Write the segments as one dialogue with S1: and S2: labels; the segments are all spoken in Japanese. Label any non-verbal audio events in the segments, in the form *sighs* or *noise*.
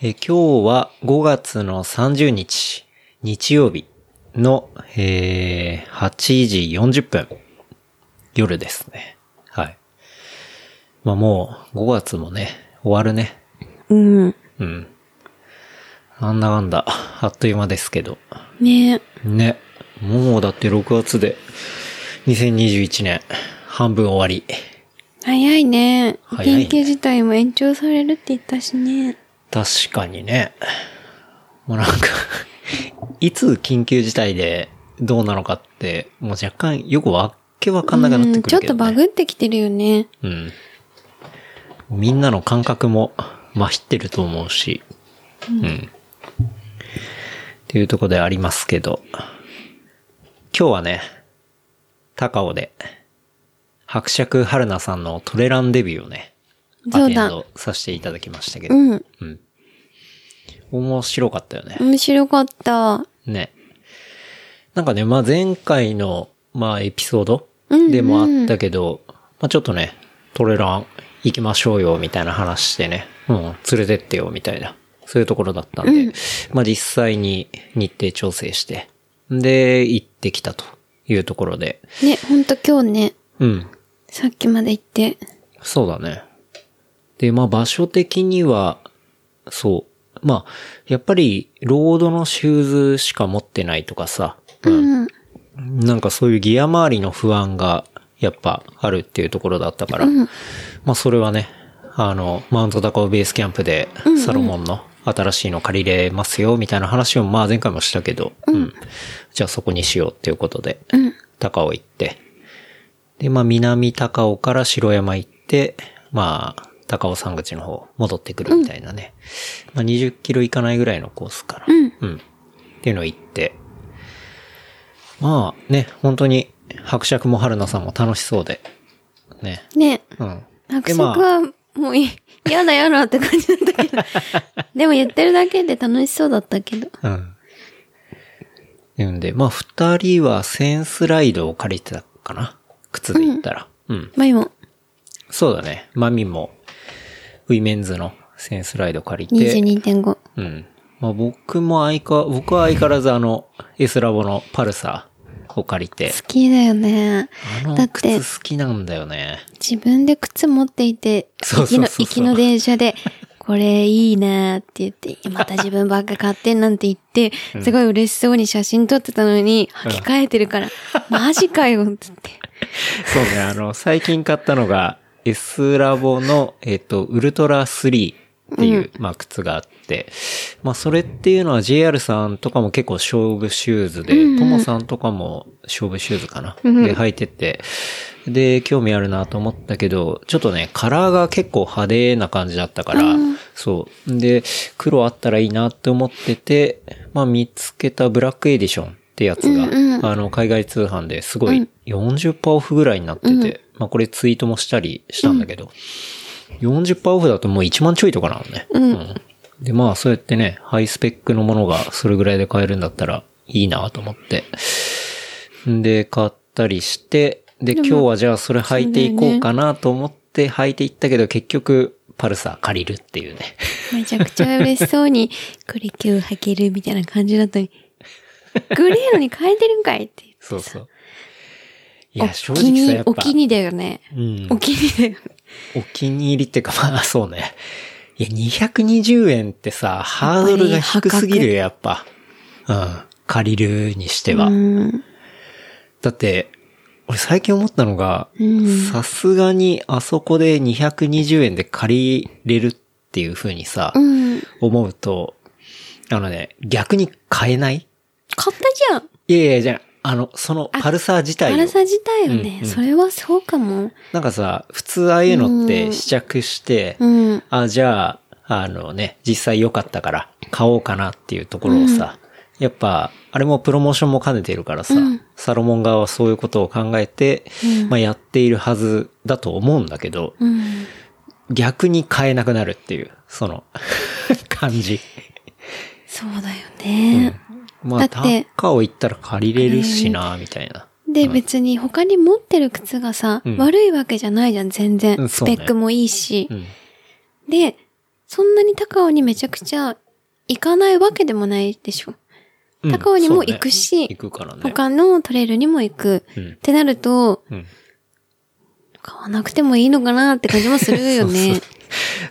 S1: えー今日は5月の30日、日曜日の、えー8時40分、夜ですね。はい。まあもう5月もね、終わるね。
S2: うん。
S1: うん。なんだかんだ、あっという間ですけど。
S2: ね
S1: ね。もうだって6月で、2021年、半分終わり。
S2: 早いね。
S1: 早いね
S2: 緊急事態も延長されるって言ったしね。
S1: 確かにね。もうなんか、 *laughs* いつ緊急事態でどうなのかって、もう若干よくわけわかんなくなってくるけ
S2: う
S1: ど、ね
S2: んちょっとバグってきてるよね。
S1: うん。みんなの感覚もまひってると思うし。うん。っていうところでありますけど。今日はね、高尾で、伯爵春菜さんのトレランデビューをね、
S2: そ
S1: ア
S2: う
S1: テン
S2: だ。
S1: ドさせていただきましたけど。
S2: うん。
S1: うん。面白かったよね。
S2: 面白かった。
S1: ね。なんかね、まあ前回の、まあエピソードでもあったけど、まあちょっとね、トレラン行きましょうよ、みたいな話してね、うん、連れてってよ、みたいな、そういうところだったんで、まあ実際に日程調整して、で、行ってきたというところで、
S2: ね、ほんと今日ね、
S1: うん、
S2: さっきまで行って。
S1: そうだね。で、まあ場所的には、そう。まあ、やっぱり、ロードのシューズしか持ってないとかさ、
S2: うん。
S1: なんかそういうギア周りの不安がやっぱあるっていうところだったから、まあそれはね、あの、マウント高尾ベースキャンプでサロモンの新しいの借りれますよみたいな話をまあ前回もしたけど、うんじゃあそこにしようっていうことで、高尾行って、で、まあ南高尾から城山行って、まあ高尾山口の方戻ってくるみたいなね、まあ20キロ行かないぐらいのコースから、うん、っていうのを行って、まあね、本当に伯爵も春菜さんも楽しそうで。ね。
S2: ね。
S1: うん。
S2: 約
S1: で
S2: 束
S1: まあ、
S2: は、もういい。やだやだって感じだったけ
S1: *laughs*
S2: ど。でも言ってるだけで楽しそうだったけど。
S1: うん。いうんで、まあ二人はセンスライドを借りてたかな。靴で言ったら。うん。
S2: まあも
S1: そうだね。マミも、ウィメンズのセンスライド借りて。
S2: 22.5。
S1: うん。まあ僕も相変わ、僕は相変わらずあの、S ラボのパルサーを借りて。
S2: 好きだよね。
S1: あ
S2: だっ
S1: の
S2: て
S1: 靴好きなんだよね。
S2: 自分で靴持っていて、
S1: そうそうそうそ
S2: 行
S1: う
S2: きの、行きの電車
S1: *laughs*
S2: で、これいいなーって言って、また自分ばっか買ってんなんて言って、すごい嬉しそうに写真撮ってたのに、履き替えてるから、マジかよって
S1: *laughs* そうね、あの、最近買ったのが、S ラボの、えっと、ウルトラ3っていう、まあ、靴があって、まあ、それっていうのは JR さんとかも結構勝負シューズで、ともさんとかも勝負シューズかな、で、履いてて、で、興味あるなと思ったけど、ちょっとね、カラーが結構派手な感じだったから、そう。で、黒あったらいいなって思ってて、まあ、見つけたブラックエディションってやつが、あの、海外通販ですごい40%オフぐらいになってて、まあこれツイートもしたりしたんだけど、40%オフだともう1万ちょいとかなのね。うんで、まあそうやってね、ハイスペックのものがそれぐらいで買えるんだったらいいなと思って。で、買ったりして、で、今日はじゃあそれ履いていこうかなと思って履いていったけど、結局、パルサー借りるっていうね。 *laughs*
S2: めちゃくちゃ嬉しそうに、これ今日履けるみたいな感じだったのに、グレーのに変えてるんかいって。
S1: そうそう。い
S2: い
S1: や、正直さ、やっぱ。
S2: お気に入りだよね。
S1: うん
S2: お気に入りだよね。
S1: お気に入りっていうか、まあそうね。いや、220円ってさ、ハードルが低すぎるよ、やっぱ。うん。借りるにしては。
S2: うん。
S1: だって、俺最近思ったのが
S2: うん、
S1: さすがにあそこで220円で借りれるっていう風にさ、
S2: うん。
S1: 思うと、あのね、逆に買えない
S2: 買ったじゃん
S1: いやいや、じゃあ、あの、そのパルサー自体を
S2: 辛さ自体よね
S1: う。んうん
S2: それはそうかも。
S1: なんかさ、普通ああいうのって試着して、
S2: うん。
S1: あ、じゃあ、あのね、実際良かったから買おうかなっていうところをさ、やっぱ、あれもプロモーションも兼ねてるからさ、サロモン側はそういうことを考えて、まあやっているはずだと思うんだけど、
S2: うん。
S1: 逆に買えなくなるっていう、
S2: *laughs*
S1: その、感じ。
S2: そうだよね。
S1: まあ、
S2: だって
S1: 高を言ったら借りれるしな、みたいな。
S2: で、別に他に持ってる靴がさ、
S1: うん
S2: 悪いわけじゃないじゃん、全
S1: う
S2: 然。
S1: ん
S2: ス
S1: そうね
S2: ペックもいいし。
S1: うん。
S2: で、そんなに高尾にめちゃくちゃ行かないわけでもないでしょ。
S1: うん
S2: 高尾にも行くし
S1: そうね行くからね。
S2: 他のトレイルにも行く。
S1: うん
S2: ってなると、
S1: うん。
S2: 買わなくてもいいのかなって感じもするよね。
S1: そう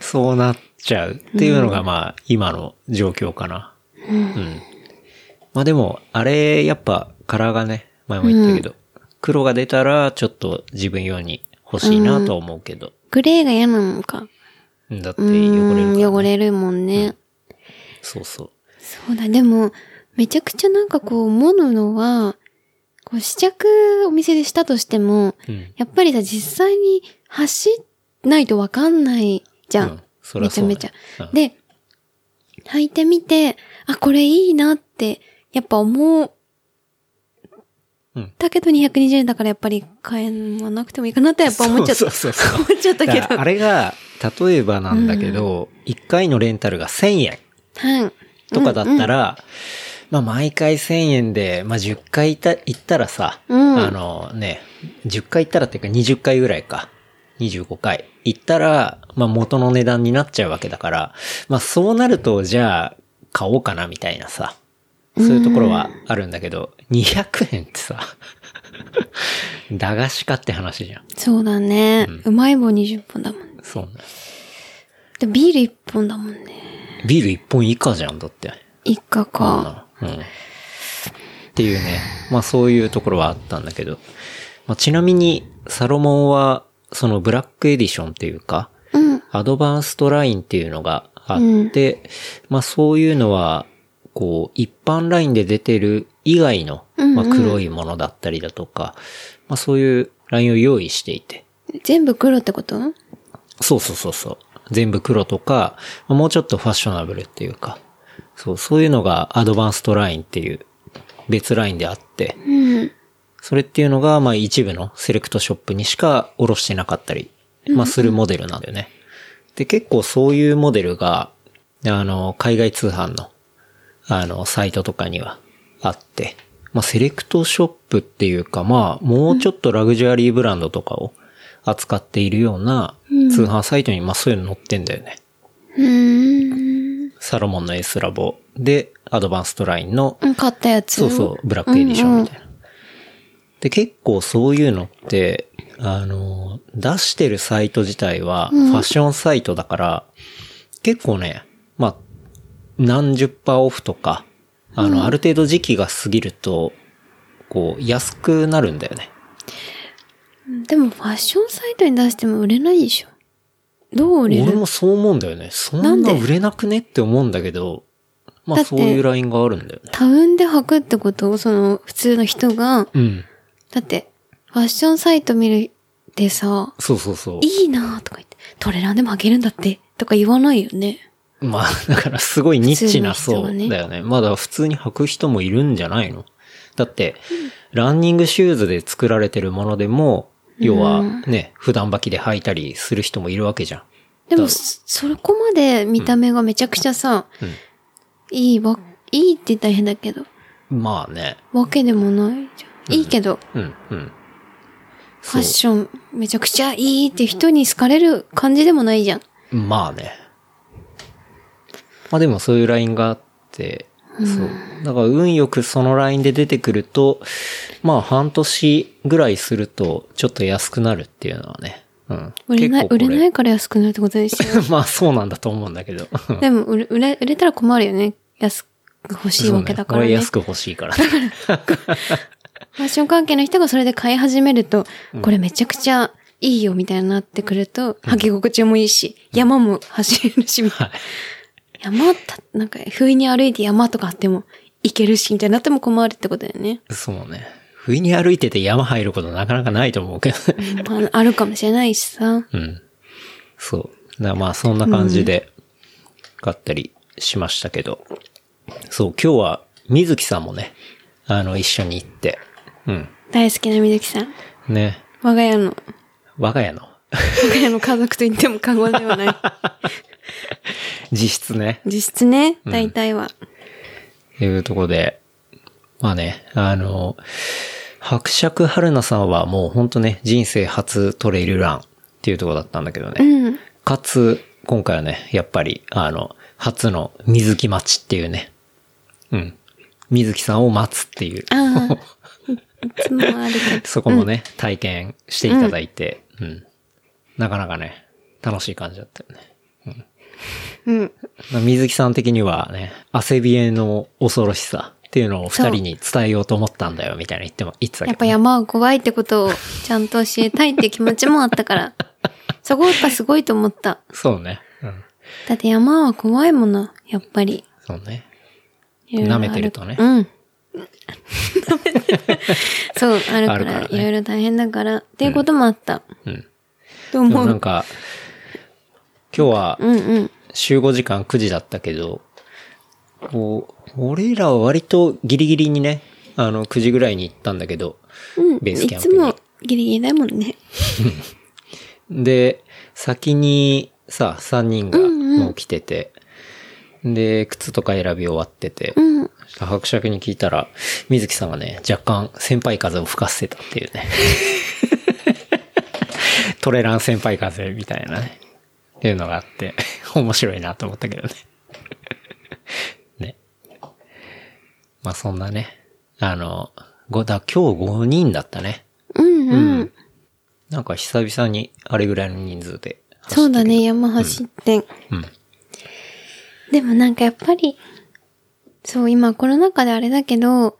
S1: *laughs* そうなっちゃうっていうのが、まあ、今の状況かな。うん。まあでも、あれ、やっぱ、カラーがね、前も言ったけど、黒が出たら、ちょっと自分用に欲しいなとは思うけど、
S2: グレーが嫌なのか。
S1: だって
S2: う
S1: 汚れるから、
S2: ん、
S1: ね。
S2: 汚れるもんね。
S1: そうそう。
S2: そうだ、でも、めちゃくちゃなんかこう思うのは、こう試着お店でしたとしても、
S1: うん。
S2: やっぱりさ、実際に走んないとわかんないじゃん。
S1: うんそりゃ
S2: めち
S1: そ
S2: ゃ
S1: うね
S2: めちゃ。で、履
S1: うん
S2: いてみて、あ、これいいなって、やっぱ思う。
S1: うん
S2: だけど220円だからやっぱり買えなくてもいいかなってやっぱ思っちゃった。
S1: そうそうそうそ
S2: *laughs*
S1: う
S2: 思っちゃったけ
S1: だか
S2: ど。
S1: らあ
S2: はい。
S1: れが、例えばなんだけど、1回のレンタルが1000円とかだったら、まあ毎回1000円で、まあ10回いた行ったらさ、
S2: うん
S1: あのね、10回行ったらっていうか20回ぐらいか。25回行ったら、まあ元の値段になっちゃうわけだから、まあそうなると、じゃあ買おうかなみたいなさ、そういうところはあるんだけど、200円ってさ、 *laughs* 駄菓子かって話じゃん。
S2: そうだね。うまい棒20本だもん。
S1: そうね。
S2: で、ビール1本だもんね。
S1: ビール1本以下じゃん、だって。
S2: 一家か。
S1: うん。っていうね。まあそういうところはあったんだけど。まあ、ちなみに、サロモンは、そのブラックエディションっていうか、
S2: うん。
S1: アドバンストラインっていうのがあって、まあそういうのは、こう、一般ラインで出てる以外の、まあ黒いものだったりだとか、まあそういうラインを用意していて、
S2: 全部黒ってことうん
S1: そうそうそうそう。全部黒とか、まあもうちょっとファッショナブルっていうか、そう、そういうのがアドバンストラインっていう別ラインであって、。それっていうのが、まあ一部のセレクトショップにしかおろしてなかったり、まあするモデルなんだよね。で、結構そういうモデルが、あの、海外通販の、あの、サイトとかにはあって、まあセレクトショップっていうか、まあもうちょっとラグジュアリーブランドとかを扱っているような通販サイトに、まあそういうの載ってんだよね。
S2: うーん。
S1: サロモンの S ラボで、アドバンストラインの
S2: うん買ったやつ。
S1: そうそう、ブラックエディションみたいな。で、結構そういうのって、あの、出してるサイト自体は、ファッションサイトだから、結構ね、まあ、何十パーオフとか、あの、ある程度時期が過ぎると、こう、安くなるんだよね。
S2: うん。でもファッションサイトに出しても売れないでしょ。どう売れ
S1: 俺
S2: る
S1: もそう思うんだよね。そ
S2: なん
S1: んな
S2: で
S1: 売れなくねって思うんだけど、ま
S2: だ
S1: あ
S2: って
S1: そういうラインがあるんだよね。
S2: タウンで履くってことをその普通の人が、
S1: うん。
S2: だってファッションサイト見るでさ、
S1: そうそうそう。
S2: いいなとか言って、トレランでも履けるんだってとか言わないよね。
S1: まあ、だからすごいニッチな
S2: 普通の
S1: 層
S2: 人は
S1: だ
S2: ね
S1: よね。まだ普通に履く人もいるんじゃないのだって、ランニングシューズで作られてるものでも、要はね、普段履きで履いたりする人もいるわけじゃん。
S2: で
S1: だ
S2: も、そそこまで見た目がめちゃくちゃさ、
S1: うん
S2: いいわ、いいって言ったら変だけど、
S1: まあね。
S2: わけでもないじゃん。いいけど、
S1: うん、うん。
S2: ファ
S1: そ
S2: ッションめちゃくちゃいいって人に好かれる感じでもないじゃん。
S1: う。まあね。まあでもそういうラインがあって、そう。だから運よくそのラインで出てくると、まあ半年ぐらいすると、ちょっと安くなるっていうのはね。うん。
S2: 売れない、
S1: 結構
S2: 売
S1: こ
S2: れないから安くなるってことでしょ。
S1: *laughs* まあそうなんだと思うんだけど。 *laughs*
S2: でも売れ、売れ、売れたら困るよね。安く欲しいわけだから
S1: そうねこれ
S2: ね。
S1: 安く欲し
S2: *laughs*
S1: いから。
S2: ファッション関係の人がそれで買い始めると、これめちゃくちゃいいよみたいになってくると、履き心地もいいし、山も走れるし、みたいな。山た、なんか、不意に歩いて山とかあっても、行けるし、みたいになっても困るってことだよね。
S1: そうね。不意に歩いてて山入ることなかなかないと思うけどね。
S2: まあ、あるかもしれないしさ。
S1: うん。そう。だからまあそんな感じで、かったりしましたけど。そう、今日は水木さんもね、あの、一緒に行って。うん。
S2: 大好きなみずきさん。
S1: ね。
S2: 我が家の、
S1: 我が家の *laughs*
S2: 我が家の家族と言っても過言ではない。
S1: 実質ね。
S2: 実質ね、大体は。
S1: というところで、まあね、あの、伯爵春菜さんはもうほんとね、人生初トレイルランっていうところだったんだけどね。
S2: うん。
S1: かつ、今回はね、やっぱり、あの、初の水木待ちっていうね。うん。水木さんを待つっていう、
S2: ああ。 *laughs* いつもあるけど。
S1: そこもね、体験していただいて、うん。なかなかね、楽しい感じだったよね。
S2: うん。
S1: まあ水木さん的にはね、汗冷えの恐ろしさっていうのを二人に伝えようと思ったんだよ、みたいな言っても、言ってたけ
S2: やっ
S1: ど
S2: ぱ
S1: ね、
S2: 山は怖いってことをちゃんと教えたいって気持ちもあったから。そこやっぱすごいと思った。
S1: そうね。うん。
S2: だって山は怖いもの、やっぱり。
S1: そうね。
S2: いろいろあ
S1: 舐めてるとね
S2: うん。舐めてるそう、あるか
S1: あるから
S2: ら、
S1: ね
S2: いろいろ大変だから、っていうこともあった。
S1: うん。
S2: と
S1: でも
S2: 思
S1: なん
S2: う。
S1: か、今日は、
S2: うんうん。
S1: 集合時間9時だったけど、こう、俺らは割とギリギリにね、あの、9時ぐらいに行ったんだけど、
S2: うん。
S1: ベースキャン
S2: い
S1: プ
S2: つ
S1: に
S2: もギリギリだもんね。
S1: で、先にさ、3人が
S2: うんうん
S1: もう来てて、で、靴とか選び終わってて、
S2: うん。
S1: そしたら伯爵に聞いたら、水木さんがね、若干先輩風を吹かせてたっ
S2: *laughs*
S1: ていうね。トレラン先輩風みたいなね。っていうのがあって、面白いなと思ったけどね。 *laughs* ね。まあそんなね。あの、ごだ、今日5人だったね。
S2: うんうん。
S1: なんか久々にあれぐらいの人数で。
S2: そうだね、山走って。
S1: うん。
S2: でもなんかやっぱり、そう、今コロナ禍であれだけど、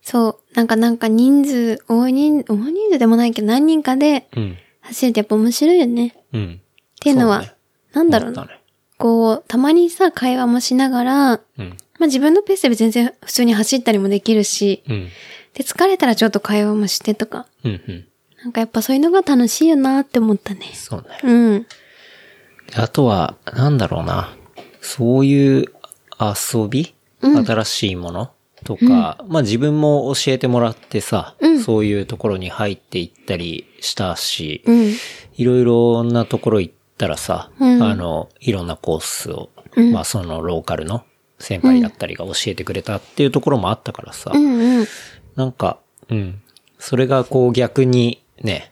S2: そう、なんかなんか人数、大人、大人数でもないけど何人かで
S1: うん。
S2: 走るってやっぱ面白いよね。っ
S1: うん。
S2: ていうのは、
S1: そうね
S2: なんだろう
S1: 思
S2: な。
S1: ったね。
S2: こう、たまにさ、会話もしながら、
S1: うん。
S2: まあ自分のペースで全然普通に走ったりもできるし、
S1: うん。
S2: で、疲れたらちょっと会話もしてとか、
S1: うん。うん。
S2: なんかやっぱそういうのが楽しいよなって思ったね。
S1: そうね。
S2: うん。
S1: であとは、なんだろうな。そういう遊び、新しいものとか、まあ自分も教えてもらってさ、そういうところに入っていったりしたし、
S2: うん。
S1: いろいろなところ行ったらさ、
S2: うん
S1: あの、いろんなコースを、まあそのローカルの先輩だったりが教えてくれたっていうところもあったからさ、
S2: うんうん。
S1: なんか、うん。それがこう逆にね、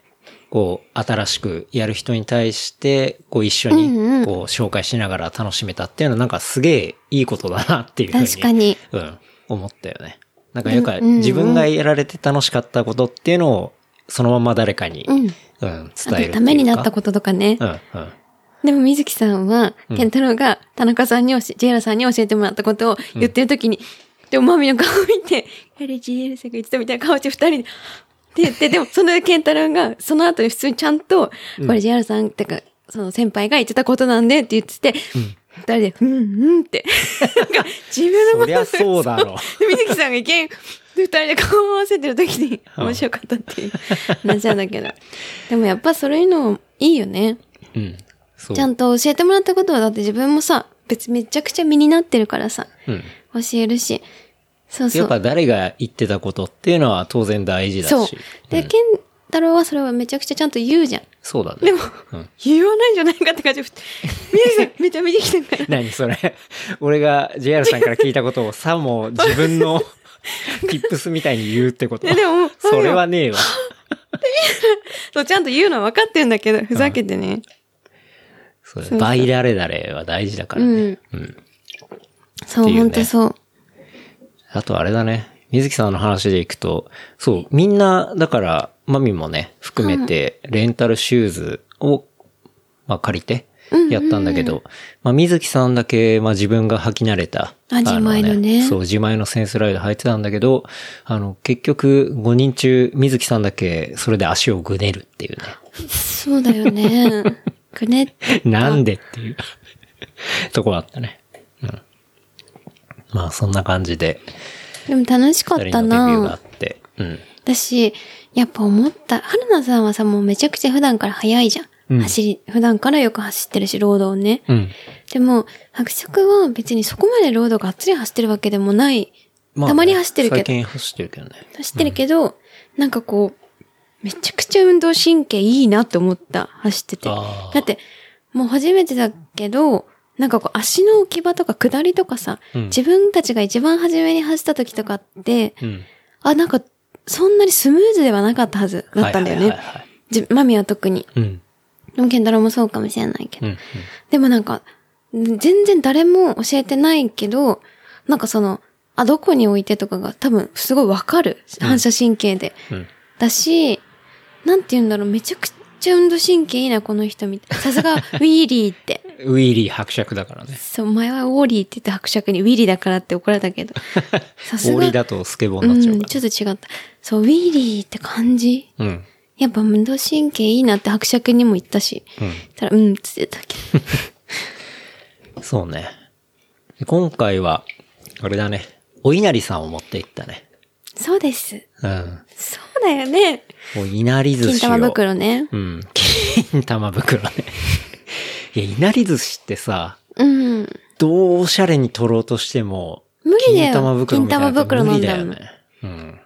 S1: こう新しくやる人に対して、こう一緒
S2: うんう
S1: に
S2: ん
S1: こう紹介しながら楽しめたっていうのはなんかすげえいいことだなっていうふうに。
S2: 確かに。
S1: うん。思ったよね。なんかよく
S2: うんうんうん
S1: 自分がやられて楽しかったことっていうのをそのまま誰かに、
S2: う
S1: うんん、伝えるって
S2: あ
S1: いう
S2: と
S1: か。
S2: ためになったこととかね。
S1: と。うん、うん。
S2: でも、水木さんは、健太郎が田中さんに教え、ジェラさんに教えてもらったことを言ってるときに、で、おまみの顔を見て、あれ、ジェラさんが言ってたみたいな顔して二人で、って言って、でも、その健太郎が、その後に普通にちゃんと、これ、ジェラさんってか、その先輩が言ってたことなんでって言ってて、二人で、うん、うんって、なんか、自分の
S1: そ
S2: こ
S1: りゃ
S2: と
S1: そうだろう。
S2: で水木さんが一見、で二人で顔を合わせてるときに、
S1: うん
S2: 面白かったっていう話なんだけど。でもやっぱそれいうのいいよね。
S1: うん。そう。
S2: ちゃんと教えてもらったことはだって自分もさ、別にめちゃくちゃ身になってるからさ、
S1: うん。
S2: 教えるし。そうそ
S1: やっぱ
S2: う。
S1: 誰が言ってたことっていうのは当然大事だし。
S2: そう。
S1: う
S2: で、
S1: ん
S2: 健太郎はそれをめちゃくちゃちゃんと言うじゃん。
S1: そうだね。
S2: でも
S1: うん、
S2: 言わないんじゃないかって *laughs* 感じ。水木さん、めちゃ見てきたから。
S1: *laughs* 何それ俺が JR さんから聞いたことをさも自分 *laughs* のピップスみたいに言うってこと
S2: いやでも
S1: それはねえわ。
S2: そう、ちゃんと言うのは分かってるんだけど、ふざけてね。
S1: そうだバイラレダレは大事だからね。
S2: そう、
S1: っていうね
S2: ほんとそう。
S1: あとあれだね。水木さんの話でいくと、そう、みんな、だから、マミもね、含めて、レンタルシューズを、まあ借りて、やったんだけど、まあ水木さんだけ、まあ自分が履き慣れた。
S2: あ自前のね
S1: そう、自前のセンスライド履いてたんだけど、あの、結局、5人中、水木さんだけ、それで足をぐねるって
S2: *laughs*
S1: いうね。
S2: そうだよね。 *laughs* くねって。
S1: なんでっていうとこだったね。うん。まあそんな感じで、
S2: でも楽しかっ
S1: 二
S2: た
S1: 人のデビューがあっ
S2: な
S1: て、うん。
S2: だし、やっぱ思った。春菜さんはさ、もうめちゃくちゃ普段から早いじゃん。
S1: うん
S2: 走り、普段からよく走ってるし、ロードをね。
S1: うん。
S2: でも、白色は別にそこまでロードがっつり走ってるわけでもない。
S1: まあ
S2: たまに走ってるけど
S1: 最近走ってるけどね。
S2: 走ってるけど、なんかこう、めちゃくちゃ運動神経いいなって思った、走ってて。
S1: あー
S2: だって、もう初めてだけど、なんかこう足の置き場とか下りとかさ、
S1: うん
S2: 自分たちが一番初めに走った時とかって、
S1: うん。
S2: あ、なんか、そんなにスムーズではなかったはずだったんだよ
S1: はいはい
S2: ね。
S1: はいはい
S2: じマミは特に。
S1: うん。
S2: でもケンタロウもそうかもしれないけど。
S1: うん。うん
S2: でもなんか、全然誰も教えてないけど、なんかその、あ、どこに置いてとかが多分すごいわかる。反射神経で。
S1: うん。
S2: だし、なんて言うんだろう、めちゃくちゃ運動神経いいな、この人みたい。さす
S1: *laughs*
S2: が、ウィーリーって。
S1: ウィリー伯爵だからね。
S2: そう、前はウォーリーって言って伯爵にウィーリーだからって怒られたけど。さ
S1: *laughs* ウォーリーだとスケボーになっちゃ
S2: う、
S1: うんか
S2: ちょっと違った。そう、ウィーリーって感じ。
S1: ら。うん。
S2: やっぱ運動神経いいなって伯爵にも言ったし。
S1: うん
S2: たら、うん、つってたけ
S1: *laughs*
S2: ど。
S1: そうね。で今回は、あれだね。お稲荷さんを持っていったね。
S2: そうです。
S1: うん。
S2: そうだよね。
S1: お稲荷寿
S2: 金
S1: 司を。
S2: 玉袋ね。
S1: うん。 *laughs* 金玉袋ね。 *laughs* いや、いなり寿司ってさ、
S2: うん。
S1: どうおしゃれに取ろうとしても、
S2: 無理だよ
S1: 金玉袋みたいな
S2: 金
S1: の
S2: 玉袋
S1: 無
S2: なん
S1: 理だ
S2: だも
S1: よ
S2: ん
S1: ね。うん。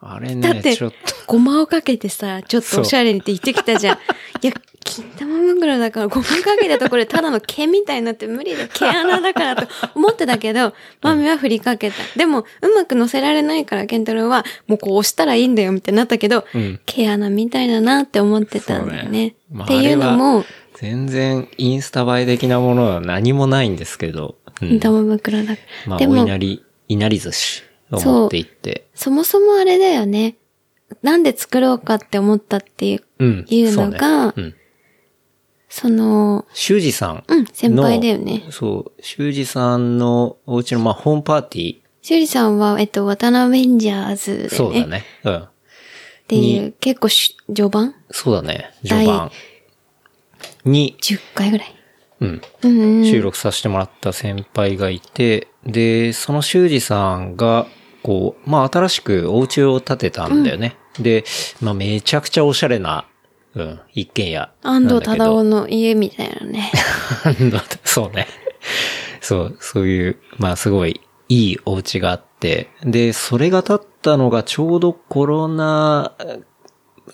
S1: あれ
S2: だっ
S1: ね、
S2: て
S1: ちょっと、、
S2: ごまをかけてさ、ちょっ
S1: そ
S2: とお
S1: う
S2: しゃれにって言ってきた
S1: *laughs*
S2: じゃん。いや、金玉袋だからごまかけたところでただの毛みたいになって無理だよ。毛穴だからと思ってたけど、マミは振りかけた。でも、うまく乗せられないから、ケントロウは、もうこう押したらいいんだよ、みたいになったけど、
S1: うん
S2: 毛穴みたいだなって思ってたんだよね。
S1: まあ
S2: っていうの
S1: あれ
S2: も
S1: は、全然インスタ映え的なものは何もないんですけど、うん
S2: 金玉袋だから。
S1: まあ、
S2: で
S1: お
S2: も、
S1: 稲荷、稲荷寿司を持って行って、
S2: そもそもあれだよね。なんで作ろうかって思ったっていう、
S1: うん。
S2: いうのが
S1: そうねうん。
S2: その、
S1: 修二さん。
S2: うん先輩だよね
S1: そう。修二さんのお家の、まあ、ホームパーティ
S2: 修理さんは、えっと、渡辺ベンジャーズでね。
S1: ー。そうだね。うん。
S2: っていう、結構し、序盤
S1: そうだね。序盤に、
S2: ?10 回ぐらい。
S1: うん、
S2: うんうん。
S1: 収録させてもらった先輩がいて、で、その修二さんが、こう、まあ、新しくお家を建てたんだよね。で、まあ、めちゃくちゃおしゃれな、うん、一軒家なん
S2: 安
S1: だけど。
S2: 藤忠夫の家みたいな
S1: *laughs*
S2: ね。
S1: そうね。そう、そういう、まあすごいいいお家があって、で、それが建ったのがちょうどコロナ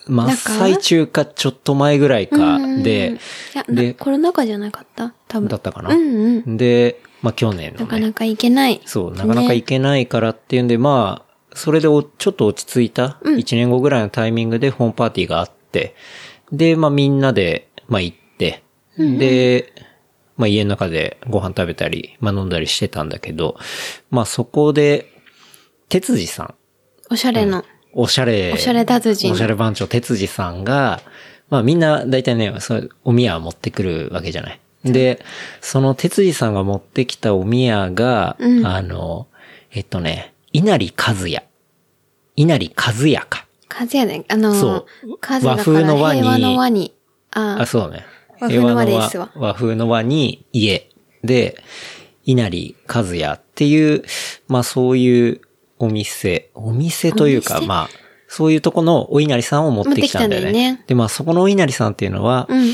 S1: 真っ最中かちょっと前ぐらいか
S2: うんうんうん
S1: で、
S2: いや、な
S1: で、
S2: コロナ禍じゃなかった多分。
S1: だったかな。
S2: うんうん。
S1: で、まあ去年の
S2: なか
S1: ね
S2: な。か行けない。
S1: そう、なかなか行けないからっていうんで、まあ、それでおちょっと落ち着いた、1年後ぐらいのタイミングでホームパーティーがあって、で、まあみんなで、まあ行って、で、まあ家の中でご飯食べたり、まあ飲んだりしてたんだけど、まあそこで、哲司さん、
S2: おしゃれな。
S1: おしゃれ、
S2: おしゃれ達人
S1: おしゃれ番長哲司さんが、まあみんな大体ね、そうお宮を持ってくるわけじゃない。で、その哲司さんが持ってきたお宮が、
S2: うん
S1: あの、えっとね、稲荷和也。稲荷和也か。
S2: 風やね。あのー、
S1: そう
S2: 風だ
S1: 和
S2: から
S1: 風の和に
S2: 平和の和に。
S1: あ、
S2: あ
S1: そうね。
S2: 和風の和
S1: 平和
S2: ですわ
S1: 和和風の和に家で、稲荷和也っていう、まあそういうお店、お店という
S2: お
S1: か、
S2: 店
S1: まあ、そういうとこのお稲荷さんを持ってきたんだ
S2: 持
S1: よね。
S2: ってきたんだよね
S1: で、まあそこのお稲荷さんっていうのは、
S2: あ、うん。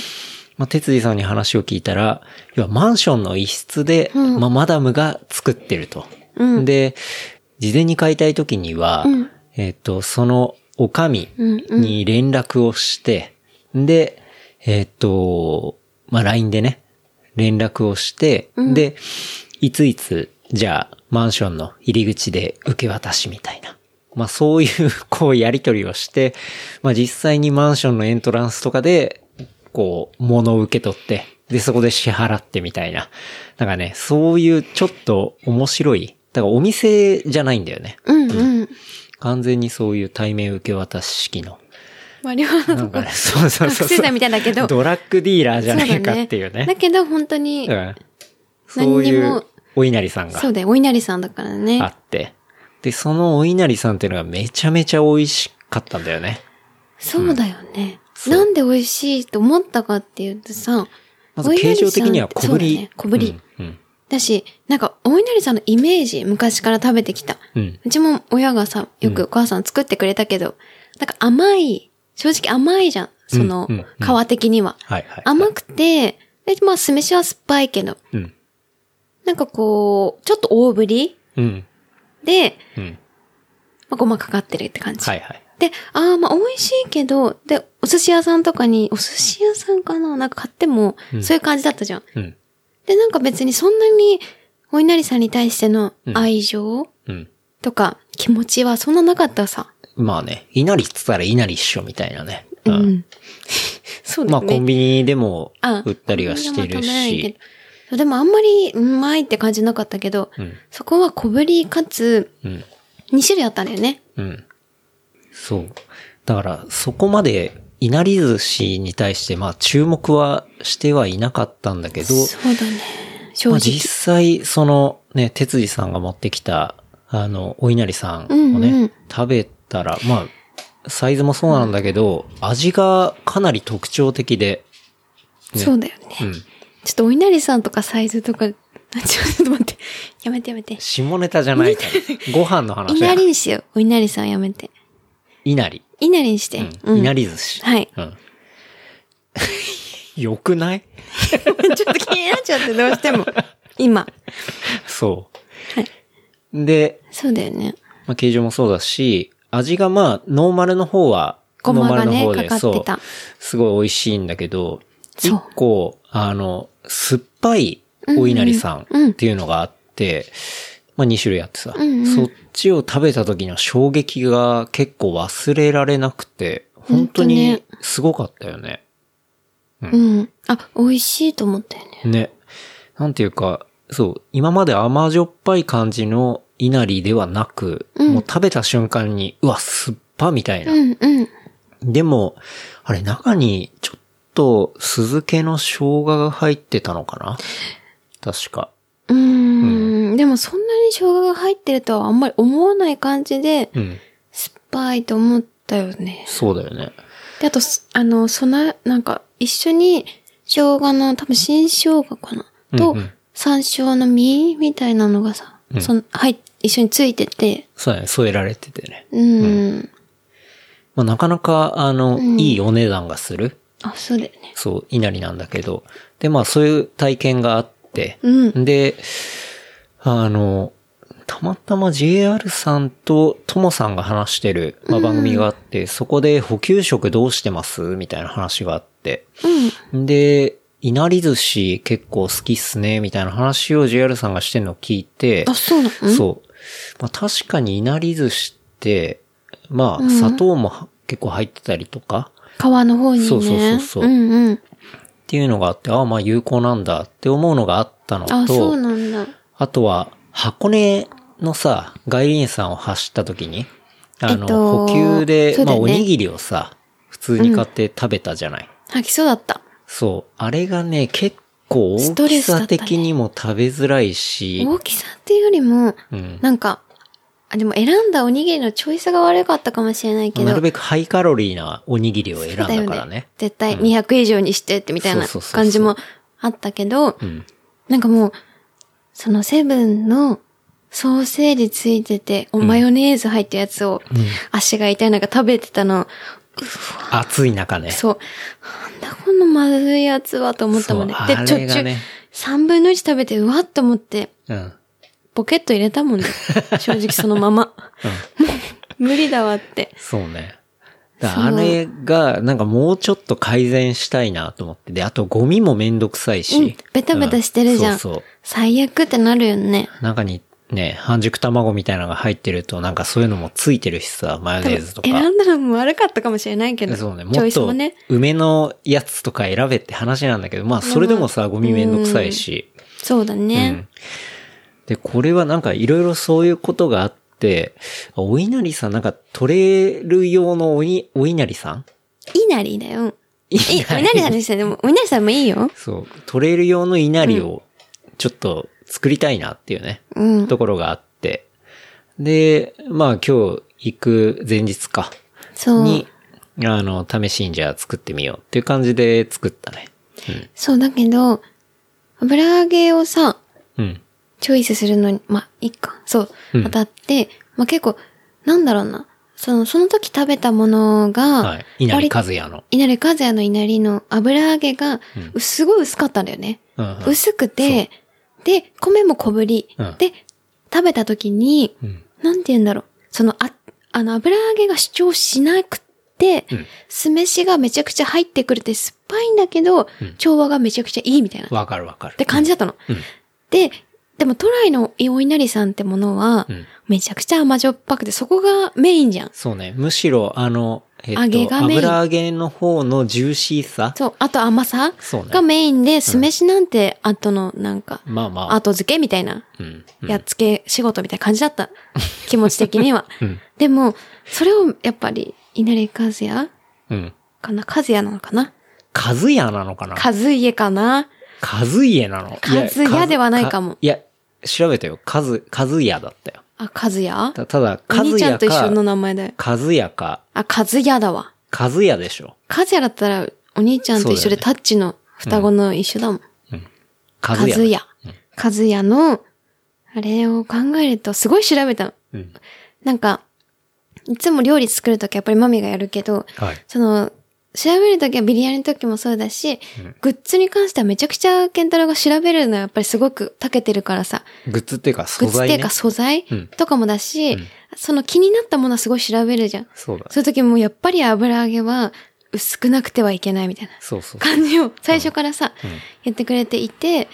S1: まあ、哲司さんに話を聞いたら、要はマンションの一室で、
S2: うん
S1: まあ、マダムが作ってると。
S2: うん
S1: で、事前に買いたい時には、
S2: うん
S1: えっ、と、その、おかみ
S2: うんうん
S1: に連絡をして、で、えっ、と、まあ、LINE でね、連絡をして、で、いついつ、じゃあ、マンションの入り口で受け渡しみたいな。まあ、そういう、こう、やりとりをして、まあ、実際にマンションのエントランスとかで、こう、物を受け取って、で、そこで支払ってみたいな。なんかね、そういうちょっと面白い。だからお店じゃないんだよね。
S2: うんうん。
S1: 完全にそういう対面受け渡し式の。
S2: 割りは
S1: な
S2: の
S1: ん
S2: *laughs*
S1: かね、そうそう
S2: 学
S1: そう。
S2: 生代みたいだけど。
S1: ドラッグディーラーじゃな
S2: そう
S1: い
S2: だ
S1: かっていうね。
S2: だけど本当に、
S1: うん。そうい
S2: 何に
S1: う
S2: も、
S1: お稲荷さんが
S2: そうだよ、お稲荷さんだからね。
S1: あって。で、そのお稲荷さんっていうのがめちゃめちゃ美味しかったんだよね。
S2: そうだよね。
S1: う
S2: なんで美味しいと思ったかっていうとさ、
S1: まず形状的には
S2: お稲荷
S1: 小
S2: さんってそ
S1: ぶ
S2: うだ
S1: り。
S2: よね小ぶり。
S1: うん。うん
S2: だし、なんか、お稲荷さんのイメージ、昔から食べてきた。
S1: うん。
S2: うちも親がさ、よくお母さん作ってくれたけど、なんか甘い、正直甘いじゃん。その
S1: うんうんうん、
S2: 皮的には。
S1: はいはい。
S2: 甘くて、で、まあ、酢飯は酸っぱいけど、
S1: うん。
S2: なんかこう、ちょっと大ぶり
S1: うん。
S2: で、
S1: うん。
S2: まあ、ごまかかってるって感じ。
S1: はいはい。
S2: で、ああ、まあ、美味しいけど、で、お寿司屋さんとかに、お寿司屋さんかななんか買っても
S1: う、ん
S2: そういう感じだったじゃん。
S1: うん。
S2: で、なんか別にそんなに、お稲荷さんに対しての
S1: うん
S2: 愛情
S1: うん。
S2: とか、気持ちはそんななかったさ。
S1: まあね、稲荷っつったら稲荷っしょみたいなね。
S2: う。ん。そうだよ
S1: まあ
S2: ね。
S1: コンビニでも
S2: あ
S1: 売ったりはしてるし。。
S2: でもあんまりうまいって感じなかったけど、
S1: うん。
S2: そこは小ぶりかつ
S1: うん。
S2: 2種類あったんだよね。
S1: うん。そう。だから、そこまで、いなり寿司に対して、まあ、注目はしてはいなかったんだけど、
S2: そうだね。正
S1: まあ、
S2: 直
S1: 実。際、その、ね、哲司さんが持ってきた、あの、お稲荷さんをね、
S2: うんうん
S1: 食べたら、まあ、サイズもそうなんだけど、味がかなり特徴的で、ね
S2: そうだよね。
S1: うん。
S2: ちょっとお稲荷さんとかサイズとか、あちょっと待って。 *laughs* やめてやめて。
S1: 下ネタじゃない
S2: *laughs*
S1: から、ご飯の
S2: い
S1: 話
S2: な
S1: だ
S2: り。にしよう。お稲荷さんやめて。
S1: いなり。
S2: いなりにして。
S1: う。
S2: うんん
S1: いなり寿司。
S2: はい。 *laughs*
S1: うん。 *laughs* よくない *laughs*
S2: ちょっと気になっちゃって、どう *laughs* しても。今。
S1: そう。
S2: はい
S1: で、
S2: そうだよね。
S1: まあ、形状もそうだし、味がまあ、ノーマルの方は、
S2: ごまがね
S1: ノーマルの方で
S2: かかってた
S1: そう。すごい美味しいんだけど、
S2: そう
S1: 一個、あの、酸っぱいお稲荷さ
S2: うんうん
S1: ん
S2: うん
S1: っていうのがあって、まあ2種類あってさ、
S2: うんうん
S1: そっちを食べた時の衝撃が結構忘れられなくて、本当にすごかったよね。
S2: うん。あ、美味しいと思ったよね。
S1: ね。なんていうか、そう、今まで甘じょっぱい感じの稲荷ではなく、
S2: うん
S1: もう食べた瞬間に、うわ、酸っぱみたいな。
S2: うんうん。
S1: でも、あれ、中にちょっと酢漬けの生姜が入ってたのかな確か。
S2: うーん、でもそんなに生姜が入ってるとはあんまり思わない感じで、
S1: うん。
S2: 酸っぱいと思ったよね。
S1: そうだよね。
S2: で、あとす、あの、そな、なんか、一緒に、生姜の、多分新生姜かな。と、
S1: うんうん
S2: 山椒の実みたいなのがさ、その、はい、一緒についてて、
S1: そうだね。添えられててね。
S2: うーん。
S1: まあ、なかなか、あの、いいお値段がする。
S2: あ、そうだよね。
S1: そう、稲荷なんだけど。で、まあ、そういう体験があって、
S2: うん。
S1: で、あの、たまたま JR さんとともさんが話してる、まあ、番組があって、そこで補給食どうしてますみたいな話があって。で、いなり寿司結構好きっすね、みたいな話を JR さんがしてるのを聞いて、
S2: あ、そうなの
S1: そう。まあ、確かにいなり寿司って、まあ、砂糖もは結構入ってたりとか、
S2: 皮の方にね。
S1: そうそうそうそう
S2: うんうん。
S1: っていうのがあって、ああ、まあ有効なんだって思うのがあったのと、
S2: あ、そうなんだ。
S1: あとは、箱根のさ、外輪山を走った時に、あの、
S2: えっと
S1: 補給で、
S2: そうだ
S1: まあ、
S2: よね
S1: おにぎりをさ、普通に買って食べたじゃない。
S2: 吐きそうだった。
S1: そう。あれがね、結構
S2: ス
S1: 大
S2: ト
S1: き
S2: レスだった
S1: さ
S2: ね
S1: 的にも食べづらいし、
S2: 大きさっていうよりも、
S1: うん。
S2: なんか、あ、でも選んだおにぎりのチョイスが悪かったかもしれないけど。
S1: なるべくハイカロリーなおにぎりを選んだ
S2: だよ
S1: からね。
S2: 絶対200以上にしてってみたいな
S1: そうそうそうそう
S2: 感じもあったけど
S1: う、ん。
S2: なんかもう、そのセブンのソーセージついてて、おマヨネーズ入ったやつを、足が痛いなんか食べてたの、
S1: 暑い中ね。
S2: そう、なんだこのまずいやつはと思ったもんね
S1: そう。
S2: で、
S1: あ
S2: ちょ
S1: れ
S2: っち
S1: が
S2: ゅ
S1: ね、
S2: 3分の1食べて、うわっと思って、
S1: うん。
S2: ポケット入れたもんね。正直そのまま。もう無理だわって。
S1: そうね。だか
S2: そ
S1: らあ
S2: う
S1: れが、なんかもうちょっと改善したいなと思って。で、あとゴミもめんどくさいし。
S2: うんベタベタしてるじゃん
S1: うそうそう。
S2: 最悪ってなるよね。
S1: 中にね、半熟卵みたいなのが入ってると、なんかそういうのもついてるしさ、マヨネーズとか。
S2: 選んだのも悪かったかもしれないけど。
S1: そうね、
S2: チ
S1: も
S2: ョ
S1: っ
S2: イス
S1: と
S2: もね。
S1: 梅のやつとか選べって話なんだけど、まあそれでもさ、ゴミめんどくさいし。
S2: そうだ
S1: う
S2: ね
S1: ん。で、これはなんかいろいろそういうことがあって、お稲荷さん、なんか取れる用のおいお稲荷さん
S2: いなりだよ。い、
S1: い
S2: お稲荷さんでしたね。でも、お稲荷さんもいいよ。
S1: そう、取れる用の稲荷をちょっと作りたいなっていうね。
S2: うん。
S1: ところがあって。で、まあ今日行く前日か。
S2: そう
S1: に。、あの、試しにじゃあ作ってみようっていう感じで作ったね。
S2: そう、だけど、油揚げをさ、
S1: うん。
S2: チョイスするのに、まあ、いいか。そうう、
S1: ん
S2: 当たって、まあ結構、なんだろうな。その、その時食べたものが、
S1: はい。稲荷和也の。
S2: 稲荷和也の稲荷の油揚げが、
S1: うん
S2: すごい薄かったんだよね。
S1: うんうん
S2: 薄くて、で、米も小ぶり。
S1: うん
S2: で、食べた時に、
S1: うん。
S2: なんて言うんだろう。その、あ、あの、油揚げが主張しなくて、
S1: うん
S2: 酢飯がめちゃくちゃ入ってくれて酸っぱいんだけど、
S1: うん
S2: 調和がめちゃくちゃいいみたいな。っ
S1: わかるわかる。
S2: て感じだったの。
S1: うん。
S2: で、でも都内のお稲荷さんってものは、
S1: うん。
S2: めちゃくちゃ甘じょっぱくて、そこがメインじゃん。
S1: そうね。むしろ、あの、えっと、
S2: 揚げがメイン
S1: 油揚げの方のジューシーさ。
S2: そう。あと甘さ
S1: そうね
S2: がメインで、酢飯なんて、後のなんか、
S1: まあまあ。
S2: 後付けみたいな、
S1: うん。うん
S2: やっつけ仕事みたいな感じだ
S1: *laughs*
S2: った。気持ち的には。
S1: うん。
S2: でも、それをやっぱり、稲荷和也
S1: うん。
S2: かな和也なのかな
S1: 和也なのかな
S2: 和家かな
S1: 和也なの
S2: 和也
S1: や
S2: ではないかも
S1: いや、調べたよ。和、和也だったよ。
S2: あ、和也お
S1: たただ、和
S2: 兄ちゃん
S1: 也
S2: と一緒の
S1: か、
S2: 名前だよ。
S1: 和也か、
S2: あ、和也だわ。
S1: 和也でしょ。
S2: 和也だったら、お兄ちゃんと一緒で
S1: そうだよね
S2: タッチの双子の一緒だもん。
S1: 和
S2: 和
S1: 也。
S2: 也。和也の、あれを考えると、すごい調べたの。
S1: うん。
S2: なんか、いつも料理作るときやっぱりマミがやるけど、
S1: はい。
S2: その、調べるときはビリヤニのときもそうだし、グッズに関してはめちゃくちゃケンタロウが調べるのはやっぱりすごく長けてるからさ、
S1: グッズっていうか
S2: グ
S1: 素
S2: ッズっ
S1: 材、
S2: てい
S1: ね。
S2: うか素材
S1: うん
S2: とかもだし、
S1: ん
S2: その気になったものはすごい調べるじゃん。
S1: そうだ。
S2: そういうときもやっぱり油揚げは薄くなくてはいけないみたいな
S1: そうそう。
S2: 感じを最初からさ、
S1: うん
S2: 言ってくれていて、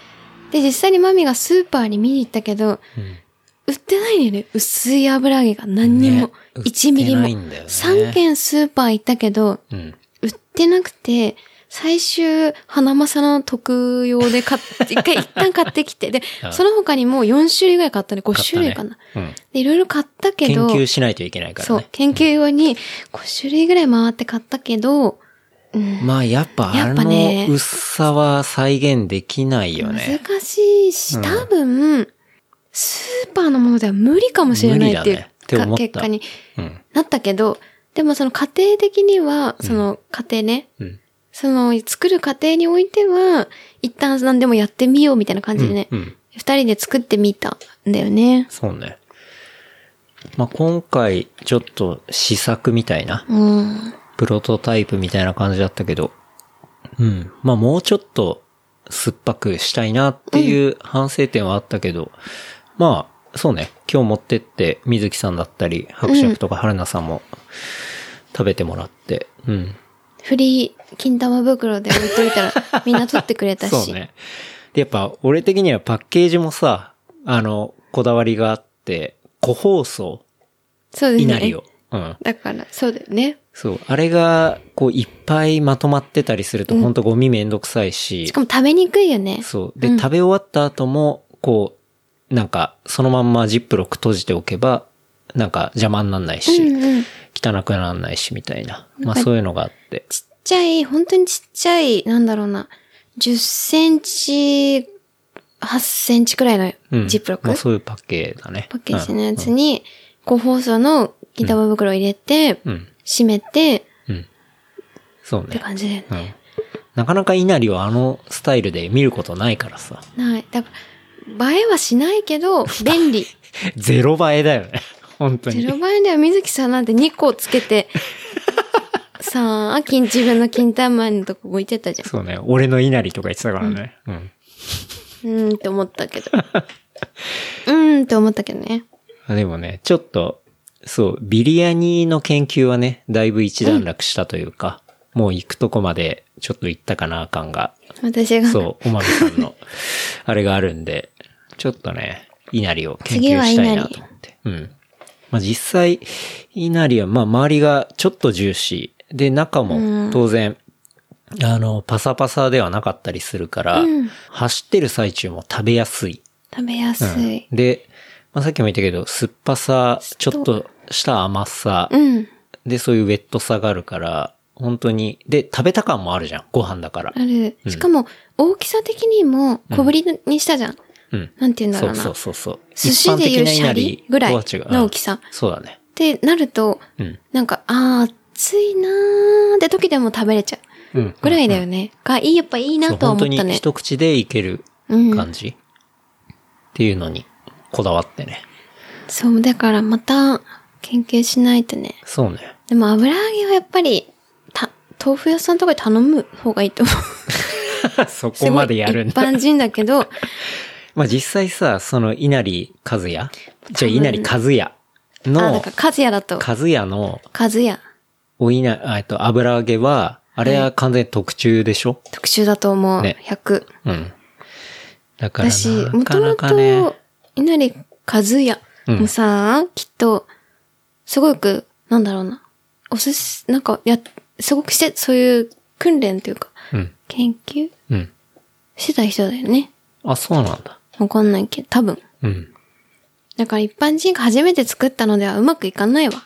S2: で、実際にマミがスーパーに見に行ったけど、
S1: うん
S2: 売ってないんだよね。薄い油揚げが何にも、
S1: ね売って
S2: 1ミリも。
S1: ないんだよね
S2: 3軒スーパー行ったけど、
S1: うん。
S2: 売ってなくて、最終、花正の特用で買っ
S1: *laughs*
S2: て、一回一旦買ってきて、で
S1: あ、あ
S2: その他にもう4種類ぐらい買ったね。5種類かな。
S1: 買ったね
S2: で、いろいろ買った
S1: うん。
S2: け
S1: 研
S2: ど、
S1: 究しないといけないから
S2: そう
S1: ね、。
S2: 研究用に5種類ぐらい回って買ったけど、
S1: まあやっぱあ
S2: やっぱね
S1: の薄さは再現できないよね。
S2: 難しいし、多分、スーパーのものでは無理かもしれないってい
S1: 無理だ
S2: う
S1: ねって思
S2: か
S1: った
S2: 結果に
S1: うん。
S2: なったけど、でもその家庭的には、その家庭ね、
S1: うん。
S2: その作る過程においては、一旦何でもやってみようみたいな感じでね、
S1: う
S2: 二、
S1: んうん
S2: 人で作ってみたんだよね。
S1: そうね。まあ今回ちょっと試作みたいな、
S2: うん。
S1: プロトタイプみたいな感じだったけど、うん。まあもうちょっと酸っぱくしたいなっていう反省点はあったけど、まあそうね、今日持ってって水木さんだったり、伯爵とか春菜さんも食べてもらって、うん。
S2: フリー、金玉袋で置いといたら、みんな取ってくれたし。
S1: *laughs* そうね。で、やっぱ、俺的にはパッケージもさ、あの、こだわりがあって、個包装、
S2: そうですね。
S1: 稲荷を。うん。
S2: だから、そうだよね。
S1: そう。あれが、こう、いっぱいまとまってたりすると、ほんとゴミめんどくさいし
S2: し、かも食べにくいよね。
S1: そう。で、食べ終わった後も、こう、なんか、そのまんまジップロック閉じておけば、なんか邪魔になんないし、
S2: うんうん。
S1: 汚くなんないし、みたいな。ま
S2: なん
S1: あ、
S2: か
S1: そういうのがあって。
S2: ちっちゃい、本当にちっちゃい、なんだろうな、10センチ、8センチくらいのジップロック、
S1: うんまあ、そういうパッケージだね。
S2: パッケージのやつに、個包装の銀玉袋を入れて、
S1: うん。うん。
S2: 閉めて、っ
S1: うん。そう
S2: て
S1: ね。
S2: 感じだよ
S1: う
S2: ね。
S1: ん。なかなか稲荷をあのスタイルで見ることないからさ。 *laughs*
S2: ない。だから、映えはしないけど、
S1: *laughs*
S2: 便利。
S1: ゼロ映えだよね。本当
S2: ゼ
S1: に。
S2: ロ倍では水木さんなんて2個つけ
S1: *laughs*
S2: て、さあ、金、自分の金玉のとこ置いてたじゃん。
S1: そうね。俺の稲荷とか言ってたからね。うん。
S2: うーんって思った
S1: *laughs*
S2: けど。うーんって思ったけどね。
S1: あでもね、ちょっと、そう、ビリヤニの研究はね、だいぶ一段落したというか、もう行くとこまでちょっと行ったかな感が、
S2: 私が。 *laughs*
S1: そう、おまみさんの、あれがあるんで、ちょっとね、稲荷を研究
S2: 次は
S1: したい
S2: 稲荷
S1: なと思って。うん。まあ、実際、稲荷は、まあ、周りがちょっとジューシー。で、中も当然、あの、パサパサではなかったりするから、走ってる最中も食べやすい。
S2: 食べやす
S1: うん
S2: い。
S1: で、まあ、さっきも言ったけど、酸っぱさ、ちょっとした甘さ、
S2: うん。
S1: で、そういうウェットさがあるから、本当に、で、食べた感もあるじゃん、ご飯だから
S2: あ。る。しかも、大きさ的にも小ぶりにしたじゃん。
S1: うん。
S2: なんて言うんだ
S1: そ
S2: ろう
S1: う
S2: な。
S1: そうそうそう。
S2: 寿司でいうシャリぐらい
S1: 一般的な稲荷とは違う
S2: の大きさ
S1: うんそうだね。
S2: ってなると、
S1: うん。
S2: なんか、あー、暑いなーって時でも食べれちゃう。
S1: うん
S2: ぐらいだよね。が、いい、やっぱいい
S1: そ
S2: な
S1: う
S2: とは
S1: 本
S2: 思
S1: 当
S2: っ
S1: に
S2: たね。
S1: 一口でいける感じ、っていうのにこだわってね。
S2: そう、だからまた、研究しないとね。
S1: そうね。 *laughs*
S2: でも油揚げはやっぱり、た、豆腐屋さんとかで頼む方がいいと思う。
S1: そこまでやるん
S2: すごい *laughs*
S1: だ。
S2: 一般人だけど、
S1: *laughs* まあ実際さ、その稲荷和也じゃあ
S2: 多分
S1: 稲荷和也
S2: あ、だ
S1: の
S2: か、ら、和也だと、
S1: 和也の
S2: 和也、
S1: お稲、あえっと、油揚げは、あれは完全に特注でしょ、
S2: 特集だと思う。
S1: ね
S2: 100。
S1: うん。だから
S2: だし、
S1: な、
S2: も
S1: なか
S2: と
S1: な
S2: も
S1: かね
S2: と、、稲荷和也もさ、きっと、すごく、なんだろうな。おすし、なんか、や、すごくして、そういう訓練というか、
S1: うん、
S2: 研究
S1: うん。
S2: してた人だよね。
S1: あ、そうなんだ。
S2: わかんないけど、多分。
S1: うん。
S2: だから一般人が初めて作ったのではうまくいかないわ。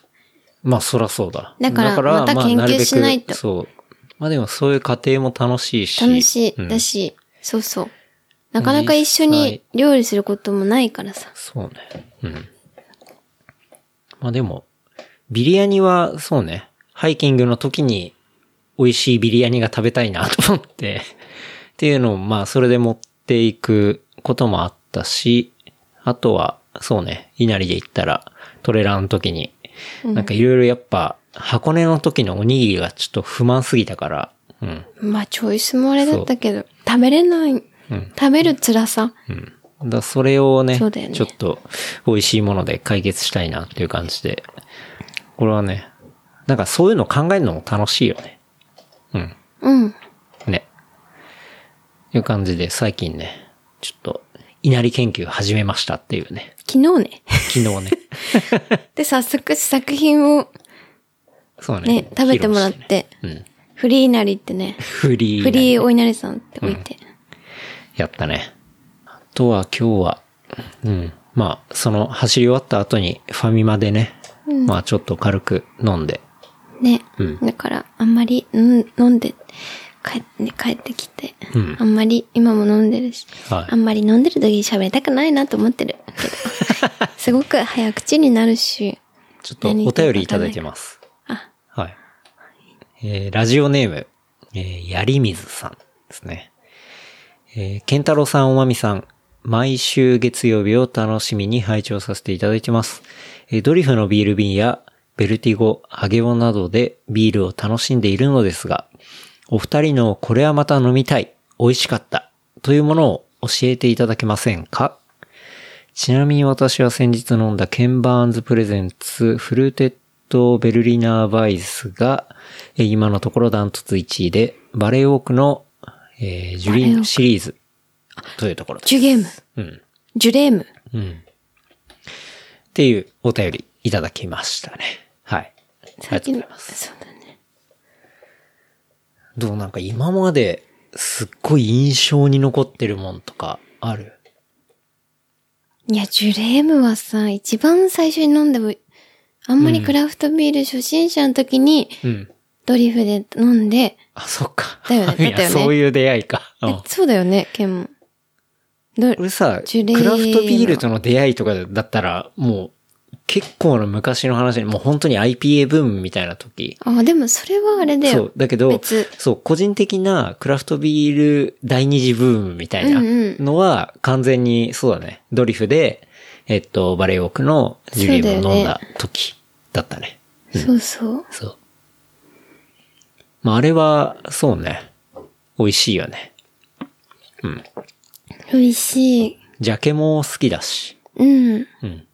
S1: まあそらそうだ。
S2: だからまた
S1: まあ
S2: 研究
S1: るべく
S2: しないと
S1: そう。まあでもそういう過程も楽しいし。
S2: 楽し
S1: うん
S2: い。だし、そうそう。なかなか一緒に料理することもないからさ。
S1: そうね。うん。まあでも、ビリヤニはそうね、ハイキングの時に美味しいビリヤニが食べたいなと思って、っていうのをまあそれで持っていくこともあったし、あとは、そうね、稲荷で行ったらトレランの時に、なんかいろいろやっぱ箱根の時のおにぎりがちょっと不満すぎたから、うん。
S2: まあ、チョイスもあれだったけど、食べれない。食べる辛さ。
S1: うん。だそれをね
S2: そうだよね
S1: ちょっと美味しいもので解決したいなっていう感じで。これはね、なんかそういうの考えるのも楽しいよね。うん。
S2: うん。
S1: ね。いう感じで最近ね、ちょっと稲荷研究始めましたっていうね。
S2: 昨日ね。 *laughs*
S1: 昨日ね。
S2: で、早速作品を
S1: そうね。
S2: ね、食べてもらって、
S1: 披露してね。
S2: フリーなりってね、
S1: うん。フリー。
S2: フリーお稲荷さんって置いて。
S1: やったね。あとは今日は、うん。まあ、その走り終わった後にファミマでね、まあちょっと軽く飲んで、
S2: ね。
S1: うん
S2: だから、あんまり、うん、飲んで、帰って、ね、帰ってきて、
S1: うん
S2: あんまり、今も飲んでるし、
S1: はい
S2: あんまり飲んでる時に喋りたくないなと思
S1: *laughs*
S2: ってるけど、すごく早口になるし、
S1: ちょっとお便りいただいてます。
S2: あ、
S1: はい。えーラジオネーム、えーやりみずさんですね。えー、ケンタロウさん、おまみさん、毎週月曜日を楽しみに拝聴させていただいてます。えードリフのビール瓶やベルティゴ、ハゲボなどでビールを楽しんでいるのですが、お二人のこれはまた飲みたい、美味しかった、というものを教えていただけませんかちなみに私は先日飲んだケンバーンズプレゼンツフルーテッドベルリナーバイスがえー今のところダントツ1位でバレーウォークの、えージュリ
S2: バレーウォー
S1: ン
S2: ク
S1: シリーズというところです。
S2: ジュゲーム、
S1: うん。
S2: ジュレーム。
S1: うん。っていうお便りいただきましたね。はい。ありがとうございます。
S2: そうだね。
S1: どうなんか今まですっごい印象に残ってるもんとかある
S2: いや、ジュレームはさ、一番最初に飲んでも、あんまりクラフトビール初心者の時に、
S1: うん。
S2: ドリフで飲んで、
S1: あ、そっか。
S2: だよねだったよね
S1: *laughs* いやそういう出会いか。うん
S2: えそうだよね、ケンも。ど
S1: 俺さ、
S2: ジュレ
S1: ク
S2: ーム
S1: ラフトビールとの出会いとかだったら、もう、結構な昔の話に、もう本当に IPA ブームみたいな時。
S2: あ、でもそれはあれだよ。
S1: そう、だけど
S2: 別、
S1: そう、個人的なクラフトビール第二次ブームみたいな
S2: うんうん
S1: のは、完全に、そうだね、ドリフで、えっと、バレーオークのジュレームを飲んだ時だったね。
S2: そうそう。
S1: そう。まあ、あれは、そうね、美味しいよね。
S2: 美味しい。
S1: ジャケも好きだし。
S2: うん。
S1: うん。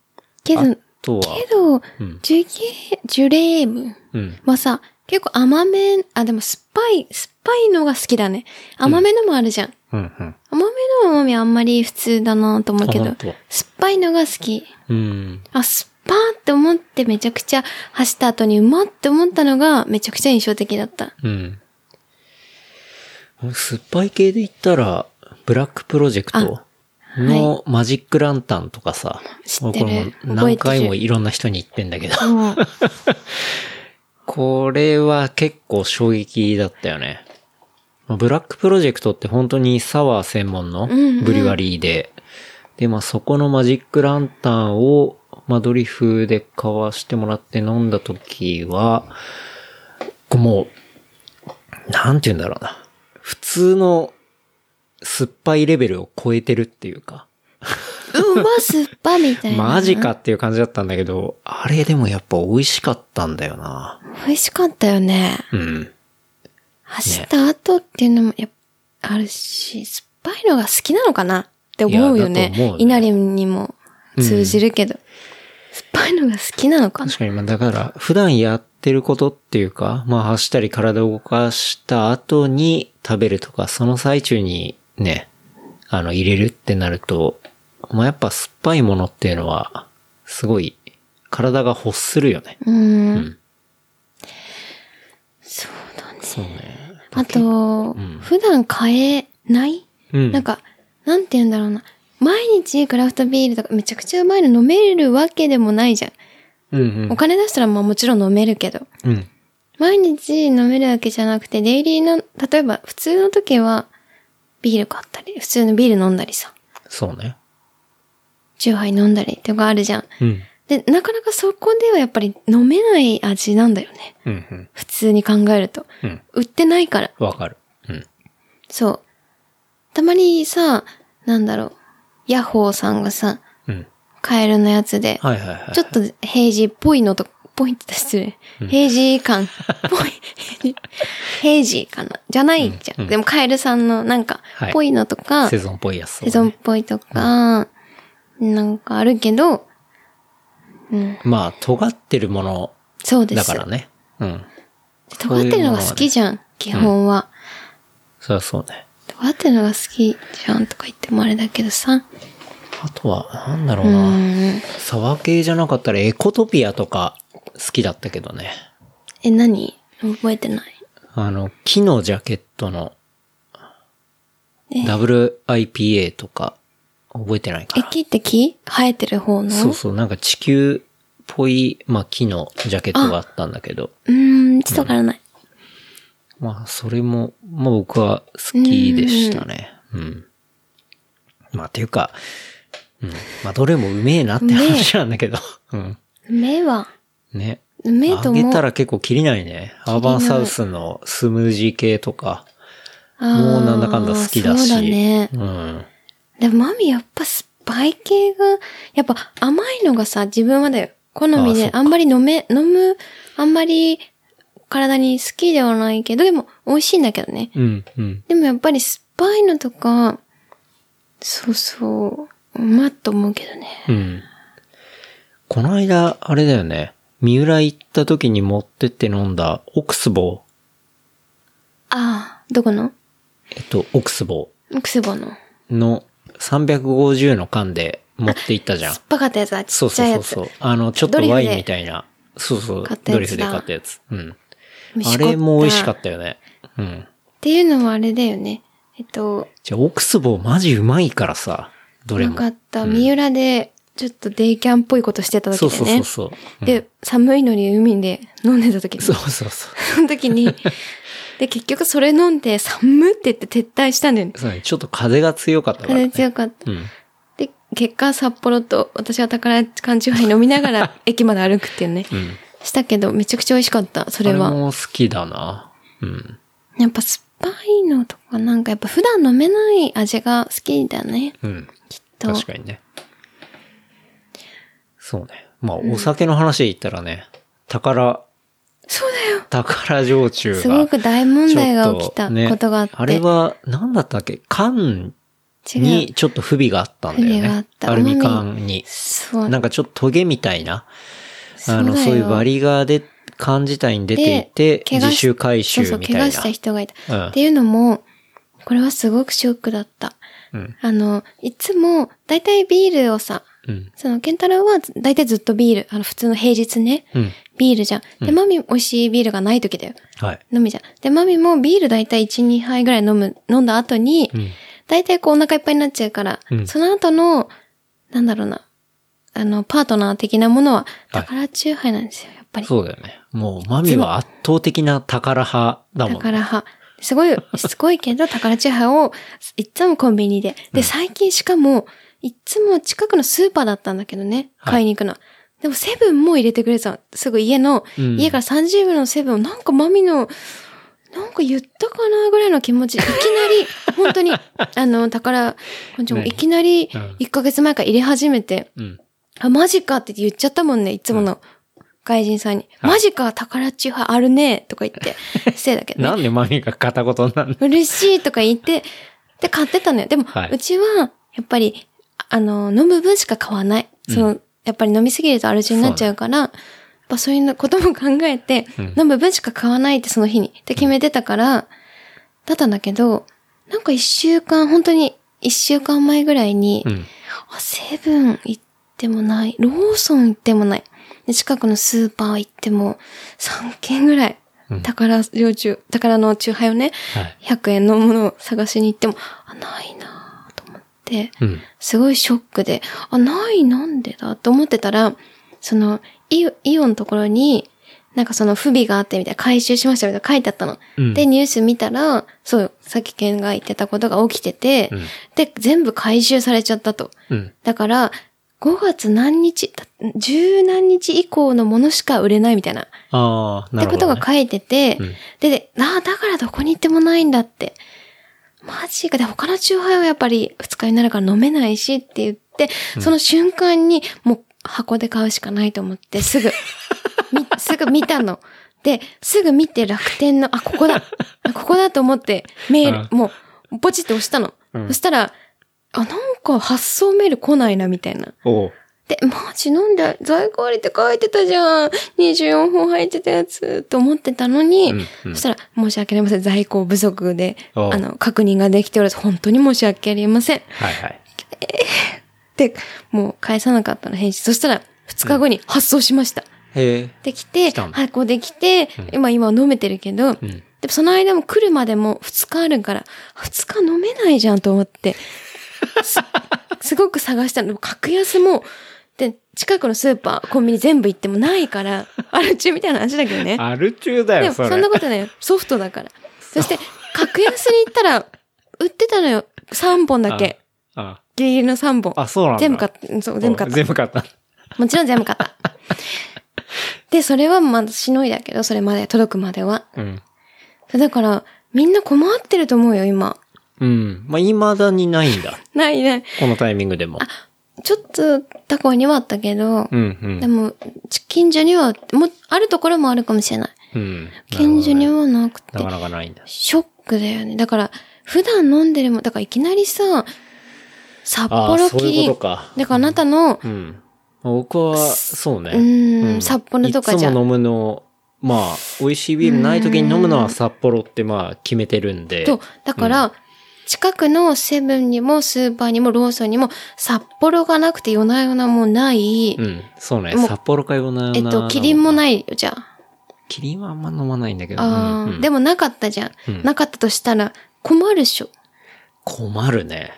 S2: け
S1: あ
S2: ど、
S1: とは、
S2: けど、
S1: うん
S2: ジュゲ、ジュレーム
S1: うん。
S2: はさ、結構甘め、あ、でも酸っぱい、酸っぱいのが好きだね。甘めのもあるじゃん。
S1: うん、うん。
S2: 甘めの甘みあんまり普通だなと思うけど
S1: あ本当、
S2: 酸っぱいのが好き。
S1: うん。
S2: あ、酸っぱーって思ってめちゃくちゃ走った後にうまって思ったのがめちゃくちゃ印象的だった。
S1: うん。酸っぱい系で言ったら、ブラックプロジェクトのマジックランタンとかさ、
S2: 知ってる
S1: 俺これも
S2: 覚え
S1: 何
S2: てる
S1: 回もいろんな人に言ってんだけど、
S2: うん。
S1: これは結構衝撃だったよね。まあブラックプロジェクトって本当にサワー専門の
S2: んうん
S1: ブリュワリーで、で、まあそこのマジックランタンを、まあドリフで買わしてもらって飲んだ時は、こうもう、なんて言うんだろうな。普通の酸っぱいレベルを超えてるっていうか。
S2: うま酸っぱみたいな。
S1: マジかっていう感じだったんだけど、あれでもやっぱ美味しかったんだよな。
S2: 美味しかったよね。
S1: うん。
S2: 走った後っていうのもやっぱあるし、酸っぱいのが好きなのかなって思うよ
S1: いやだと思う
S2: ね
S1: ね。
S2: 稲荷にも通じるけど、酸っぱいのが好きなのかな
S1: 確かに、まあだから、普段やってることっていうか、まあ走ったり体を動かした後に食べるとか、その最中にね、あの、入れるってなると、まあやっぱ酸っぱいものっていうのは、すごい、体が欲するよね。
S2: うーん
S1: ん。
S2: そうだね。
S1: そうね。
S2: あと、
S1: ん
S2: 普段買えない、
S1: うん
S2: なんか、なんて言うんだろうな。毎日クラフトビールとかめちゃくちゃうまいの飲めるわけでもないじゃん。
S1: うんうん
S2: お。金出したらまあもちろん飲めるけど。
S1: うん。
S2: 毎日飲めるだけじゃなくて、デイリーの、例えば普通の時はビール買ったり、普通のビール飲んだりさ、
S1: そうね。
S2: チューハイ飲んだりとかあるじゃん。
S1: うん。
S2: で、なかなかそこではやっぱり飲めない味なんだよね。
S1: うんうん。
S2: 普通に考えると。
S1: うん。
S2: 売ってないから。
S1: わかる。うん。
S2: そう。たまにさ、なんだろう、ヤッホーさんがさ、
S1: うん。
S2: カエルのやつで、
S1: はいはいはい。
S2: ちょっと平時っぽいのと、ぽいって言ったら失礼。平時
S1: *laughs*
S2: 感、ぽい、平時かなじゃないじゃん。でもカエルさんのなんか
S1: はい、
S2: ぽいのとか、
S1: セゾンっぽいやつとかね、
S2: セゾンっぽいとか、なんかあるけど、
S1: まあ、尖ってるもの
S2: そうです。
S1: だからね。うん。
S2: 尖ってるのが好きじゃん、基本は。
S1: そりゃそうね。
S2: 尖ってるのが好きじゃんとか言ってもあれだけどさ。
S1: あとは、なんだろう
S2: う
S1: な。
S2: ん。
S1: サワ系じゃなかったらエコトピアとか好きだったけどね。
S2: え、何覚えてない。
S1: あの、木のジャケットの WIPA とか覚えてないか
S2: え、
S1: な。
S2: 木って木生えてる方の
S1: そうそう、なんか地球っぽい、まあ木のジャケットがあったんだけど。
S2: うーん、ちょっとわからない。
S1: まあ、それも、まあ僕は好きでしたね。うん。まあ、っていうか、うん。まあ、どれもうめえなって話なんだけど。うん。
S2: 梅は、
S1: ね。
S2: 梅とも
S1: あげたら結構きりないね。アーバンサウスのスムージー系とか、
S2: あー
S1: もうなんだかんだ好きだし。
S2: そうだね。
S1: うん。
S2: でもマミやっぱスパイ系が、やっぱ甘いのがさ、自分はだよ。好み
S1: あーそっ
S2: で、
S1: か
S2: あんまり飲め、飲む、あんまり体に好きではないけど、でも美味しいんだけどね。
S1: うん、うん。
S2: でもやっぱり酸っぱいのとか、そうそう、うまっと思うけどね。
S1: うん。この間、あれだよね。三浦行った時に持ってって飲んだ、オクスボ
S2: ああ、どこの
S1: えっと、オクスボ
S2: クセボの。
S1: の350の缶で持って行ったじゃん
S2: 酸っ。ぱかったやつだ、ち
S1: そう
S2: っち
S1: そ
S2: ゃいう
S1: そ
S2: や
S1: う
S2: つ。
S1: そう。あの、ちょっと
S2: ドリフで
S1: ワインみたいな。そうそう
S2: 買っ。たやつだ
S1: ドリフで買ったやつ。うん。
S2: 美味し
S1: あ
S2: かった
S1: れも美味しかったよね。うん。
S2: っていうのはあれだよね。えっと、
S1: じゃあ、オクスボマジうまいからさ、どれ
S2: な
S1: も。
S2: かった。三浦で、ちょっとデイキャンっぽいことしてた時だ
S1: そう
S2: よね。
S1: そうそうそう。うん
S2: で、寒いのに海で飲んでた時に。
S1: そう
S2: *laughs* そ
S1: そうそう。
S2: の時
S1: *laughs*
S2: に。で、結局それ飲んで、寒って言って撤退したんだよね。
S1: そうねちょっと風が強かったから、
S2: 風
S1: ね。
S2: 強かった。
S1: うん。
S2: で、結果札幌と私は宝缶チューハイ飲みなが
S1: *laughs*
S2: ら駅まで歩くっていうね。
S1: ん
S2: したけど、めちゃくちゃ美味しかった。そ
S1: あ
S2: れ
S1: れ
S2: は。
S1: も好きだな。うん。
S2: やっぱ酸っぱいのとか、なんかやっぱ普段飲めない味が好きだね。
S1: うん。
S2: きっと。
S1: 確かにね。そうね。まあ、お酒の話で言ったらね、宝、
S2: そうだよ。
S1: 宝焼酎が。
S2: すごく大問題が起きたことがあって。
S1: あれは、何だったっけ缶
S2: 違う
S1: にちょっと不備があったんだよ
S2: 不備があ
S1: ね
S2: っ。た
S1: アルミ缶に。
S2: そう。
S1: なんかちょっとトゲみたいな、あの、
S2: だよ
S1: そういう割りがで、缶自体に出ていて
S2: で、怪我し
S1: 自主回収
S2: そう
S1: み
S2: そう、
S1: た
S2: 怪
S1: い
S2: 我
S1: な
S2: した。人がいた。
S1: うん
S2: っていうのも、これはすごくショックだった。
S1: うん
S2: あの、いつも、だいたいビールをさ、
S1: うん。
S2: その、ケンタロウはだいたいずっとビール、あの、普通の平日ね、
S1: うん。
S2: ビールじゃん。で、マミ美味しいビールがない時だよ。
S1: はい。
S2: 飲みじゃん。で、マミもビールだいたい1、2杯ぐらい飲む、飲んだ後に、
S1: うん。
S2: だいたいこうお腹いっぱいになっちゃうから、
S1: うん
S2: その後の、なんだろうな、あの、パートナー的なものは、
S1: はい
S2: 宝チューハイなんですよ、やっぱり。
S1: そうだよね。もう、マミは圧倒的な宝派だもん。
S2: 宝派。すごい、しつこいけど、宝地派を、いっつもコンビニで。で、最近しかも、いっつも近くのスーパーだったんだけどね、
S1: はい
S2: 買いに行くの。でも、セブンも入れてくれてたの。すぐ家の、
S1: うん
S2: 家から30分のセブンを、なんかマミの、なんか言ったかなぐらいの気持ち、いきな
S1: *laughs*
S2: り、本当に、あの、宝、本庁も
S1: 何
S2: いきなり
S1: うん、
S2: 1ヶ月前から入れ始めて、
S1: うん。
S2: あ、マジかって言っちゃったもんね、いつもの外人さんに。
S1: はい
S2: マジか、宝チューハあるね、とか言
S1: *laughs*
S2: って、せいだけどね、
S1: なんでマミが片言なんだ
S2: 嬉しいとか言って、で、買ってたのよ。でも、
S1: はいう
S2: ちは、やっぱり、あの、飲む分しか買わない。その、
S1: う
S2: やっぱり飲みすぎるとアル中になっちゃうから、やっぱそういうことも考えて、
S1: うん
S2: 飲む分しか買わないってその日に、って決めてたから、だったんだけど、なんか一週間、本当に一週間前ぐらいに、
S1: うん。
S2: あ、セブン行ってもない。ローソン行ってもない。で近くのスーパー行っても3軒ぐらい
S1: うん。
S2: 宝料中、宝の中杯をね、
S1: はい。
S2: 100円のものを探しに行っても、あ、ないなぁと思って、
S1: うん。
S2: すごいショックで、あ、ない、なんでだと思ってたら、その、イオイオンのところに、なんかその不備があってみたいな、回収しましたみたいな書いてあったの。
S1: うん
S2: で、ニュース見たら、そう、さっきケンが言ってたことが起きてて、
S1: うん
S2: で、全部回収されちゃったと。
S1: うん。
S2: だから、5月何日、だ十何日以降のものしか売れないみたいな。
S1: *laughs* あ
S2: っ
S1: あ、な
S2: て
S1: る
S2: こと
S1: ほど、ね。
S2: が書いてて、
S1: うん
S2: で、で、ああ、だからどこに行ってもないんだって。マジか。で、他のチューハイはやっぱり二日になるから飲めないしって言って、その瞬間にもう箱で買うしかないと思って、すぐ、み *laughs* すぐ見たの。で、すぐ見て楽天の、あ、ここだ。あここだと思って、メール、もう、ポチって押したの。
S1: うん
S2: そしたら、あ、なんか発送メール来ないな、みたいな。
S1: おう
S2: で、マジなんで在庫ありって書いてたじゃん。24本入ってたやつと思ってたのに、
S1: うんうん
S2: そしたら、申し訳ありません。在庫不足で、
S1: おう
S2: あの、確認ができておらず、本当に申し訳ありません。
S1: はいはい。
S2: で、もう返さなかったの返信。そしたら、2日後に発送しました。
S1: へえ。
S2: できて、
S1: 来たの
S2: はい、こうできて、今、今は飲めてるけど、
S1: ん
S2: でもその間も来るまでも2日あるから、2日飲めないじゃんと思って、
S1: *laughs*
S2: すすごく探したの。でも格安も、で、近くのスーパー、コンビニ全部行ってもない
S1: *laughs*
S2: から、ある中みたいな話だけどね。
S1: アル中だ
S2: で
S1: よ、
S2: も
S1: それ。
S2: そんなことないよ。ソフトだから。そして、格安に行ったら、売ってたのよ。3本だけ。
S1: あ
S2: ギリギリの3本。
S1: あ、そうなんだ。
S2: 全部買った。うんそう、全部買っ
S1: おう
S2: た。
S1: 全部買った。
S2: もちろん全部買った。で、それはまだしのいだけど、それまで、届くまでは。
S1: うん。
S2: だから、みんな困ってると思うよ、今。
S1: うん。まあ、未だにないんだ。
S2: ないない。
S1: このタイミングでも。
S2: ちょっと、他校にはあったけど、
S1: うん、う
S2: で
S1: ん。
S2: も、近所には、もう、あるところもあるかもしれない。
S1: うん。
S2: 近所に
S1: なる
S2: はなくて
S1: ほどね、なかなかないんだ。
S2: ショックだよね。だから、普段飲んでるもん、だからいきなりさ、札
S1: ああ、
S2: 幌
S1: そ
S2: キ
S1: うい
S2: リ
S1: う
S2: ン。
S1: ことか。
S2: だからあなたの、
S1: うん。僕は、そうね。
S2: うん札幌とかじゃ
S1: いつも飲むの、まあ、美味しいビールない時に飲むのは札幌ってまあ、決めてるんで。
S2: と、だから、近くのセブンにもスーパーにもローソンにも札幌がなくて夜な夜なもうない、
S1: うん、そうね。
S2: もう
S1: 札幌かよな
S2: えっと、キリンもないよ、じゃあ。
S1: キリンはあんま飲まないんだけど。
S2: ああ、
S1: うんうん
S2: でもなかったじゃん,、
S1: うん
S2: なかったとしたら困るっしょ。
S1: 困るね。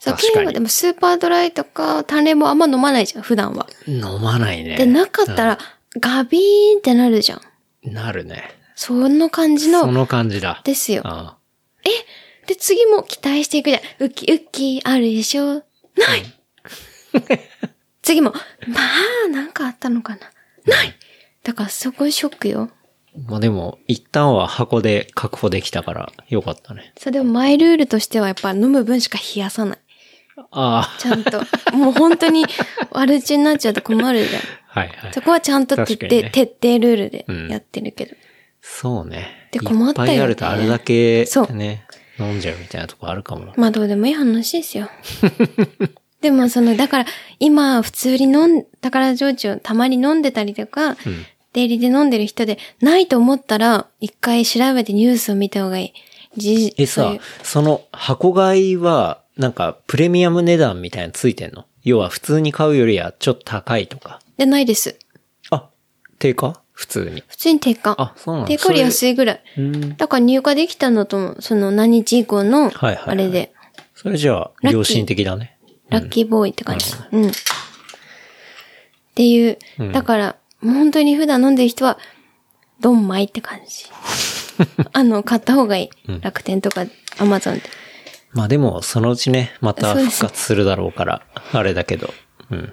S2: そう、
S1: 確
S2: キ
S1: か
S2: リン
S1: に
S2: はでもスーパードライとか単麗もあんま飲まないじゃん、普段は。
S1: 飲まないね。
S2: で、なかったら、ガビーンってなるじゃん。
S1: なるね。
S2: そんな感じ
S1: そ
S2: の、
S1: の感じだ。
S2: ですよ。
S1: あ
S2: で、次も期待していくじゃん。ウキウキあるでしょない次も、まあ、なんかあったのかなないだからそこショックよ。
S1: あまあでも、一旦は箱で確保できたから、よかったね。
S2: それでもマイルールとしてはやっぱ飲む分しか冷やさない。
S1: あ
S2: ちゃん
S1: *laughs*
S2: と。もう本当に悪口になっちゃうと困るじゃん。
S1: あ、はいはい
S2: そ。こはちゃんと徹底、
S1: 確かにね
S2: 徹底ルールで
S1: うん
S2: やってるけど。
S1: そうね。
S2: で困ったよね
S1: いっぱいあるとあれだけ
S2: そう、
S1: ね、飲んじゃうみたいなとこあるかもな。
S2: まあどうでもいい話ですよ。 *laughs* でもその、だから今普通に飲ん、宝焼酎をたまに飲んでたりとか、
S1: うん。
S2: 出入りで飲んでる人で、ないと思ったら、一回調べてニュースを見た方がいい。じ
S1: え
S2: そう
S1: さ
S2: いう、
S1: その箱買いは、なんか、プレミアム値段みたいなのついてんの要は普通に買うよりはちょっと高いとか。
S2: で、ないです。
S1: あ、定価普通に。
S2: 普通に定価。
S1: あそうなんだ
S2: 定価より安いぐらい。
S1: うん。
S2: だから入荷できたんだと思う。その何日以降の、
S1: はいはいはい
S2: あれで、
S1: それじゃ
S2: ラッキ
S1: あ、
S2: ー
S1: 良心的だね。
S2: ラッキーボーイって感じ。うん。っていう、だから、もう本当に普段飲んでる人は、ドンマイって感
S1: *laughs*
S2: じ。あの、買った方がいい。楽天とか、アマゾンで。
S1: まあでも、そのうちね、また
S2: そうです
S1: 復活するだろうから、あれだけど。うん。いや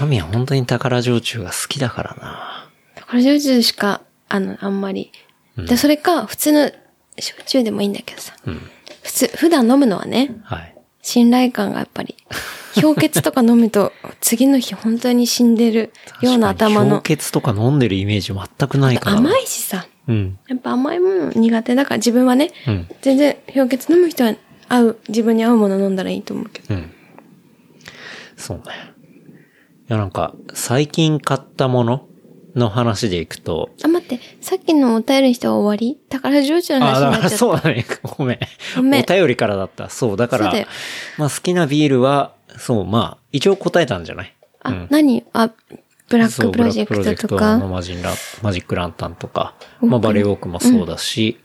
S1: マミは本当に宝焼酎が好きだからな。
S2: 宝ジョージしか、あの、あんまり、で、それか、普通の焼酎でもいいんだけどさ。
S1: うん。
S2: 普通、普段飲むのはね、
S1: はい。
S2: 信頼感がやっぱり、氷結とか飲むと、次の日本当に死んでるような
S1: 確かに
S2: 頭の
S1: 氷。結とか飲んでるイメージ全くないから。
S2: 甘
S1: い
S2: いしさ。
S1: うん。
S2: やっぱ甘いもの苦手だから自分はね、
S1: うん
S2: 全然氷結飲む人は合う、自分に合うもの飲んだらいいと思うけど。
S1: うん。そうね。いや、なんか、最近買ったものの話でいくと、
S2: あ、待って、さっきのお便りの人は終わり宝上中の話
S1: あ、
S2: に
S1: だ
S2: なっちゃ
S1: か
S2: っ
S1: ら
S2: た。
S1: そうだね。ごめん。
S2: ごめん
S1: お便りからだった。そう、だか
S2: そ
S1: ら
S2: うだよ、
S1: まあ好きなビールは、そう、まあ、一応答えたんじゃない
S2: あ、何あ、ブラッ
S1: そう
S2: クプロジェクトと
S1: ブラックプロジェクト
S2: か。
S1: のマジンラマジックランタンとか、まあ、バレーウォークもそうだし、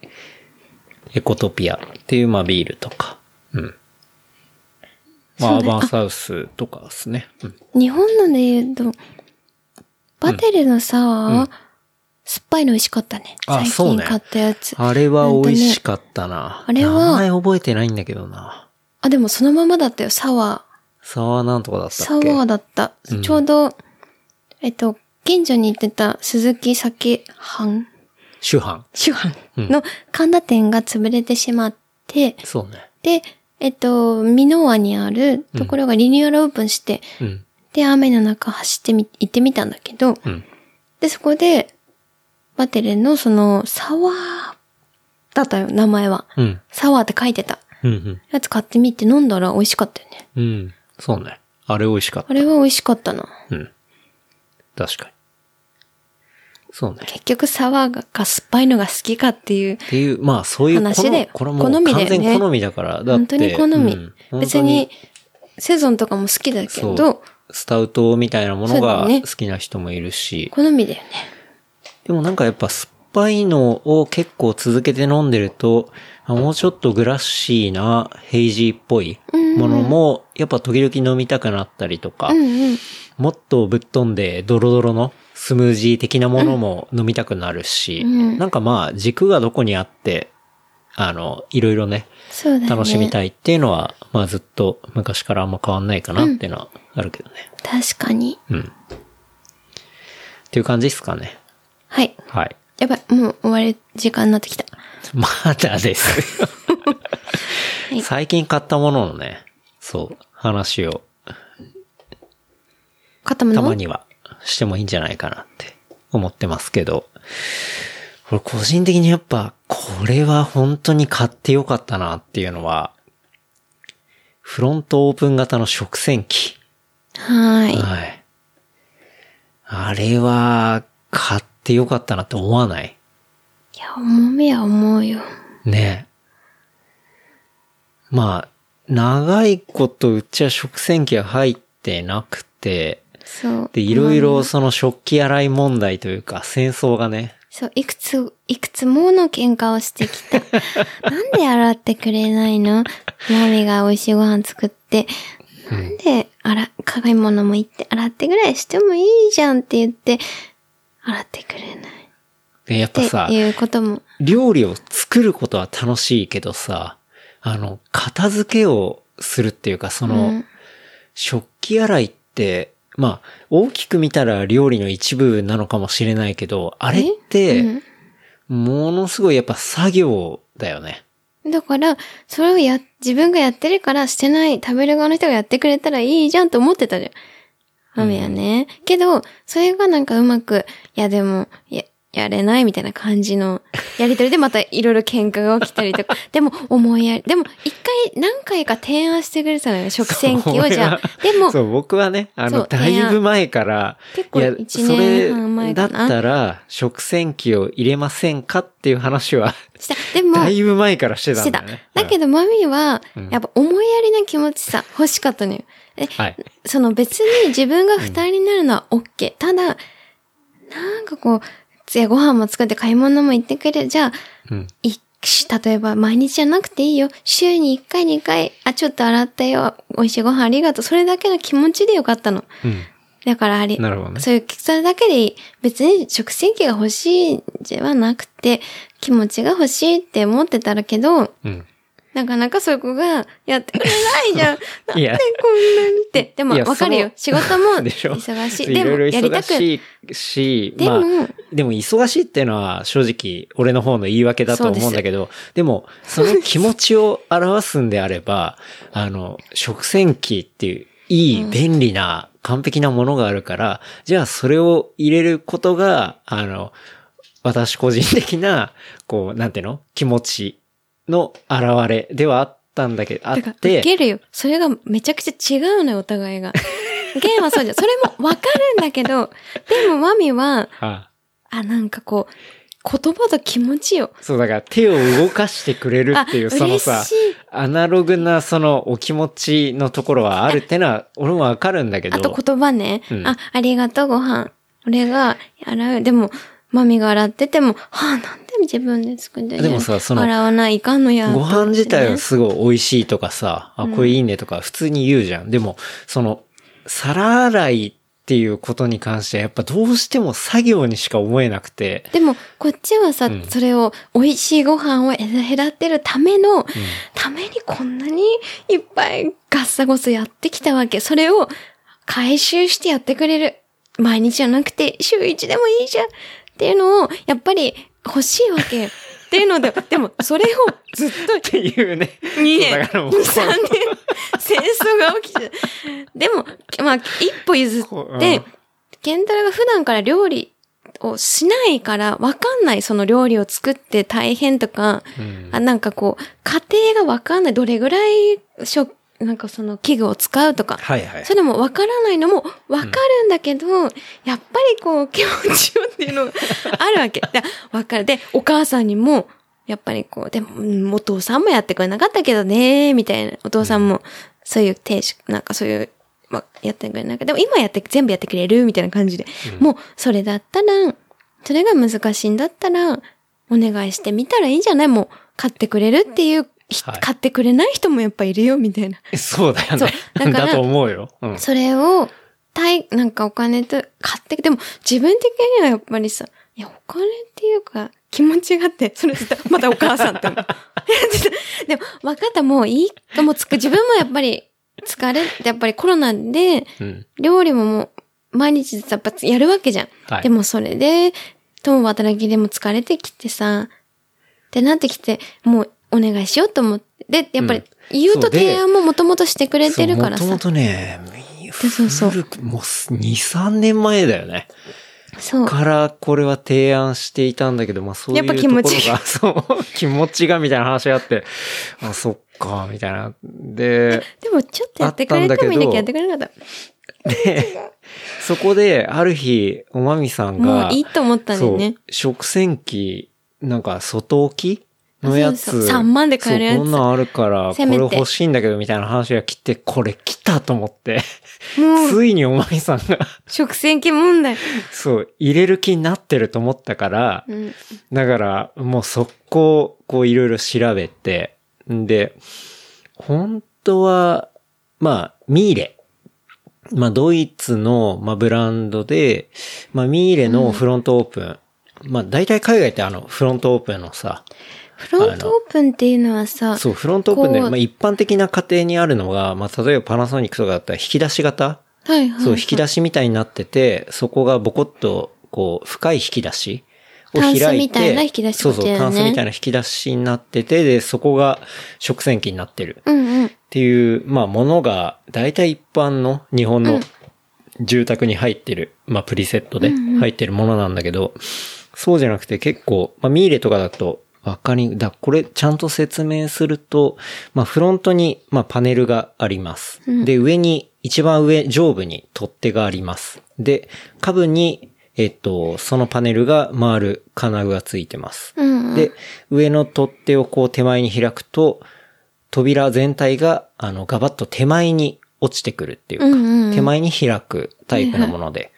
S1: エコトピアっていう、まあ、ビールとか、うん。まあ、ア
S2: そう
S1: ー
S2: だよ
S1: バンサウスとかですね。うん
S2: 日本ので言うと、バテルのさ、酸っぱいの美味しかったね。
S1: あ
S2: 最
S1: そう
S2: 近
S1: ね
S2: 買ったやつ。
S1: あれは美味しかったな。
S2: あれは
S1: 名前覚えてないんだけどな。
S2: あ、でもそのままだったよ。サワ
S1: サワーなんとかだっ
S2: ー。
S1: たっ
S2: サワ
S1: け
S2: ーだった。ちょうど、えっと、近所に行ってた鈴木酒藩
S1: 主犯。
S2: 酒販の神田店が潰れてしまって、
S1: そうね。
S2: で、えっと、美濃和にあるところがリニューアルオープンして、
S1: うん。
S2: で、雨の中走ってみ、行ってみたんだけど、
S1: うん。
S2: で、そこで、バテレンのその、サワーだったよ、名前は。
S1: うん。
S2: サワーって書いてた。
S1: うん。うん。
S2: やつ買ってみて飲んだら美味しかったよね。
S1: うん。そうね。あれ美味しかっ
S2: あれは美味しかったな。
S1: た。うん。確かに。そうね。
S2: 結局サワーがが酸っぱいのが好きかっていう。
S1: っていう、まあそういう
S2: 話で
S1: このこれ
S2: 好
S1: もう
S2: みだよ
S1: 完
S2: ね
S1: 全好みだから。だって
S2: 本当に好み。
S1: うん本当
S2: 別に、セゾンとかも好きだけ
S1: そう
S2: ど、、
S1: スタウトみたいなもの
S2: そう
S1: が
S2: だね
S1: 好きな人もいるし、
S2: 好みだよね。
S1: でもなんかやっぱ酸っぱいのを結構続けて飲んでると、あもうちょっとグラッシーなヘイジーっぽいものも、やっぱ時々飲みたくなったりとか、
S2: うんうん。
S1: もっとぶっ飛んでドロドロのスムージー的なものも飲みたくなるし、
S2: うん
S1: なんかまあ軸がどこにあって、あの、いろいろね、
S2: そうだね。
S1: 楽しみ
S2: い。
S1: たいっていうのは、まあずっと昔からあんま変わんないかなっていうのはあるけどね。
S2: 確かに。
S1: うん。っていう感じですかね。
S2: はい。
S1: はい。
S2: やばい、もう終わる時間になってきた。
S1: *laughs* まだですよ。
S2: い
S1: *laughs* 最近買ったもののね、そう、話を
S2: 肩も
S1: たまにはしてもいいんじゃないかなって思ってますけど、これ個人的にやっぱ、これは本当に買ってよかったなっていうのは、フロントオープン型の食洗機。
S2: はーい。
S1: はい。あれは、買ってよかったなって思わない
S2: いや、重みは思うよ。
S1: ねえ。まあ、長いことうちは食洗機が入ってなくて、
S2: そう。
S1: で、いろいろその食器洗い問題というか戦争がね、
S2: そう、いくつ、いくつもの喧嘩をしてき
S1: *laughs*
S2: た。なんで洗ってくれないのマミが美味しいご飯作って。なんで、あら、鏡物も行って、洗ってぐらいしてもいいじゃんって言って、洗ってくれない。
S1: でやっぱ
S2: っ
S1: さ
S2: て、いうことも。
S1: 料理を作ることは楽しいけどさ、あの、片付けをするっていうか、その、
S2: うん
S1: 食器洗いって、まあ、大きく見たら料理の一部なのかもしれないけど、あれって、ものすごいやっぱ作業だよね。
S2: だから、それをや、自分がやってるからしてない、食べる側の人がやってくれたらいいじゃんと思ってたじゃん。マミはね。けど、それがなんかうまく、いやでも、や、やれないみたいな感じの、やりとりでまたいろいろ喧嘩が起きたり
S1: *laughs*
S2: とか、でも思いやり、でも一回何回か提案してくれてたのよ、食洗機をじゃあ。でも、
S1: そう、僕はね、あ
S2: そ
S1: の、
S2: う
S1: だいぶ前から、
S2: 結構
S1: いや
S2: 一年半前かな
S1: それだったら、食洗機を入れませんかっていう話は、
S2: した。で *laughs* も、
S1: だいぶ前からしてた
S2: して
S1: んだ
S2: た
S1: よね。。
S2: だけ
S1: ど、
S2: どマミは
S1: ん、
S2: やっぱ思いやりな気持ちさ、欲しかったのよ。え、
S1: はい。
S2: その別に自分が二人になるのは OK。ただ、なんかこう、いやご飯も作って買い物も行ってくれる。じゃあ、
S1: うん。
S2: いし例えば毎日じゃなくていいよ。週に一回二回、あ、ちょっと洗ったよ。美味しいご飯ありがとう。それだけの気持ちでよかったの。
S1: うん。
S2: だからあり、
S1: なるほどね
S2: そういう、それだけでいい。別に食洗機が欲しいんじゃなくて、気持ちが欲しいって思ってたらけど、
S1: うん。
S2: なかなかそこがやってくれ *laughs* ない
S1: *laughs*
S2: じゃん。なん
S1: い
S2: で *laughs*
S1: や
S2: こんなにって。でも
S1: いや
S2: わかるよ。仕
S1: その
S2: 事も
S1: *laughs* でしょ
S2: 忙しい。
S1: い
S2: で
S1: ろ
S2: も
S1: いろ
S2: やりたく。
S1: 忙
S2: で
S1: しいし、まあ、
S2: も、
S1: でも忙しいっていうのは正直俺の方の言い訳だと思うんだけど、でもその気持ちを表すんであれ
S2: *laughs*
S1: ば、あの、食洗機っていういい便利な完璧なものがあるから、じゃあそれを入れることが、あの、私個人的な、こう、なんていうの気持ちの表れではあったんだけど、あっ
S2: だから受
S1: て、
S2: けるよ。それがめちゃくちゃ違うのよ、お互いが。ゲンは
S1: *laughs*
S2: そうじゃん。それもわかるんだけど、でもマミは、
S1: あ
S2: あ、なんかこう、言葉と気持ちよ。
S1: そうだから手を動かしてくれる
S2: あ、
S1: っていう、そのさ
S2: 嬉、しい。
S1: アナログなそのお気持ちのところはあるってのは俺もわかるんだけど。
S2: あと言葉ね。
S1: うん
S2: あ、ありがとうご飯。俺が洗う。でも、マミが洗ってても、はあ、なんで自分で作ってんの
S1: でもさその
S2: 洗わないかんのや。
S1: ご飯自体は
S2: ね
S1: すごい美味しいとかさ、あ、これいいねとか普通に言うじゃん。でも、その、皿洗いっていうことに関してはやっぱどうしても作業にしか思えなくて。
S2: でも、こっちはさ、
S1: ん
S2: それを、美味しいご飯を隔てるための、ためにこんなにいっぱいガッサゴソやってきたわけ。それを回収してやってくれる。毎日じゃなくて、週一でもいいじゃん。っていうのを、やっぱり欲しいわけ。っていうので、でも、それをずっと
S1: っていうね。
S2: 2
S1: そう
S2: 年、
S1: だからも
S2: 2、
S1: うこの
S2: 3年、戦争が起きて、でも、まあ、一歩譲
S1: こうう
S2: っ
S1: ん
S2: て、健太郎が普段から料理をしないから、わかんない、その料理を作って大変とか、
S1: うん
S2: あなんかこう、家庭がわかんない、どれぐらい、しょなんかその器具を使うとか、
S1: はいはい
S2: そ。れもわからないのもわかるんだけど、やっぱりこう気持ちよっていうのがある
S1: *laughs*
S2: わけ。だわかる。で、お母さんにも、やっぱりこう、でも、うんお父さんもやってくれなかったけどね、みたいな。お父さんも、そういう定式、なんかそういう、まあ、やってくれなかった。でも今やって、全部やってくれるみたいな感じで。もう、それだったら、それが難しいんだったら、お願いしてみたらいいんじゃないもう、買ってくれるっていう、ひ
S1: はい
S2: 買ってくれない人もやっぱいるよ、みたいな。
S1: そうだよ
S2: *laughs*
S1: ね。
S2: そうだから
S1: だと思うよ。うん。
S2: それを、たい、なんかお金と買って、でも自分的にはやっぱりさ、いや、お金っていうか、気持ちがあって、それ絶対またお母さんって思う。 *laughs* でも、分かった、もういい、もうつく、自分もやっぱり疲れて、やっぱりコロナで、
S1: うん。
S2: 料理ももう、毎日やっぱやるわけじゃん。
S1: はい
S2: でもそれで、共働きでも疲れてきてさ、ってなってきて、もうお願いしようと思って、で、やっぱり
S1: うん
S2: 言うと
S1: そうで
S2: 提案ももともとしてくれてるから
S1: そう
S2: さ
S1: もと。もとね、
S2: そうそう
S1: 古くもう2、3年前だよね。
S2: そう。
S1: からこれは提案していたんだけど、まあそういう
S2: やっぱ
S1: とこ
S2: 気
S1: ろ
S2: 持
S1: が、
S2: ちが
S1: *laughs* そう、気持ちがみたいな話があって、あ、そっか、みたいな。で、
S2: でもちょっとやってくれてもいいんだけど、やってくれなかった。
S1: そこで、ある日、おまみさん
S2: も
S1: が、
S2: ういいと思ったんだよね
S1: そ。う食洗機、なんか外置きのやつ。
S2: そうそう3万で買えるやつ
S1: そうこんなんあるから、こ
S2: せ
S1: れ
S2: めて
S1: 欲しいんだけど、みたいな話が来て、これ来たと思って、
S2: もう、
S1: ついにおまみさんが、 *laughs*
S2: 食洗機問題。
S1: そう、入れる気になってると思ったから、
S2: うん。
S1: だから、もう速攻、こういろいろ調べて、んで、本当は、まあ、ミーレ。まあ、ドイツの、まあ、ブランドで、まあ、ミーレのフロントオープン。まあ、大体海外ってあの、フロントオープンのさ、
S2: フロントオープンっていうのはさ、
S1: そう、フロントオープンで、
S2: こう
S1: まあ、一般的な家庭にあるのが、まあ、例えばパナソニックとかだったら引き出し型
S2: はいはい。
S1: そう、引き出しみたいになってて、そこがボコッと、こう、深い引き出しを開いて。
S2: タンスみたいな引き出し
S1: そうそう、
S2: こっちだ
S1: タ
S2: よ
S1: ン
S2: ね
S1: スみたいな引き出しになってて、で、そこが食洗機になってる。
S2: うんうん。
S1: っていう、まあ、ものが、大体一般の日本の住宅に入ってる、まあ、プリセットで入ってるものなんだけど、そうじゃなくて結構、まあ、ミーレとかだと、わかり、だ、これちゃんと説明すると、まあ、フロントに、まあ、パネルがあります。で、上に、一番上、上部に取っ手があります。で、下部に、えっと、そのパネルが回る金具がついてます。
S2: うんうん。
S1: で、上の取っ手をこう手前に開くと、扉全体が、あの、ガバッと手前に落ちてくるっていうか、
S2: うんうんうん
S1: 手前に開くタイプのもので。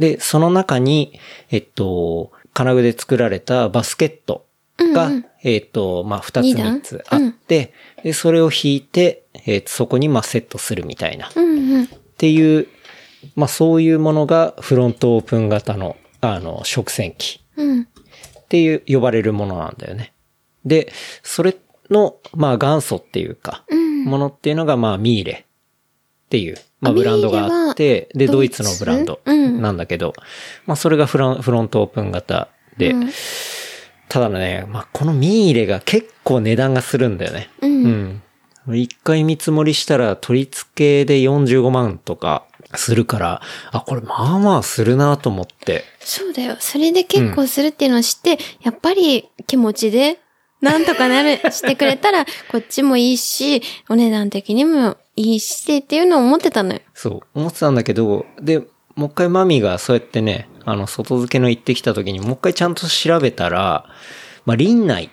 S1: で、その中に、えっと、金具で作られたバスケットが、
S2: うんう
S1: えっと、まあ、二つ
S2: 二段
S1: 三つあって、で、それを引いて、えっと、そこに、まあ、セットするみたいな。
S2: うんうん。
S1: っていう、まあ、そういうものがフロントオープン型の、あの、食洗機
S2: うん。
S1: っていう呼ばれるものなんだよね。で、それの、まあ元祖っていうか、
S2: うん。
S1: ものっていうのが、まあミーレっていう、まあ
S2: あ
S1: ブランドがあって、
S2: ミーレ
S1: で、
S2: は
S1: ド
S2: ド
S1: イ
S2: イ
S1: ツ
S2: ツ
S1: のブランド
S2: うん
S1: なんだけど、まあそれがフランフロントオープン型で、
S2: うん
S1: ただね、まあこのミーレが結構値段がするんだよね。
S2: う。
S1: うんん。一回見積もりしたら取り付けで45万とかするから、あ、これまあまあするなと思って。
S2: そうだよ。それで結構するっていうのを知って、やっぱり気持ちで、なんとかなる、してくれた
S1: *laughs*
S2: ら、こっちもいいし、お値段的にもいいし、っていうのを思ってたのよ。
S1: そう、思ってたんだけど、で、もう一回マミがそうやってね、あの、外付けの行ってきた時にもう一回ちゃんと調べたら、まあ、リンナイ。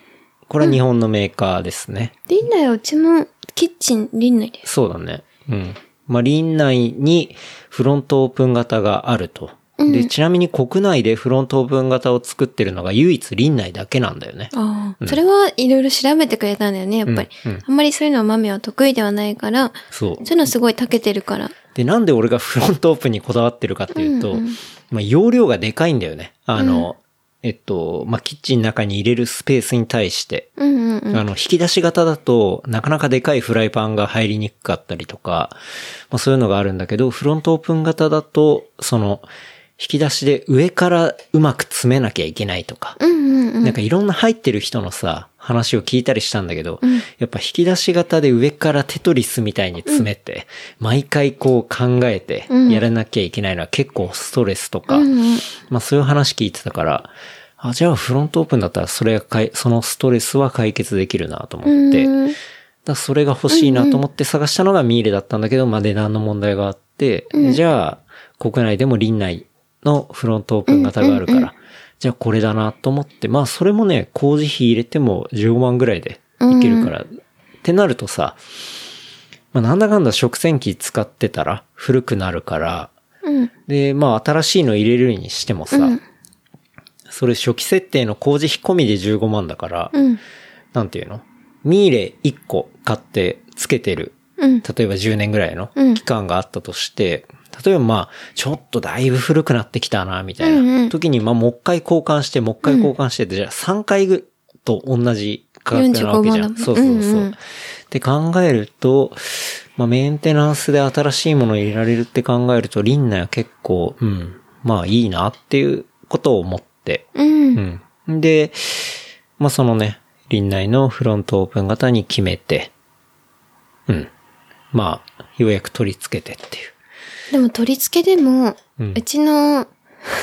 S1: これは日本のメーカーですね。
S2: リンナイはうちのキッチン、リンナイです。
S1: そうだね。うん。まあ、リンナイにフロントオープン型があると。で、ちなみに国内でフロントオープン型を作ってるのが唯一リンナイだけなんだよね。
S2: ああ、それはいろいろ調べてくれたんだよね、やっぱり。
S1: うんうん
S2: あんまりそういうのはマミは得意ではないから、
S1: そう
S2: そう。いうのすごい長けてるから。
S1: で、なんで俺がフロントオープンにこだわってるかっていうと、
S2: うんうん
S1: まあ、容量がでかいんだよね。あの、えっと、まあ、キッチンの中に入れるスペースに対して、
S2: うんうんうん。
S1: あの、引き出し型だと、なかなかでかいフライパンが入りにくかったりとか、まあ、そういうのがあるんだけど、フロントオープン型だと、その、引き出しで上からうまく詰めなきゃいけないとか、
S2: うんうんうん。
S1: なんかいろんな入ってる人のさ、話を聞いたりしたんだけど、
S2: ん
S1: やっぱ引き出し型で上からテトリスみたいに詰めて、毎回こう考えて
S2: うん
S1: やらなきゃいけないのは結構ストレスとか、
S2: うんうん。
S1: まあそういう話聞いてたから、あ、じゃあフロントオープンだったらそれがかい、そのストレスは解決できるなと思って、だか
S2: うん
S1: らそれが欲しいなと思って探したのがミーレだったんだけど、まあ値段の問題があって、じゃあ国内でも林内のフロントオープン型があるから、じゃあこれだなと思って、まあそれもね、工事費入れても15万ぐらいでいけるから、ってなるとさ、まあなんだかんだ食洗機使ってたら古くなるから、
S2: うん。
S1: で、まあ新しいの入れるにしてもさ、それ初期設定の工事費込みで15万だから、
S2: うん。
S1: なんていうのミーレ1個買ってつけてる、
S2: うん。
S1: 例えば10年ぐらいの
S2: うん
S1: 期間があったとして、例えばまあ、ちょっとだいぶ古くなってきたな、みたい
S2: うんう
S1: なん時に、まあもう一回交換して、もう一回交換してって、じゃあ3回ぐと同じ価格なわけじ
S2: 45万
S1: ゃん。
S2: だもん
S1: そうそうそう。
S2: うんうん
S1: って考えると、まあメンテナンスで新しいものを入れられるって考えると、リンナイは結構、うん、まあいいなっていうことを思って、
S2: うん。
S1: うん。で、まあ、そのね、林内のフロントオープン型に決めて、うん。まあ、ようやく取り付けてっていう。
S2: でも取り付けでも、
S1: う
S2: うんちの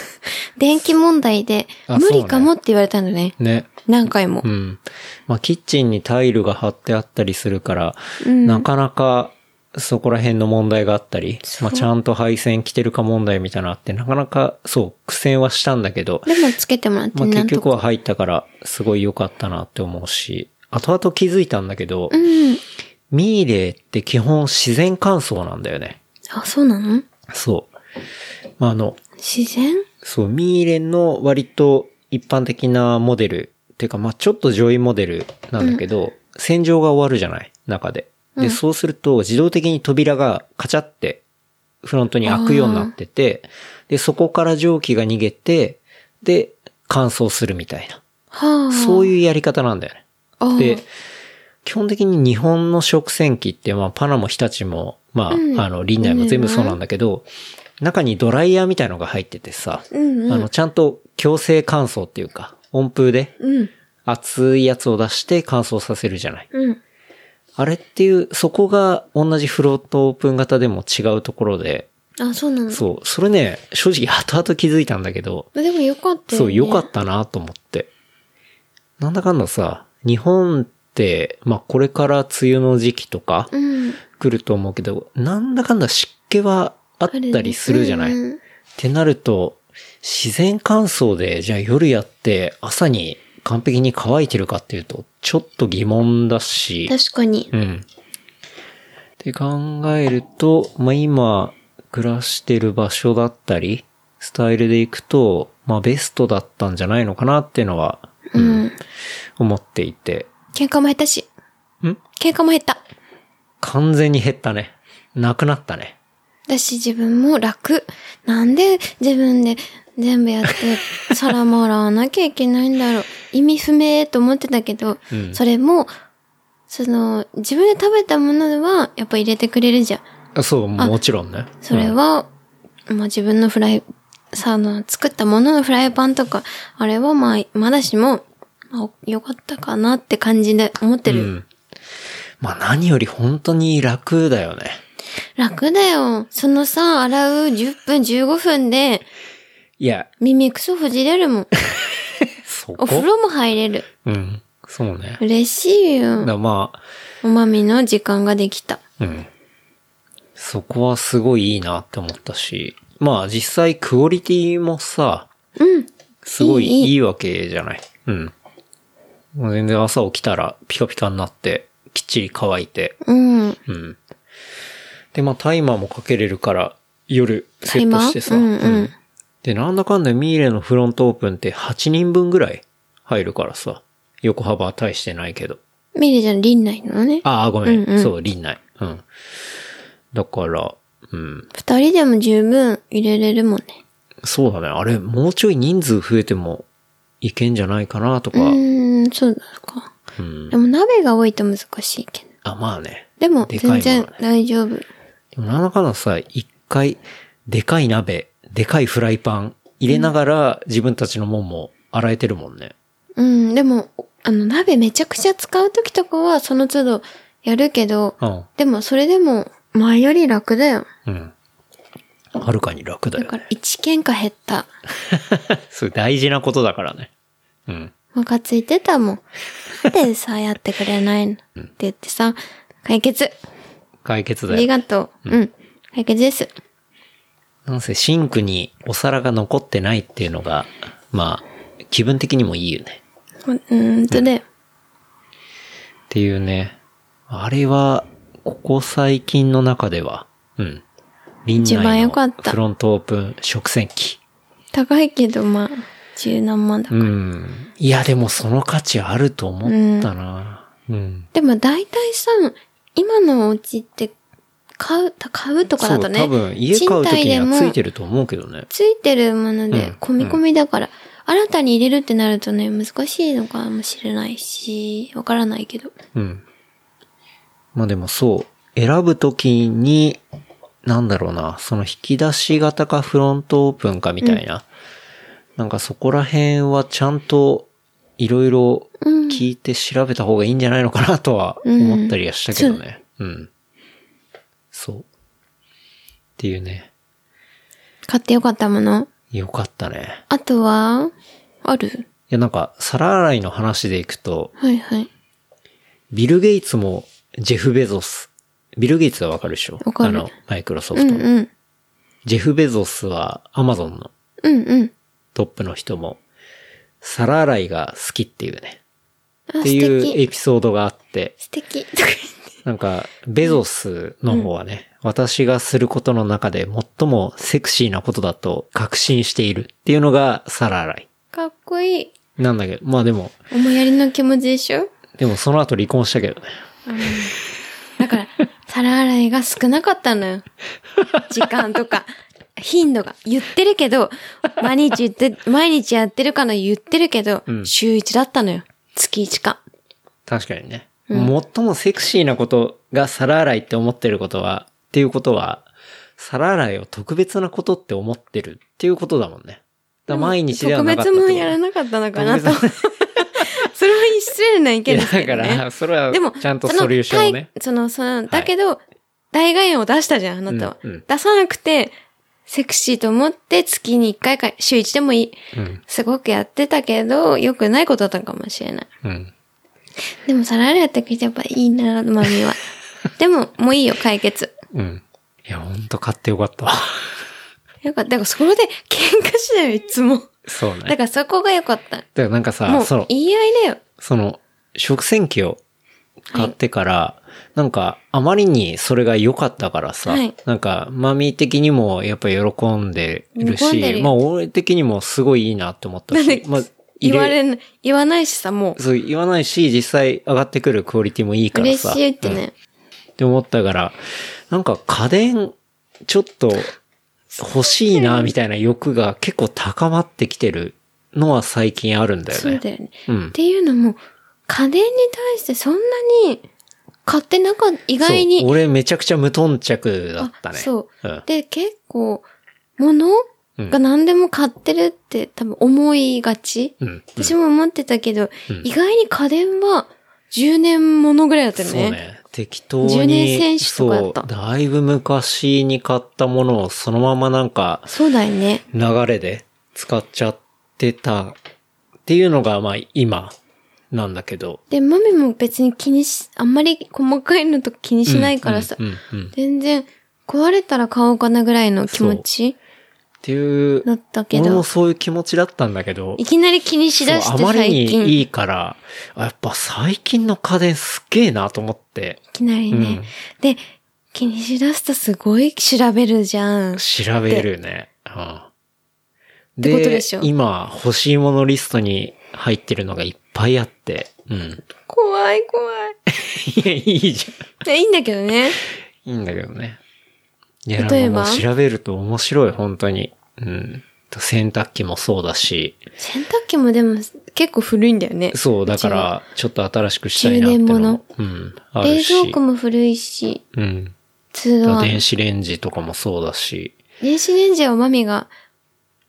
S2: *laughs* 電気問題で
S1: あ
S2: 無理かもって言われたのね。
S1: ね。
S2: 何回も
S1: う。ん。まあ、キッチンにタイルが張ってあったりするから、
S2: うん
S1: なかなかそこら辺の問題があったり、
S2: そう
S1: まあ、ちゃんと配線来てるか問題みたいなのあって、なかなか、そう、苦戦はしたんだけど、
S2: でもつけてもらって
S1: まあ、
S2: な
S1: 結
S2: んと
S1: 局
S2: か。
S1: は入ったから、すごい良かったなって思うし、後々気づいたんだけど、
S2: うん。
S1: ミーレーって基本自然乾燥なんだよね。
S2: あ、そうなの
S1: そう。まあ、あの、
S2: 自然
S1: そう、ミーレの割と一般的なモデル、っていうか、まあ、ちょっと上位モデルなんだけど、洗浄が終わるじゃない中で。で、そうすると自動的に扉がカチャってフロントに開くようになってて、で、そこから蒸気が逃げて、で、乾燥するみたいな。
S2: はあ。
S1: そう
S2: う。
S1: いうやり方なんだよね。
S2: あ
S1: で、基本的に日本の食洗機って、まあ、パナも日立も、まあ、
S2: うん
S1: あの、リンナイも全部そうなんだけど、中にドライヤーみたいのが入っててさ、
S2: うん
S1: あ
S2: うん。
S1: の、ちゃんと強制乾燥っていうか、温風で
S2: うん。
S1: 熱いやつを出して乾燥させるじゃない。
S2: うん。
S1: あれっていう、そこが同じフロートオープン型でも違うところで、
S2: あ、そうなの。
S1: そう、それね、正直後々気づいたんだけど、
S2: でもよかったよ、
S1: そう、
S2: ね。
S1: 良かったなと思って。なんだかんださ、日本って、まあこれから梅雨の時期とか
S2: うん。
S1: 来ると思うけど、なんだかんだ湿気はあったりするじゃない。
S2: うんうん
S1: ってなると、自然乾燥で、じゃあ夜やって朝に完璧に乾いてるかっていうと、ちょっと疑問だし。
S2: 確かに。
S1: うん。って考えると、まあ、今、暮らしてる場所だったり、スタイルでいくと、まあ、ベストだったんじゃないのかなっていうのは、
S2: うん。
S1: 思っていて。
S2: 喧嘩も減ったし。
S1: ん
S2: 喧嘩も減った。
S1: 完全に減ったね。なくなったね。
S2: だし自分も楽。なんで自分で全部や
S1: *laughs*
S2: って、皿も洗わなきゃいけないんだろう。意味不明と思ってたけど、それも、その、自分で食べたものは、やっぱ入れてくれるじゃん。
S1: あそう、もちろんね。
S2: それは、まあ自分のフライ、さあの、作ったもののフライパンとか、あれはまあ、まだしも、まあ、よかったかなって感じで思って
S1: うん、
S2: る。
S1: うん。まあ何より本当に楽だよね。
S2: 楽だよ。そのさ、洗う10分15分で、
S1: いや、
S2: 耳くそほじれるもん。
S1: そこ
S2: お風呂も入れる。
S1: うん。そうね。
S2: 嬉しい
S1: だ
S2: よ
S1: か。らまあ、
S2: おまみの時間ができた。
S1: うん。そこはすごいいいなって思ったし、まあ実際クオリティもさ、
S2: うん。
S1: すごい
S2: いいいい
S1: いいわけじゃない。うん。もう全然朝起きたらピカピカになって、きっちり乾いて、
S2: うん。
S1: うん。で、まあタイマーもかけれるから、夜セットしてさ、
S2: タイマーうんうん
S1: で、なんだかんだミーレのフロントオープンって8人分ぐらい入るからさ、横幅は大してないけど。
S2: ミリちゃん、輪内なのね。
S1: ああ、ごめん。
S2: うんうん
S1: そう、輪内。うん。だから、うん。
S2: 二人でも十分入れれるもんね。
S1: そうだね。あれ、もうちょい人数増えてもいけんじゃないかなと
S2: う
S1: か。うん。
S2: ーん、そうだか。でも鍋が多いと難しいけど。
S1: あ、まあね。
S2: でも、
S1: でかいもん
S2: 全
S1: ね
S2: 然大丈夫。
S1: でもなんだかんださ、一回、でかい鍋、でかいフライパン入れながら自分たちのもんも洗えてるもんね。
S2: うん、でも、あの、鍋めちゃくちゃ使うときとかは、その都度やるけど、
S1: うん。
S2: でも、それでも、前より楽だよ。
S1: うん。はるかに楽だ
S2: だ
S1: よ
S2: か
S1: ね
S2: ら。、一喧嘩減った。
S1: *laughs* それ大事なことだからね。うん。
S2: ムカついてたもん。なんでさ、やってくれないのって言ってさ、解決
S1: 解決
S2: あ
S1: だ
S2: り
S1: よ。
S2: がとう。うん。解決です。
S1: なんせシンクにお皿が残ってないっていうのが、まあ、気分的にもいいよね。
S2: うーんとで、
S1: っていうね。あれは、ここ最近の中では、うん。
S2: 一
S1: 林
S2: 番
S1: 内
S2: 良か
S1: の
S2: った
S1: フロントオープン食洗機。
S2: 高いけど、まあ、十何万だ。
S1: うん。いや、でもその価値あると思ったな。うん。
S2: でも大体さ、今のお家って、買う、買うとか
S1: そ
S2: だ
S1: う、
S2: とね。
S1: 多分家買
S2: 賃
S1: う時
S2: 貸
S1: に
S2: で
S1: は
S2: も
S1: ついてると思うけどね。
S2: ついてるもの
S1: うん
S2: で、込み込みだから、新たに入れるってなるとね、難しいのかもしれないし、わからないけど。
S1: うん。まあでもそう、選ぶときに、なんだろうな、その引き出し型かフロントオープンかみたいな。なんかそこら辺はちゃんといろいろ
S2: うん
S1: 聞いて調べた方がいいんじゃないのかなとは
S2: うん
S1: 思ったりはしたけどね。うん。そう。っていうね。
S2: 買ってよかったもの
S1: よかったね。
S2: あとは、ある
S1: いやなんか皿洗いの話でいくと、
S2: はいはい。
S1: ビル・ゲイツもジェフ・ベゾス。ビル・ゲイツはわかるでしょ
S2: わかる
S1: あの、マイクロソフ
S2: う
S1: ト
S2: ん
S1: の。
S2: うん。
S1: ジェフ・ベゾスはアマゾンの
S2: うんうん。
S1: トップの人も、皿洗いが好きっていうね。
S2: あ、素
S1: っていう
S2: 敵。
S1: エピソードがあって、
S2: 素敵。 *laughs*
S1: なんか、ベゾスの方はね、私がすることの中で最もセクシーなことだと確信しているっていうのが皿洗い。
S2: かっこいい。
S1: なんだけど、まあでも、
S2: 思いやりの気持ちでしょ
S1: でもその後離婚したけどね。
S2: だから、 *laughs* 皿洗いが少なかったのよ。時間とか、頻度が。言ってるけど、毎日言って、毎日やってるかの言ってるけど、
S1: うん
S2: 週1だったのよ。月1か。
S1: 確かにね。最もセクシーなことが皿洗いって思ってることは、っていうことは、皿洗いを特別なことって思ってるっていうことだもんね。だから毎日では
S2: 特
S1: なかった
S2: 別
S1: ってこ
S2: も
S1: と
S2: やらなかったのかなと。
S1: 特別
S2: それは失礼な意見です
S1: い
S2: け
S1: や
S2: ど
S1: だ
S2: ね。
S1: から、それは
S2: でも、
S1: ちゃんと
S2: その
S1: ソリューションをね。
S2: 対その、その、だけど、大概を出したじゃん、あなたは。
S1: うんうん
S2: 出さなくて、セクシーと思って月に1回か、週1でもいい。
S1: うん。
S2: すごくやってたけど、良くないことだったかもしれない。
S1: うん。
S2: でも、サラリーやってくれればいいな、マミ
S1: *laughs*
S2: は。でも、もういいよ、解決。
S1: うん。いや、ほんと買ってよかったわ。 *laughs*
S2: よかった。だから、そこで喧嘩しないよ、いつも。
S1: そうね。だ
S2: だ
S1: か
S2: から、そこが良かった。
S1: らなんかさ
S2: も、
S1: そうの、、
S2: 言い合いだよ。
S1: その、食洗機を買ってから、なんか、あまりにそれが良かったからさ、
S2: はい
S1: なんか、マミー的にもやっぱ喜んでる
S2: 喜ん
S1: し、
S2: でるよ
S1: まあ、俺的にもすごいいいなって思った
S2: なんで
S1: し、まあ、入
S2: 言わ
S1: れ
S2: れない、言わないしさ、も。
S1: そう言わないし、実際上がってくるクオリティもいいうから
S2: 嬉
S1: さ。
S2: しいって
S1: うん
S2: ね。
S1: って思ったから、なんか家電、ちょっと欲しいな、みたいな欲が結構高まってきてるのは最近あるんだよね。
S2: そうだよね。
S1: う
S2: っ
S1: ん。
S2: ていうのも、家電に対してそんなに買ってなかった、意外
S1: そう
S2: に。
S1: 俺めちゃくちゃ無頓着だったね。。
S2: あそう
S1: ん。
S2: で、結構、物
S1: うん
S2: が何でも買ってるって多分思いがち。
S1: うん。
S2: 私も思ってたけど、
S1: うん
S2: 意外に家電は10年ものぐらいだったよ
S1: そう
S2: ね。
S1: ね。適当に。
S2: 10年選手とかだった
S1: そう。だいぶ昔に買ったものをそのままなんか
S2: そうだよね。
S1: 流れで使っちゃってたっていうのがまあ今なんだけど。
S2: で、マミも別に気にし、あんまり細かいのとか気にしないからさ、
S1: うんうんうんうんっ
S2: 全然壊れたら買おうかなぐらいの気持ち
S1: ていう、
S2: だったけ
S1: 俺も
S2: ど、
S1: そういう気持ちだったんだけど
S2: い。きなり気にしだ
S1: そ
S2: し
S1: うあ
S2: て
S1: まり
S2: 最近。
S1: にい
S2: い
S1: いから、あやっぱ最近の家電すっげえなと思って
S2: きなりね、で、気にしだすとすごい調べるじゃん。
S1: 調べるね。うん
S2: ってことでしょ
S1: 今欲しいものリストに入ってるのがいっぱいあって。うん。 *laughs*
S2: 怖い怖い。
S1: いや、いいじ
S2: いやいいんだけどね。
S1: ゃん。いいんだけどね。いや、
S2: 例え
S1: でも
S2: ば
S1: もう調べると面白い、本当に。うん。洗濯機もそうだし。
S2: 洗濯機もでも結構古いんだよね。
S1: そう、だから、ちょっと新しくしたいなって
S2: 10
S1: の
S2: 年
S1: も
S2: も。
S1: うん。ある
S2: 冷
S1: し。
S2: 蔵庫も古いし、
S1: うん。
S2: 通話。
S1: 電子レンジとかもそうだし。
S2: 電子レンジはマミが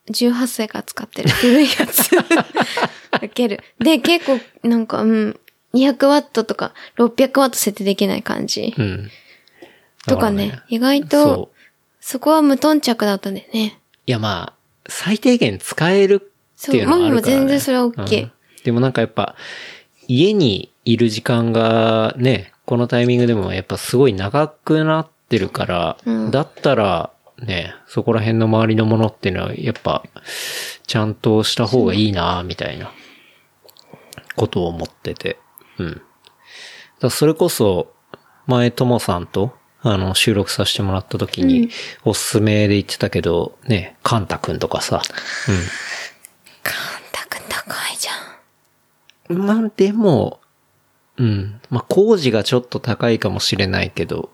S2: 18歳から使ってる古いや
S1: *laughs*
S2: つ。受ける。で、結構なんか、うん、200ワットとか600ワット設定できない感じ。
S1: うん。
S2: とかね
S1: だら
S2: 意外
S1: そう
S2: と、。そこは無頓着だったんだよね。
S1: いやまあ、最低限使えるっていうのはあるから、ね。
S2: そうマミも全然それは OK
S1: うんでもなんかやっぱ、家にいる時間がね、このタイミングでもやっぱすごい長くなってるから、
S2: うん
S1: だったらね、そこら辺の周りのものっていうのはやっぱ、ちゃんとした方がいいなみたいな、ことを思ってて。うん。だからそれこそ、前、ともさんと、あの、収録させてもらった時に、おすすめで言ってたけど、ね、カンタくんとか
S2: カ
S1: さ。
S2: ンタ君高いじゃん。
S1: うん。まあ、でも、うん。まあ、工事がちょっと高いかもしれないけど、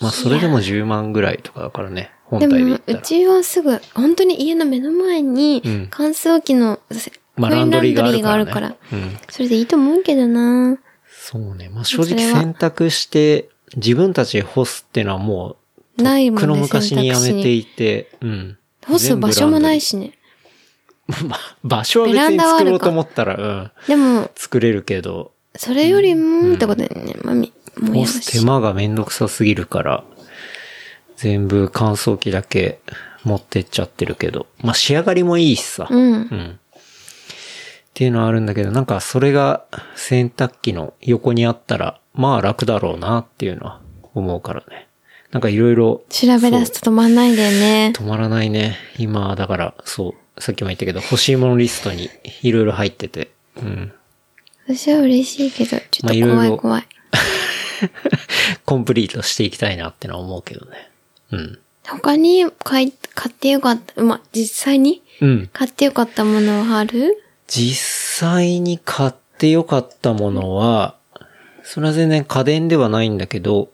S1: まあ、それでも10万ぐらいとかだからね、本
S2: で
S1: 体で
S2: も、
S1: 言った
S2: う
S1: ら。
S2: ちはすぐ、本当に家の目の前に
S1: うん、
S2: 乾燥機の、せ
S1: まあ、
S2: コイ
S1: ランドリーがあるか
S2: ラ
S1: ら、ね。
S2: ンドリーがあるか
S1: うん。
S2: らそれでいいと思うけどな
S1: そうね。まあ、正
S2: そ
S1: 直
S2: れは
S1: 選択して、自分たちで干すっていうのはもう、
S2: ないもん
S1: 苦
S2: ね
S1: の昔にやめて
S2: 選
S1: いて、うん。
S2: 干す場所もないしね。
S1: まあ場所は別に作ろうと思ったら、うん。
S2: でも、
S1: 作れるけど、
S2: それよりも、ってことだよね、マミ。もう
S1: 干
S2: やだ
S1: す
S2: し
S1: 手。間がめんどくさすぎるから、全部乾燥機だけ持ってっちゃってるけど、まあ仕上がりもいいしさ。
S2: うん
S1: う。ん。っていうのはあるんだけど、なんかそれが洗濯機の横にあったら、まあ楽だろうなっていうのは思うからね。なんかいろいろ。
S2: 調べ出すと止まんないんだよね。
S1: 止まらないね。今、だから、そう、さっきも言ったけど、欲しいものリストにいろいろ入ってて。うん。
S2: 私は嬉しいけど、ちょ
S1: まあ
S2: っ
S1: い
S2: と
S1: ろ
S2: 怖
S1: い
S2: い
S1: ろ
S2: 怖い。
S1: *laughs* コンプリートしていきたいなってのは思うけどね。うん。
S2: 他に買い、買ってよかった、まあ、実際に
S1: うん。
S2: 買ってよかったものはある
S1: 実際に買ってよかったものは、それは全然家電ではないんだけど、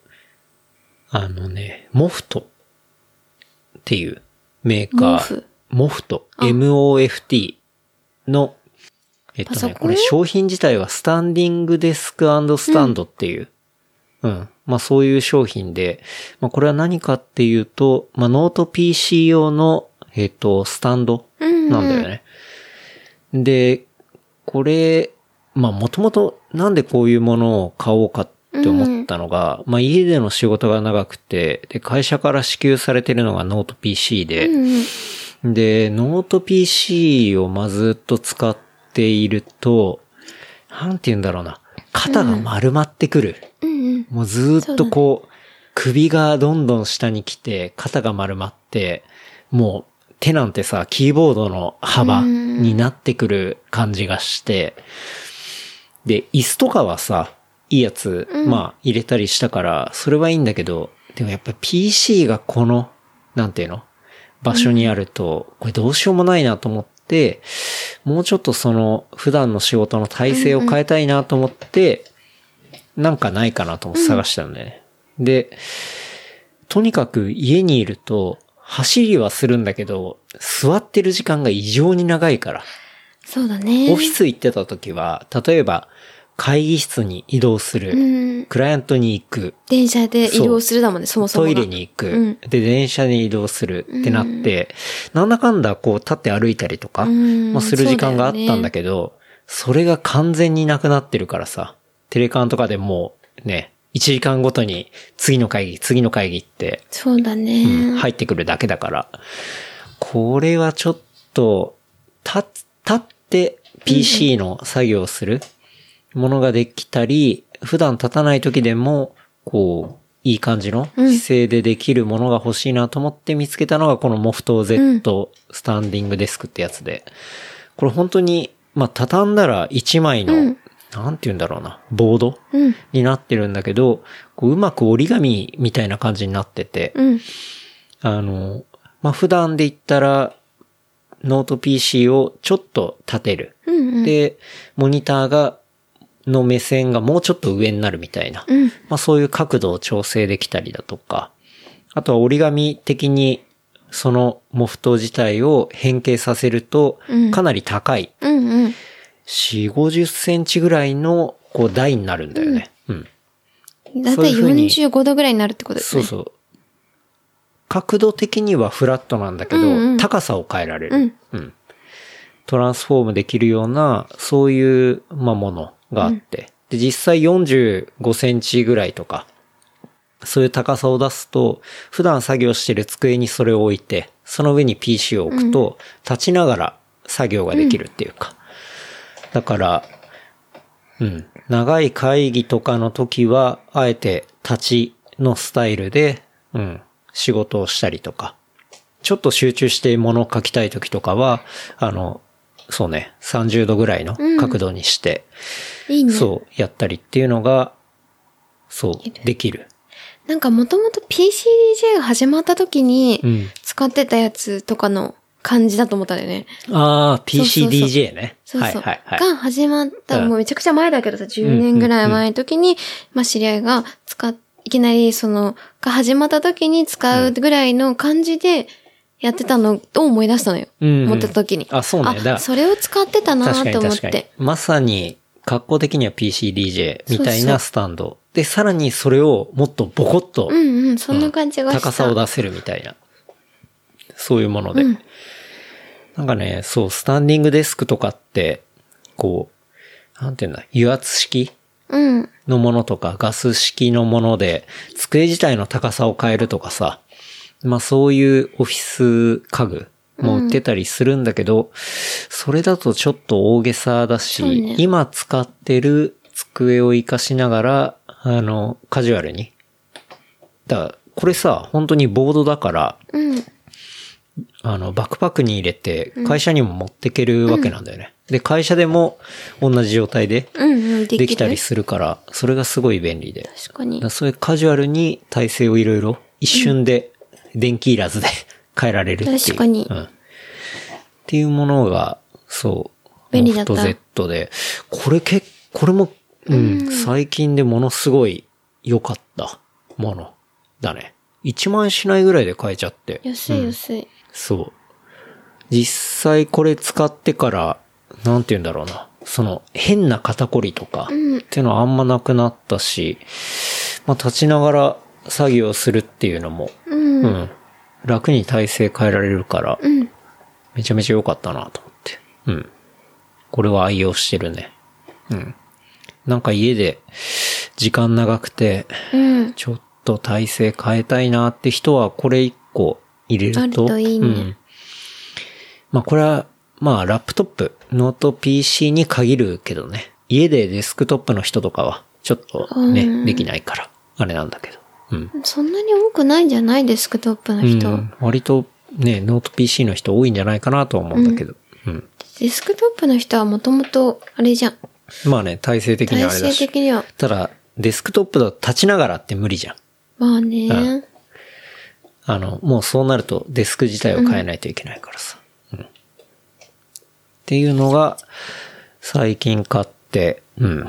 S1: あのね、モフトっていうメーカ
S2: 毛
S1: ー
S2: 布、
S1: モフト、MOFT の、えっ
S2: パ
S1: と
S2: ソ
S1: ね、
S2: コン
S1: これ商品自体はスタンディングデスクスタンドっていう、うん。まあそういう商品で、まあこれは何かっていうと、まあノート PC 用の、えっと、スタンド
S2: うん。
S1: なんだよね。で、これ、まあもともとなんでこういうものを買おうかって思ったのが、まあ家での仕事が長くて、で、会社から支給されてるのがノート PC
S2: う
S1: で、
S2: んうん。
S1: で、ノート PC をまあずっと使っていると、なんて言うんだろうな、肩が丸まってくる。
S2: うんうん。
S1: もうずーっとこう、首がどんどん下に来て、肩が丸まって、もう手なんてさ、キーボードの幅
S2: うん
S1: になってくる感じがして、で、椅子とかはさ、いいやつ、
S2: うん
S1: まあ入れたりしたから、それはいいんだけど、でもやっぱ PC がこの、なんていうの場所にあると、これどうしようもないなと思って、もうちょっとその、普段の仕事の体制を変えたいなと思って、なんかないかなと思って探したんだよね。で、とにかく家にいると、走りはするんだけど、座ってる時間が異常に長いから。
S2: そうだね。
S1: オフィス行ってた時は、例えば、会議室に移動す
S2: う
S1: る、
S2: ん。
S1: クライアントに行く、
S2: 電車で移動するだもんね、そもそも
S1: ト
S2: が。
S1: イレに行く、
S2: うん
S1: で、電車に移動するってなって、なんだかんだこう立って歩いたりとか、
S2: うん
S1: まあ、する時間があったんだけど、それが完全になくなってるからさ、テレカンとかでもうね、1時間ごとに次の会議、次の会議って
S2: そうだね。
S1: うん入ってくるだけだから、これはちょっと、立つ、立って、PC の作業をするものができたり、普段立たない時でも、こう、いい感じの姿勢でできるものが欲しいなと思って見つけたのが、このモフト Z スタンディングデスクってやつで、これ本当に、まあ、畳んだら1枚の、
S2: うん
S1: なんて言うんだろうな、ボード
S2: うん。
S1: になってるんだけど、こううまく折り紙みたいな感じになってて、
S2: うん。
S1: あの、まあ、普段で言ったら、ノート PC をちょっと立てる。
S2: うん。うん。
S1: で、モニターが、の目線がもうちょっと上になるみたいな。
S2: うん。
S1: まあ、そういう角度を調整できたりだとか、あとは折り紙的に、そのモフト自体を変形させると
S2: うん、
S1: かなり高い。
S2: うん。うん。
S1: 4、50センチぐらいの、こう、台になるんだよね。うん。
S2: だい
S1: そう
S2: た
S1: い
S2: いう
S1: ふうに
S2: 45度ぐらいになるってことです
S1: そう
S2: ね。
S1: そう。角度的にはフラットなんだけど、
S2: うんうん
S1: 高さを変えられる、
S2: うん
S1: トランスフォームできるような、そういう、まあ、ものがあって、で、実際45センチぐらいとか、そういう高さを出すと、普段作業してる机にそれを置いて、その上に PC を置くと、立ちながら作業ができるっていうか。だから、うん。長い会議とかの時は、あえて立ちのスタイルで、うん、仕事をしたりとか。ちょっと集中して物を書きたい時とかは、あの、そうね、30度ぐらいの角度にして、
S2: いいね。
S1: そう、やったりっていうのが、そう、できる。
S2: なんかもともと PCDJ が始まった時に
S1: うん
S2: 使ってたやつとかの感じだと思ったんだよね。
S1: ああ、
S2: そうそう
S1: PCDJ ね。
S2: そうそう。
S1: はいはいはい。
S2: が始まった、
S1: うん
S2: もうめちゃくちゃ前だけどさ、
S1: うん
S2: 10年ぐらい前の時に、まあ知り合いが使っ、いきなりその、が始まった時に使うぐらいの感じでやってたのを思い出したのよ。
S1: うんうん
S2: 持ってた時に。
S1: あそうねだから
S2: あ、それを使ってたな
S1: 確かに
S2: と思っ
S1: 確かに
S2: て。。
S1: まさに、格好的には PCDJ みた
S2: そう
S1: い
S2: そう
S1: なスタンド。で、さらにそれをもっとボコッと
S2: うんうん、そんな感じがした。
S1: 高さを出せるみたいな。そういうもので。
S2: うん
S1: なんかね、そう、スタンディングデスクとかって、こう、なんていうんだ、油圧式
S2: うん。
S1: のものとか、ガス式のもので、机自体の高さを変えるとかさ、まあそういうオフィス家具も売ってたりするんだけど、それだとちょっと大げさだし、
S2: そうね
S1: 今使ってる机を活かしながら、あの、カジュアルに。だからこれさ、本当にボードだから、
S2: うん。
S1: あの、バックパックに入れて、会社にも持ってけるわけなんだよね。で、会社でも同じ状態で
S2: うんうん、できる
S1: できたりするから、それがすごい便利で。
S2: 確かに
S1: だから。そういうカジュアルに体勢をいろいろ一瞬で電気いらずで *laughs* 変えられるっていう。
S2: 確かに
S1: うん。っていうものが、そう。
S2: 便利だった
S1: モフト Z で。これけこれも、うん、最近でものすごい良かったものだね。1万円しないぐらいで買えちゃって。
S2: 安い安い。
S1: そう。実際これ使ってから、なんて言うんだろうな。その変な肩こりとか、っていうのはあんまなくなったし、まあ立ちながら作業するっていうのも、
S2: うん。
S1: うん楽に体勢変えられるから、
S2: ん
S1: めちゃめちゃ良かったなと思って。うん。これは愛用してるね。うん。なんか家で時間長くて、
S2: うん。
S1: ちょっと体勢変えたいなって人は、これ一個入れると。
S2: あるといいね
S1: うん。まあこれは、まあラップトップ、ノート PC に限るけどね。家でデスクトップの人とかは、ちょっとね、
S2: うん
S1: できないから、あれなんだけど。うん。
S2: そんなに多くないんじゃないデスクトップの人。
S1: うん割とね、ノート PC の人多いんじゃないかなとは思うんだけど。うん。
S2: デスクトップの人はもともと、あれじゃん。
S1: まあね、体勢的には
S2: 体
S1: あれだ
S2: 制
S1: し。
S2: 的には。
S1: ただ、デスクトップだと立ちながらって無理じゃん。
S2: まあね。
S1: うんあの、もうそうなるとデスク自体を変えないといけないからさ。うんっていうのが、最近買って、うん。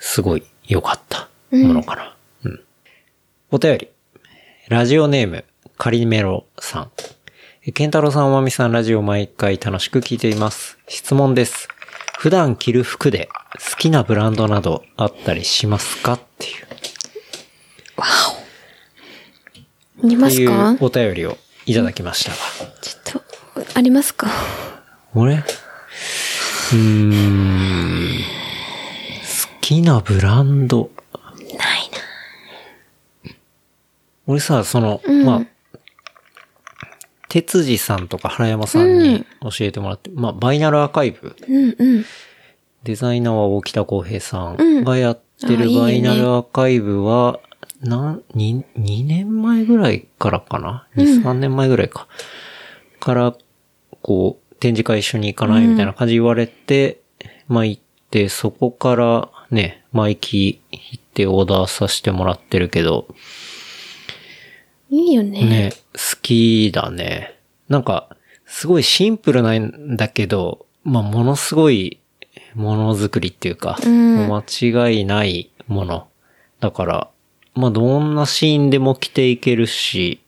S1: すごい良かったものかな。うん。お便り。ラジオネーム、カリメロさん。えケンタロウさん、おまみさん、ラジオ毎回楽しく聞いています。質問です。普段着る服で好きなブランドなどあったりしますかっていう。
S2: 見ま
S1: って
S2: す
S1: い
S2: か
S1: うお便りをいただきましたが。
S2: ちょっと、ありますか
S1: 俺うーん。好きなブランド。
S2: ないな。
S1: 俺さ、その、
S2: うん
S1: まあ、哲司さんとか原山さんに教えてもらって、まあ、バイナルアーカイブ、
S2: うんうん。
S1: デザイナーは大北康平さ
S2: うん
S1: んがやって
S2: あ
S1: る
S2: いいね
S1: バイナルアーカイブは、なん、に、2年前ぐらいからかな ?2、3年前ぐらいか。から、こう、展示会一緒に行かないみたいな感じ言われて、まあ行って、そこからね、マイキー行ってオーダーさせてもらってるけど、
S2: いいよね。
S1: ね、好きだね。なんか、すごいシンプルなんだけど、まあ、ものすごいものづくりっていうか、
S2: うん
S1: もう間違いないもの。だから、まあ、どんなシーンでも着ていけるし、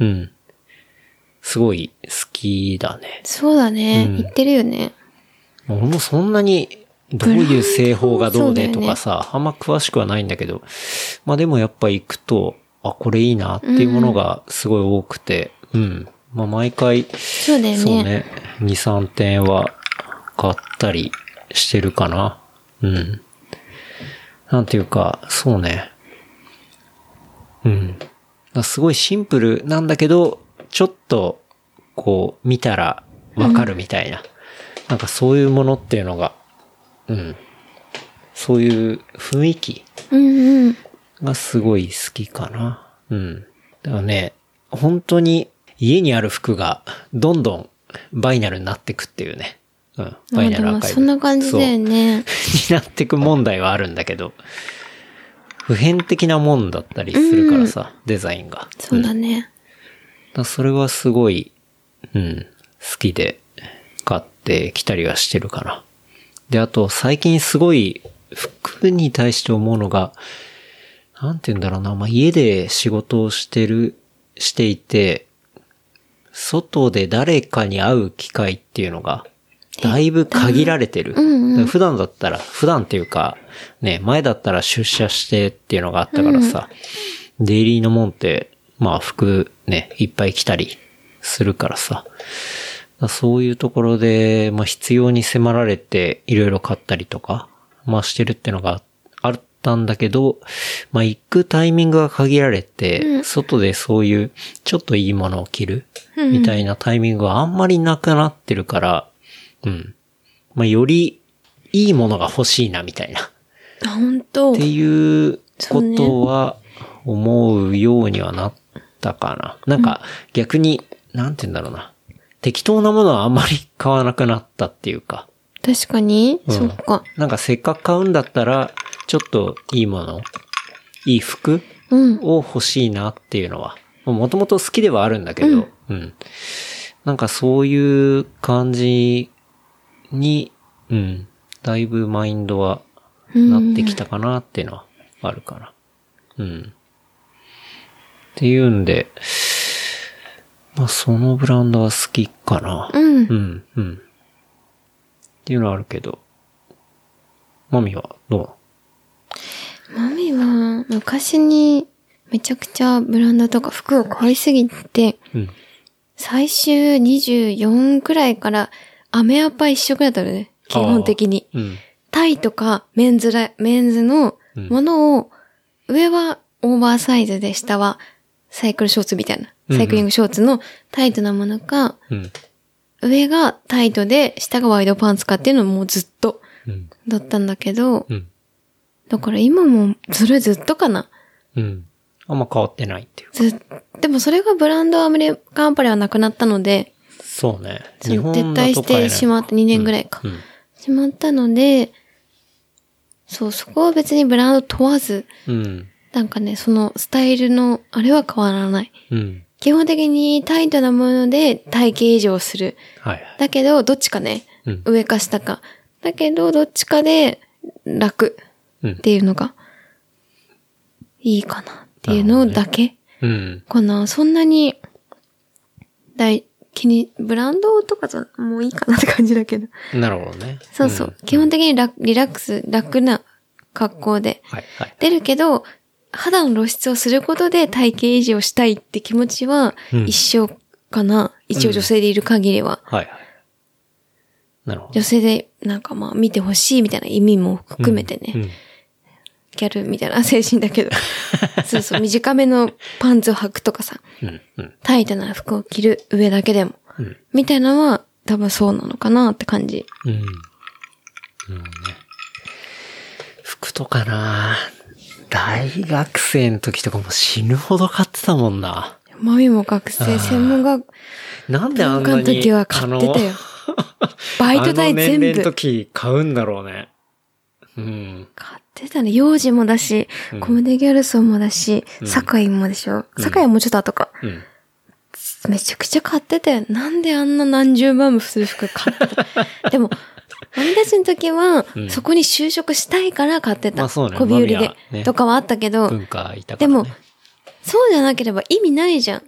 S1: うん。すごい好きだね。
S2: そうだね。
S1: うん
S2: 言ってるよね。
S1: 俺もそんなに、どういう製法がどうで
S2: ブランド
S1: と
S2: もそうだよね
S1: かさ、あんま詳しくはないんだけど、まあでもやっぱ行くと、あ、これいいなっていうものがすごい多くて、うん。まあ毎回、
S2: そうだよね。
S1: そうね、2、3点は買ったりしてるかな。うん。なんていうか、そうね。うん。だからすごいシンプルなんだけど、ちょっと、こう、見たらわかるみたいな、なんかそういうものっていうのが、うん。そういう雰囲気
S2: うんうん。
S1: がすごい好きかな。うん。だからね、本当に家にある服がどんどんバイナルになってくっていうね。うん。バイナルアー
S2: まあ
S1: カイブ。
S2: そんな感じだよね。
S1: そう。 *laughs* になってく問題はあるんだけど、普遍的なもんだったりするからさ、デザインが。
S2: そうだね。
S1: だからそれはすごい、うん、好きで買ってきたりはしてるかな。で、あと最近すごい服に対して思うのが、なんて言うんだろうな、まあ、家で仕事をしてる、していて、外で誰かに会う機会っていうのが、だいぶ限られてる。
S2: うん
S1: 普段だったら、普段っていうか、ね、前だったら出社してっていうのがあったからさ、デイリーのもんって、まあ服ね、いっぱい着たりするからさ、そういうところで、まあ必要に迫られていろいろ買ったりとか、まあしてるってのがあったんだけど、まあ行くタイミングが限られて、外でそういうちょっといいものを着るみたいなタイミングがあんまりなくなってるから、うん。まあよりいいものが欲しいなみたいな。
S2: あ、本当
S1: っていうことは思うようにはなったかな。なんか逆に、なんて言うんだろうな。適当なものはあんまり買わなくなったっていうか。
S2: 確かに、
S1: ん
S2: そっか。
S1: なんかせっかく買うんだったら、ちょっといいもの、いい服
S2: うん。
S1: を欲しいなっていうのは。もともと好きではあるんだけど、うん、なんかそういう感じに、うん。だいぶマインドはなってきたかなっていうのはあるかな。うん。っていうんで、まあそのブランドは好きかな。
S2: うん。
S1: うん、うん。っていうのはあるけど、マミはど
S2: マミは、昔に、めちゃくちゃブランドとか服を買いすぎて、
S1: ううん。
S2: 最終24くらいから、アメアパ一色だったのね。基本的に。
S1: うん。
S2: タイとかメンズラ、メンズのものを、上はオーバーサイズで、下はサイクルショーツみたいな。サイクリングショーツのタイトなものか、
S1: うん。
S2: 上がタイトで、下がワイドパンツかっていうのももうずっと
S1: うん。
S2: だったんだけど、
S1: うん。
S2: だから今もそれずっとかな。
S1: うん。あんま変わってないっていう。
S2: ずでもそれがブランドアメリカンパレはなくなったので、
S1: そうね。
S2: その
S1: 日本
S2: 撤退してしまって2年ぐらいか。
S1: うん。
S2: しまったので、そう、そこは別にブランド問わず、
S1: うん。
S2: なんかね、そのスタイルの、あれは変わらない。
S1: うん。
S2: 基本的にタイトなもので体型以上する。
S1: はいはい。
S2: だけど、どっちかね、
S1: うん
S2: 上か下か。だけど、どっちかで楽
S1: うん
S2: っていうのが、いいかなっていうのだけ。
S1: うん。
S2: かな、そんなに、大、気に、ブランドとかじゃ、もういいかなって感じだけど。
S1: なるほどね。
S2: そうそう。
S1: ん
S2: 基本的にラリラックス、楽な格好で
S1: はい、はい。
S2: 出るけど、肌の露出をすることで体型維持をしたいって気持ちは
S1: うん
S2: 一生かな。一応女性でいる限りは。
S1: はい、はい。なるほど
S2: 女。性でなんかまあ見てほしいみたいな意味も含めてね。
S1: うんうん
S2: ギャルみたいな精神だけど。 *laughs* そうそう。短めのパンツを履くとかさ。
S1: うん、うん。
S2: タイトな服を着る上だけでも。
S1: うん
S2: みたいなのは多分そうなのかなって感じ。
S1: うん。なるほどね。服とかな大学生の時とかも死ぬほど買ってたもんな。
S2: マミも学生専門学
S1: なんで
S2: 文
S1: あん
S2: 化
S1: な
S2: の
S1: に。
S2: 時は買ってたよ。
S1: あの。
S2: バイト代全
S1: あの年齢
S2: 部
S1: の時買うんだろうね。うん。
S2: 買ってたね。幼児もだし、
S1: ん
S2: コムデギャルソンもだし、
S1: うん
S2: 酒井もでしょ。酒井もちょっと後か。
S1: うん。
S2: めちゃくちゃ買ってたよ。なんであんな何十万もする服買ってた。
S1: *laughs*
S2: でも、マミたちの時は、
S1: うん
S2: そこに就職したいから買ってた。
S1: まあそうね
S2: こび売り
S1: マミ
S2: で
S1: は、ね
S2: とかはあったけど、
S1: 文化いたか
S2: で
S1: ら、ね。
S2: も、そうじゃなければ意味ないじゃん。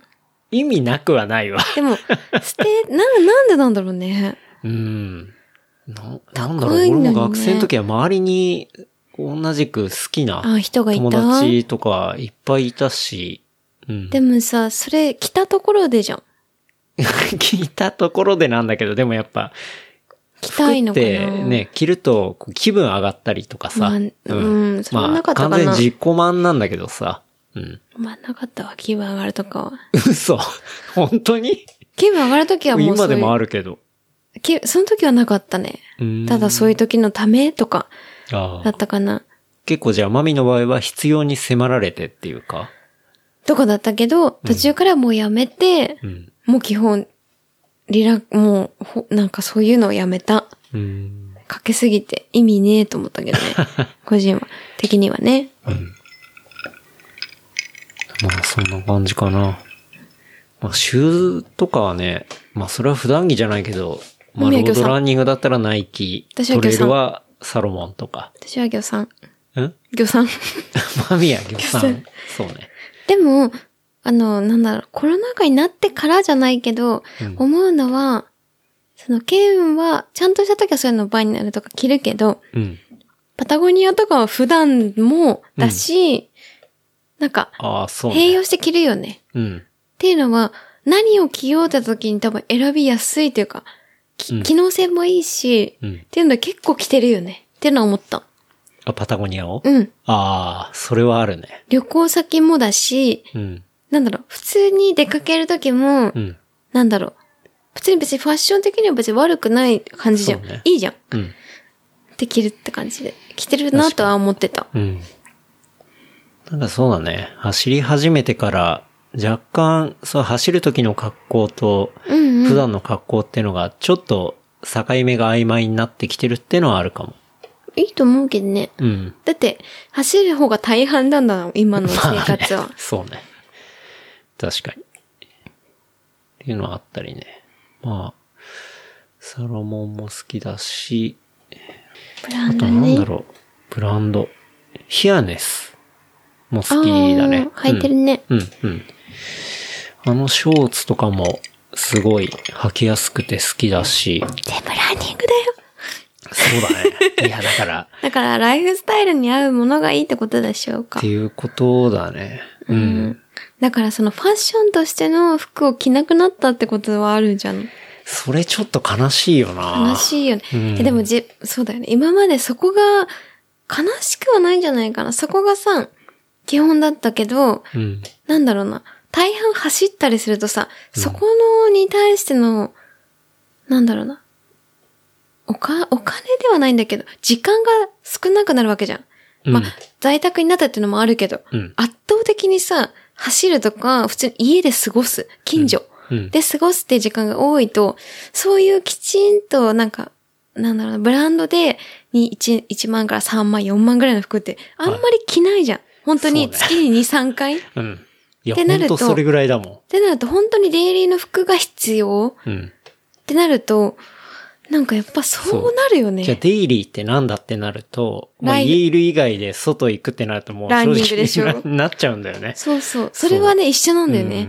S1: 意味なくはないわ。
S2: で
S1: *laughs*
S2: も、捨て、な、なんでなんだろうね。
S1: うん。ななんだろう、
S2: 高いのにね
S1: 俺も学生の時は周りに同じく好き
S2: あ、
S1: な
S2: 人がい
S1: 友
S2: た。
S1: 達とかいっぱいいたし、うん。
S2: でもさ、それ着たところでじゃん。
S1: *laughs* 聞いたところでなんだけど、でもやっぱ、
S2: 着たいのかな。
S1: 服ってね、着るとこう気分上がったりとかさ。
S2: まあうんそれもなかったかな
S1: まあ、完全に自己満なんだけどさ。うん。
S2: まあなかったわ、気分上がるとかは。 *laughs*
S1: 嘘。本当に
S2: 気分上がるときはもうそ
S1: 今
S2: うい
S1: で
S2: う
S1: もあるけど。
S2: きその時はなかったね。
S1: うん
S2: ただそういう時のためとかだ
S1: ああ
S2: ったかな。
S1: 結構じゃあ、マミの場合は必要に迫られてっていうか。
S2: とかだったけど、途中からもうやめて、
S1: うん。
S2: もう基本、リラもうほ、なんかそういうのをやめた。
S1: うん。
S2: かけすぎて意味ねえと思ったけどね。
S1: *laughs*
S2: 個人は。的にはね。
S1: まあ、そんな感じかな。まあ、シューズとかはね、まあ、それは普段着じゃないけど、まあ、ロ
S2: 海は魚
S1: ー
S2: さん
S1: ドランニングだったらナイキ、
S2: 私は魚さん
S1: トレイルはサロモンとか。
S2: 私は魚さん。
S1: ん *laughs*
S2: 魚さん。
S1: マミヤ魚さ
S2: さ
S1: ん
S2: ん。
S1: そうね。
S2: でも、あの、なんだろう、コロナ禍になってからじゃないけど、
S1: うん
S2: 思うのは、その、ケンは、ちゃんとした時はそういうの場合になるとか着るけど、
S1: うん。
S2: パタゴニアとかは普段もだし、なんか、
S1: ああ、そう
S2: 併
S1: ね。
S2: 用して着るよね。
S1: うん。
S2: っていうのは、何を着ようって時に多分選びやすいというか、き
S1: うん
S2: 機能性もいいし、
S1: う
S2: っ
S1: ん。
S2: ていうので結構着てるよね。っていうのは思った。
S1: あ、パタゴニアを、
S2: うん。
S1: ああ、それはあるね。
S2: 旅行先もだし、
S1: うん。
S2: なんだろう、普通に出かける時も、
S1: うん。
S2: なんだろう。普通に別にファッション的には別に悪くない感じじゃん。
S1: そうね
S2: いいじゃん。っ
S1: うん。
S2: て着るって感じで。着てるなとは思ってた。
S1: うん。なんかそうだね。走り始めてから、若干、そう、走る時の格好と、
S2: うんう
S1: 普
S2: ん。
S1: 段の格好っていうのが、ちょっと境目が曖昧になってきてるっていうのはあるかも。
S2: いいと思うけどね。
S1: うん。
S2: だって、走る方が大半なんだもん今の生活は。
S1: そうね。確かに。っていうのはあったりね。まあ、サロモンも好きだし、
S2: ブラン
S1: あ
S2: ド
S1: となん
S2: ね
S1: だ。ろう、ブランド。ヒアネスも好
S2: あ
S1: きだね
S2: ー。履いてるね。
S1: うん。うん、うん。あのショーツとかも、すごい履きやすくて好きだし、
S2: 全部ランニングだよ。
S1: そう *laughs* だね。いや、だから、
S2: だから、ライフスタイルに合うものがいいってことでしょう
S1: っ
S2: か
S1: て。いうことだね。うん。
S2: だから、そのファッションとしての服を着なくなったってことはあるじゃん。
S1: それちょっと悲しいよな。
S2: 悲しいよね。
S1: うん
S2: えでもじ、そうだよね。今までそこが、悲しくはないんじゃないかな。そこがさ、基本だったけど、
S1: うん。
S2: なんだろうな。大半走ったりするとさ、そこのに対しての、なんだろうな。おか、お金ではないんだけど、時間が少なくなるわけじゃん。まあ
S1: うん、
S2: 在宅になったっていうのもあるけど、
S1: うん
S2: 圧倒的にさ、走るとか、普通に家で過ごす、近所。
S1: うん。
S2: で過ごすっていう時間が多いと、そういうきちんと、なんか、なんだろうな、ブランドで、に 1, 1万から3万、4万ぐらいの服って、あんまり着ないじゃん。本当に
S1: そうね
S2: 月に2、3回っ
S1: うん。いや、
S2: ってなると
S1: ほんとそれぐらいだも
S2: てなると、本当にデイリーの服が必要
S1: ん。うん。
S2: ってなると、なんかやっぱそうなるよ
S1: じゃあ、
S2: ね。
S1: デイリーってなんだってなると、まあ、
S2: 来
S1: 家いる以外で外行くってなるともう
S2: ラ
S1: 正
S2: ンニング
S1: 直
S2: でしょ
S1: *laughs* ななっちゃうんだよね。
S2: そうそう。それはね、一緒なんだよね。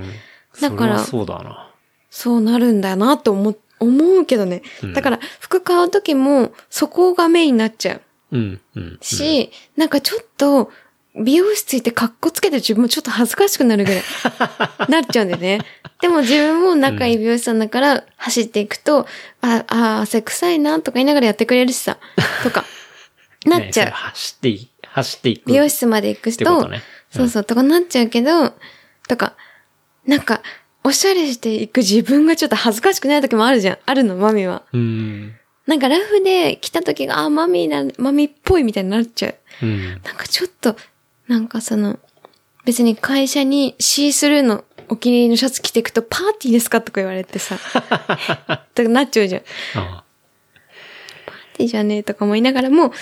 S1: う
S2: だ
S1: ん
S2: から
S1: それはそうだな。
S2: そうなるんだなと思、思うけどね。だから、服買うときも、そこがメインになっちゃう。
S1: うん、うん。
S2: し、なんかちょっと、美容室行って格好つけてる自分もちょっと恥ずかしくなるぐら *laughs* い、なっちゃうんだよね。でも自分も仲いい美容師さんだから走っていくと、あ、あ、汗臭いなとか言いながらやってくれるしさ、と *laughs* か、なっちゃう
S1: ねそれ。走ってい、走っていく。
S2: 美容室まで行く
S1: ってこと
S2: 人、
S1: ねうん
S2: そうそう、とかなっちゃうけど、とか、なんか、おしゃれしていく自分がちょっと恥ずかしくない時もあるじゃん。あるの、マミは。
S1: うん。
S2: なんかラフで来た時が、あ、マミな、マミっぽいみたいになっちゃう。
S1: うん。
S2: なんかちょっと、なんかその、別に会社にシースルーのお気に入りのシャツ着ていくと、パーティーですかとか言われて
S1: *laughs*
S2: さ、とかなっちゃうじゃん。
S1: あ
S2: パーティーじゃねえとか思いながらも、なんか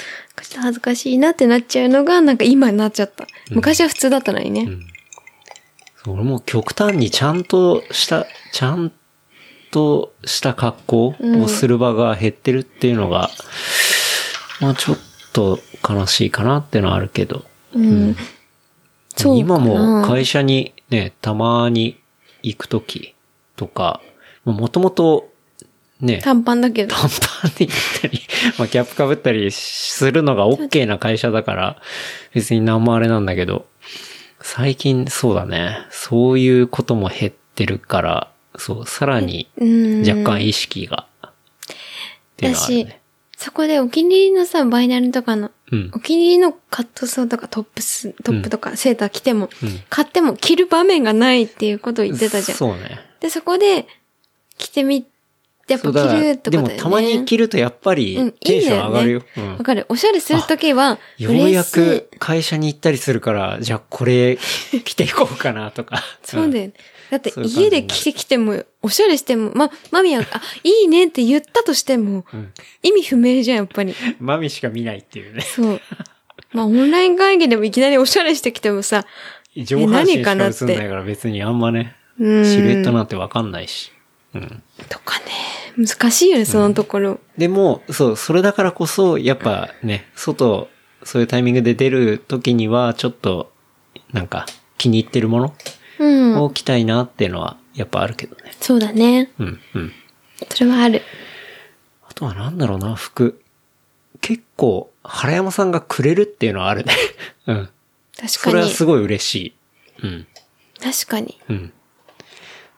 S2: ちょっと恥ずかしいなってなっちゃうのが、なんか今になっちゃった。昔は普通だったのにね。
S1: そう俺も極端にちゃんとした、ちゃんとした格好をする場が減ってるっていうのが、まあちょっと悲しいかなっていうのはあるけど。
S2: うん。そうかな
S1: 今も会社にね、たまに行くときとか、もともとね、
S2: 短パンだ
S1: *laughs*
S2: けど。
S1: 短パンで行ったり、まあ、キャップかぶったりするのが OK な会社だから、別に何もあれなんだけど、最近そうだね、そういうことも減ってるから、そう、さらに
S2: うん。
S1: 若干意識が、っていうのはあるね。
S2: そこでお気に入りのさ、バイナルとかの、
S1: うん
S2: お気に入りのカットソーとかトップス、トップとかセーター着ても、
S1: うん
S2: 買っても着る場面がないっていうことを言ってたじゃん。
S1: そうね。
S2: で、そこで着てみ、やっ
S1: そ
S2: ぱ
S1: うだか
S2: 着
S1: ら
S2: るとかだよ
S1: でも
S2: ね。
S1: たまに着るとやっぱ
S2: うん
S1: り
S2: い
S1: テ
S2: い
S1: ン
S2: ん
S1: シ
S2: だよ
S1: ョン上
S2: ね
S1: がるよ。うん
S2: わかる。おしゃれするときは、
S1: ようや
S2: 嬉しい
S1: く会社に行ったりするから、じゃあこれ着ていこうかなとか。
S2: *laughs* そうだよね。だって
S1: そういう感じに
S2: 家
S1: なる
S2: で着てきても、おしゃれしても、ま、マミは、あ、いいねって言ったとしても、
S1: ん
S2: 意味不明じゃん、やっぱり。
S1: うんマミしか見ないっていうね。
S2: そう。まあ、オンライン会議でもいきなりおしゃれしてきてもさ、
S1: 上半身しか映んないから別にあんまね、シ
S2: うん
S1: ルエットなんてわかんないし。うん。
S2: とかね、難しいよね、そのところ。
S1: でも、そう、それだからこそ、やっぱね、外、そういうタイミングで出る時には、ちょっと、なんか、気に入ってるも
S2: うん。
S1: のを着たいなっていうのは、やっぱあるけどね。
S2: そうだね。
S1: うん、うん。
S2: それはある。
S1: あとはなんだろうな、服。結構、原山さんがくれるっていうのはあるね。うん。そ
S2: 確
S1: れ
S2: か
S1: は
S2: に。
S1: すごい嬉しい。うん。
S2: 確かに。
S1: うん。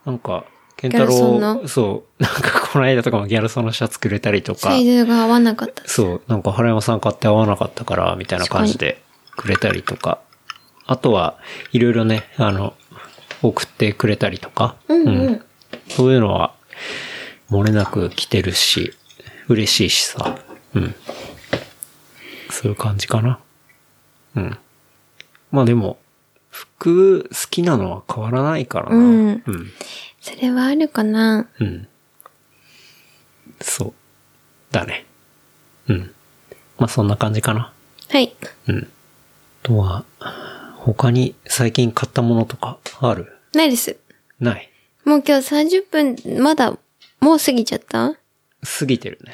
S1: なんか、ケン
S2: ギャ
S1: タ
S2: ルソン
S1: ロウ、
S2: の
S1: そう、 *laughs* なんかこの間とかもギャルソンのシャツくれたりとか
S2: サ、イズが合わなかった。
S1: そう、なんか原山さん買って合わなかったから、みたいな感じでくれたりとか、あとは、いろいろね、あの、送ってくれたりとか、
S2: うんうん
S1: そういうのは、漏れなく来てるし、嬉しいしさ、うん。そういう感じかな。うん。まあでも、服好きなのは変わらないからな。
S2: うん
S1: うん。
S2: それはあるかな。
S1: うん。そう。だね。うん。まあそんな感じかな。
S2: はい。
S1: うん。あとは、他に最近買ったものとかある
S2: ないです。
S1: ない。
S2: もう今日30分、まだ、もう過ぎちゃった
S1: 過ぎてるね。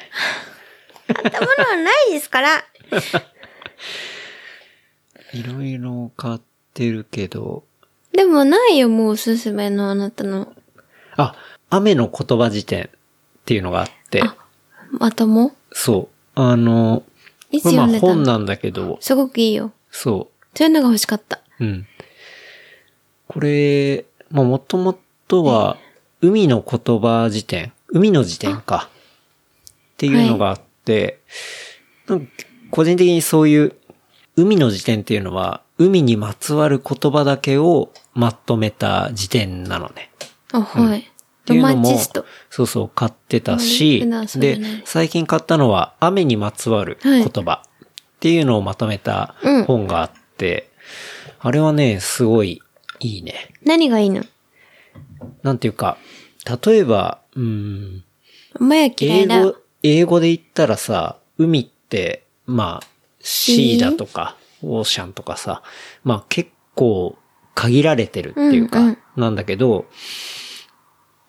S2: 買ったものはないですから。
S1: いろいろ買ってるけど、
S2: でもないよ、もうおすすめのあなたの。
S1: あ、雨の言葉辞典っていうのがあって、
S2: まとも
S1: そう。あの、
S2: いつ
S1: これ
S2: 読
S1: まあ
S2: んでた
S1: 本
S2: の
S1: なんだけど、
S2: すごくいいよ。
S1: そう。
S2: そういうのが欲しかった。
S1: うん。これ、まあ、もともとは、海の言葉辞典、海の辞典か。っていうのがあって、なんか個人的にそういう、海の辞典っていうのは、海にまつわる言葉だけをまとめた辞典なのね。
S2: あ、はい。
S1: っていう
S2: ロ
S1: の
S2: マン
S1: も
S2: チスト。、
S1: そうそう、買ってたし
S2: あまり普段遊、べ
S1: で
S2: ない、
S1: 最近買ったのは、雨にまつわる言葉っていうのをまとめた
S2: うん
S1: 本があって、あれはね、すごいいいね。
S2: 何がいいの
S1: なんていうか、例えば、うん、
S2: マヤ嫌い
S1: 英
S2: だ。
S1: 語、英語で言ったらさ、海って、まあ、シーだとか、オーシャンとかさ、まあ結構限られてるっていう
S2: うんう
S1: か
S2: ん、
S1: なんだけど、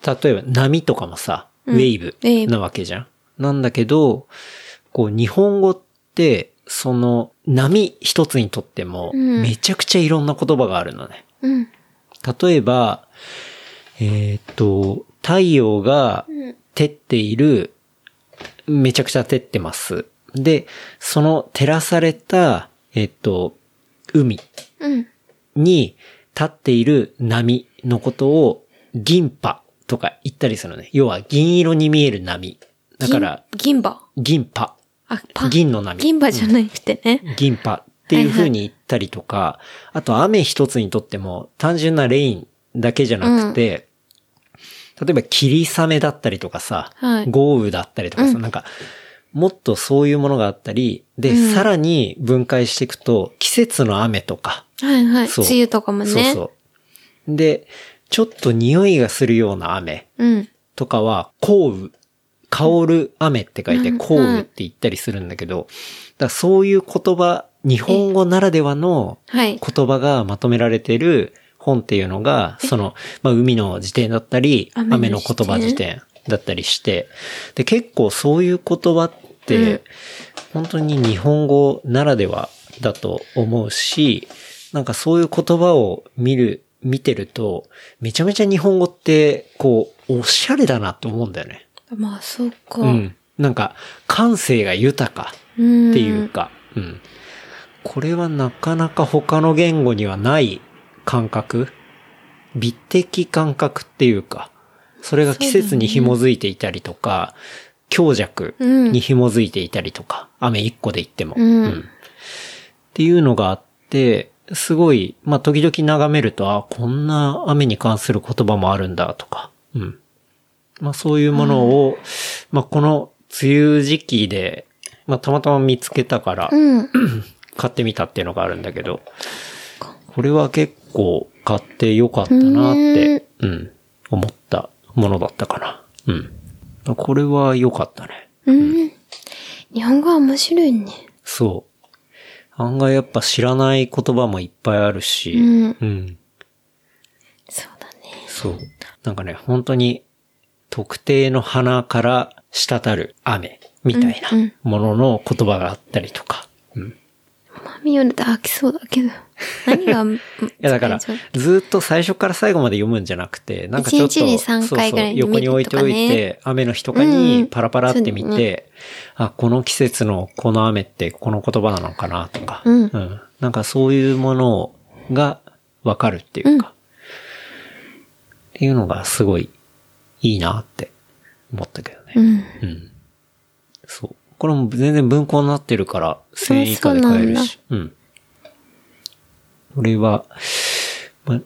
S1: 例えば波とかもさ、ウェ
S2: ウェ
S1: ー
S2: ー
S1: ブ
S2: ブ
S1: なわけじゃん。なんだけど、こう日本語って、その波一つにとっても、
S2: うん
S1: めちゃくちゃいろんな言葉があるのね。
S2: うん。
S1: 例えば、えーっと、太陽が
S2: うん
S1: 照っている、めちゃくちゃ照ってます。で、その照らされた、えっと、海
S2: うん。
S1: に立っている波のことを銀波とか言ったりするのね。要は銀色に見える波。だから、
S2: 銀、銀歯。
S1: 銀波。
S2: あ、パン。
S1: 銀の波。
S2: 銀歯じゃなくてね。
S1: 銀波っていう風に言ったりとか、あと雨一つにとっても単純なレインだけじゃなくて、例えば霧雨だったりとかさ、
S2: はい
S1: 豪雨だったりとかさ、なんか、もっとそういうものがあったり、で、
S2: うん
S1: さらに分解していくと、季節の雨とか、
S2: はいはい。
S1: そう
S2: 梅雨とかもね。
S1: そうそう。で、ちょっと匂いがするような雨
S2: うん。
S1: とかは、降雨、香る雨って書いて、降雨って言ったりするんだけど、だからそういう言葉、日本語ならではの
S2: はい。
S1: 言葉がまとめられてる本っていうのが、その、まあ、海の辞典だったり、
S2: 雨の
S1: 雨の言葉辞典だったりして、で、結構そういう言葉って、
S2: うん
S1: 本当に日本語ならではだと思うし、なんかそういう言葉を見る、見てると、めちゃめちゃ日本語って、こう、おしゃれだなと思うんだよね。
S2: まあ、そうか。
S1: うん。なんか、感性が豊か。
S2: うん
S1: っていう。か、うん。これはなかなか他の言語にはない感覚美的感覚っていうか、それが季節に紐づいていたりとか、強弱に紐づいていたりとか、雨一個で言っても、
S2: うん
S1: っていうのがあって、すごい、まあ、時々眺めると、あ、こんな雨に関する言葉もあるんだとか、うん。まあ、そういうものを、まあ、この梅雨時期で、まあ、たまたま見つけたから、
S2: うん。
S1: 買ってみたっていうのがあるんだけど、これは結構買ってよかったなって、うん、思ったものだったかな。うん。これは良かったね。
S2: うん。日本語は面白いね。
S1: そう。案外やっぱ知らない言葉もいっぱいあるし、
S2: うん
S1: うん、
S2: そうだね。
S1: そう。なんかね、本当に特定の花から滴る雨みたいな
S2: うんうん
S1: ものの言葉があったりとか。うん
S2: まみよると飽きそうだけど。何が、い
S1: *laughs* いやだから、ずっと最初から最後まで読むんじゃなくて、なんかちょっと、
S2: 一日に三回ぐらい
S1: そうそう横に置いておい
S2: 見る
S1: て、雨の日とか
S2: うんう
S1: に
S2: ん
S1: パラパラって見
S2: そう
S1: て、あ、この季節のこの雨ってこの言葉なのかなとか、
S2: うん
S1: なんかそういうものがわかるっていうか、っていうのがすごいいいなって思ったけどね。
S2: うん。
S1: うん。そう。これも全然文庫になってるから、1000円以下で買えるし。うん。俺は、ま、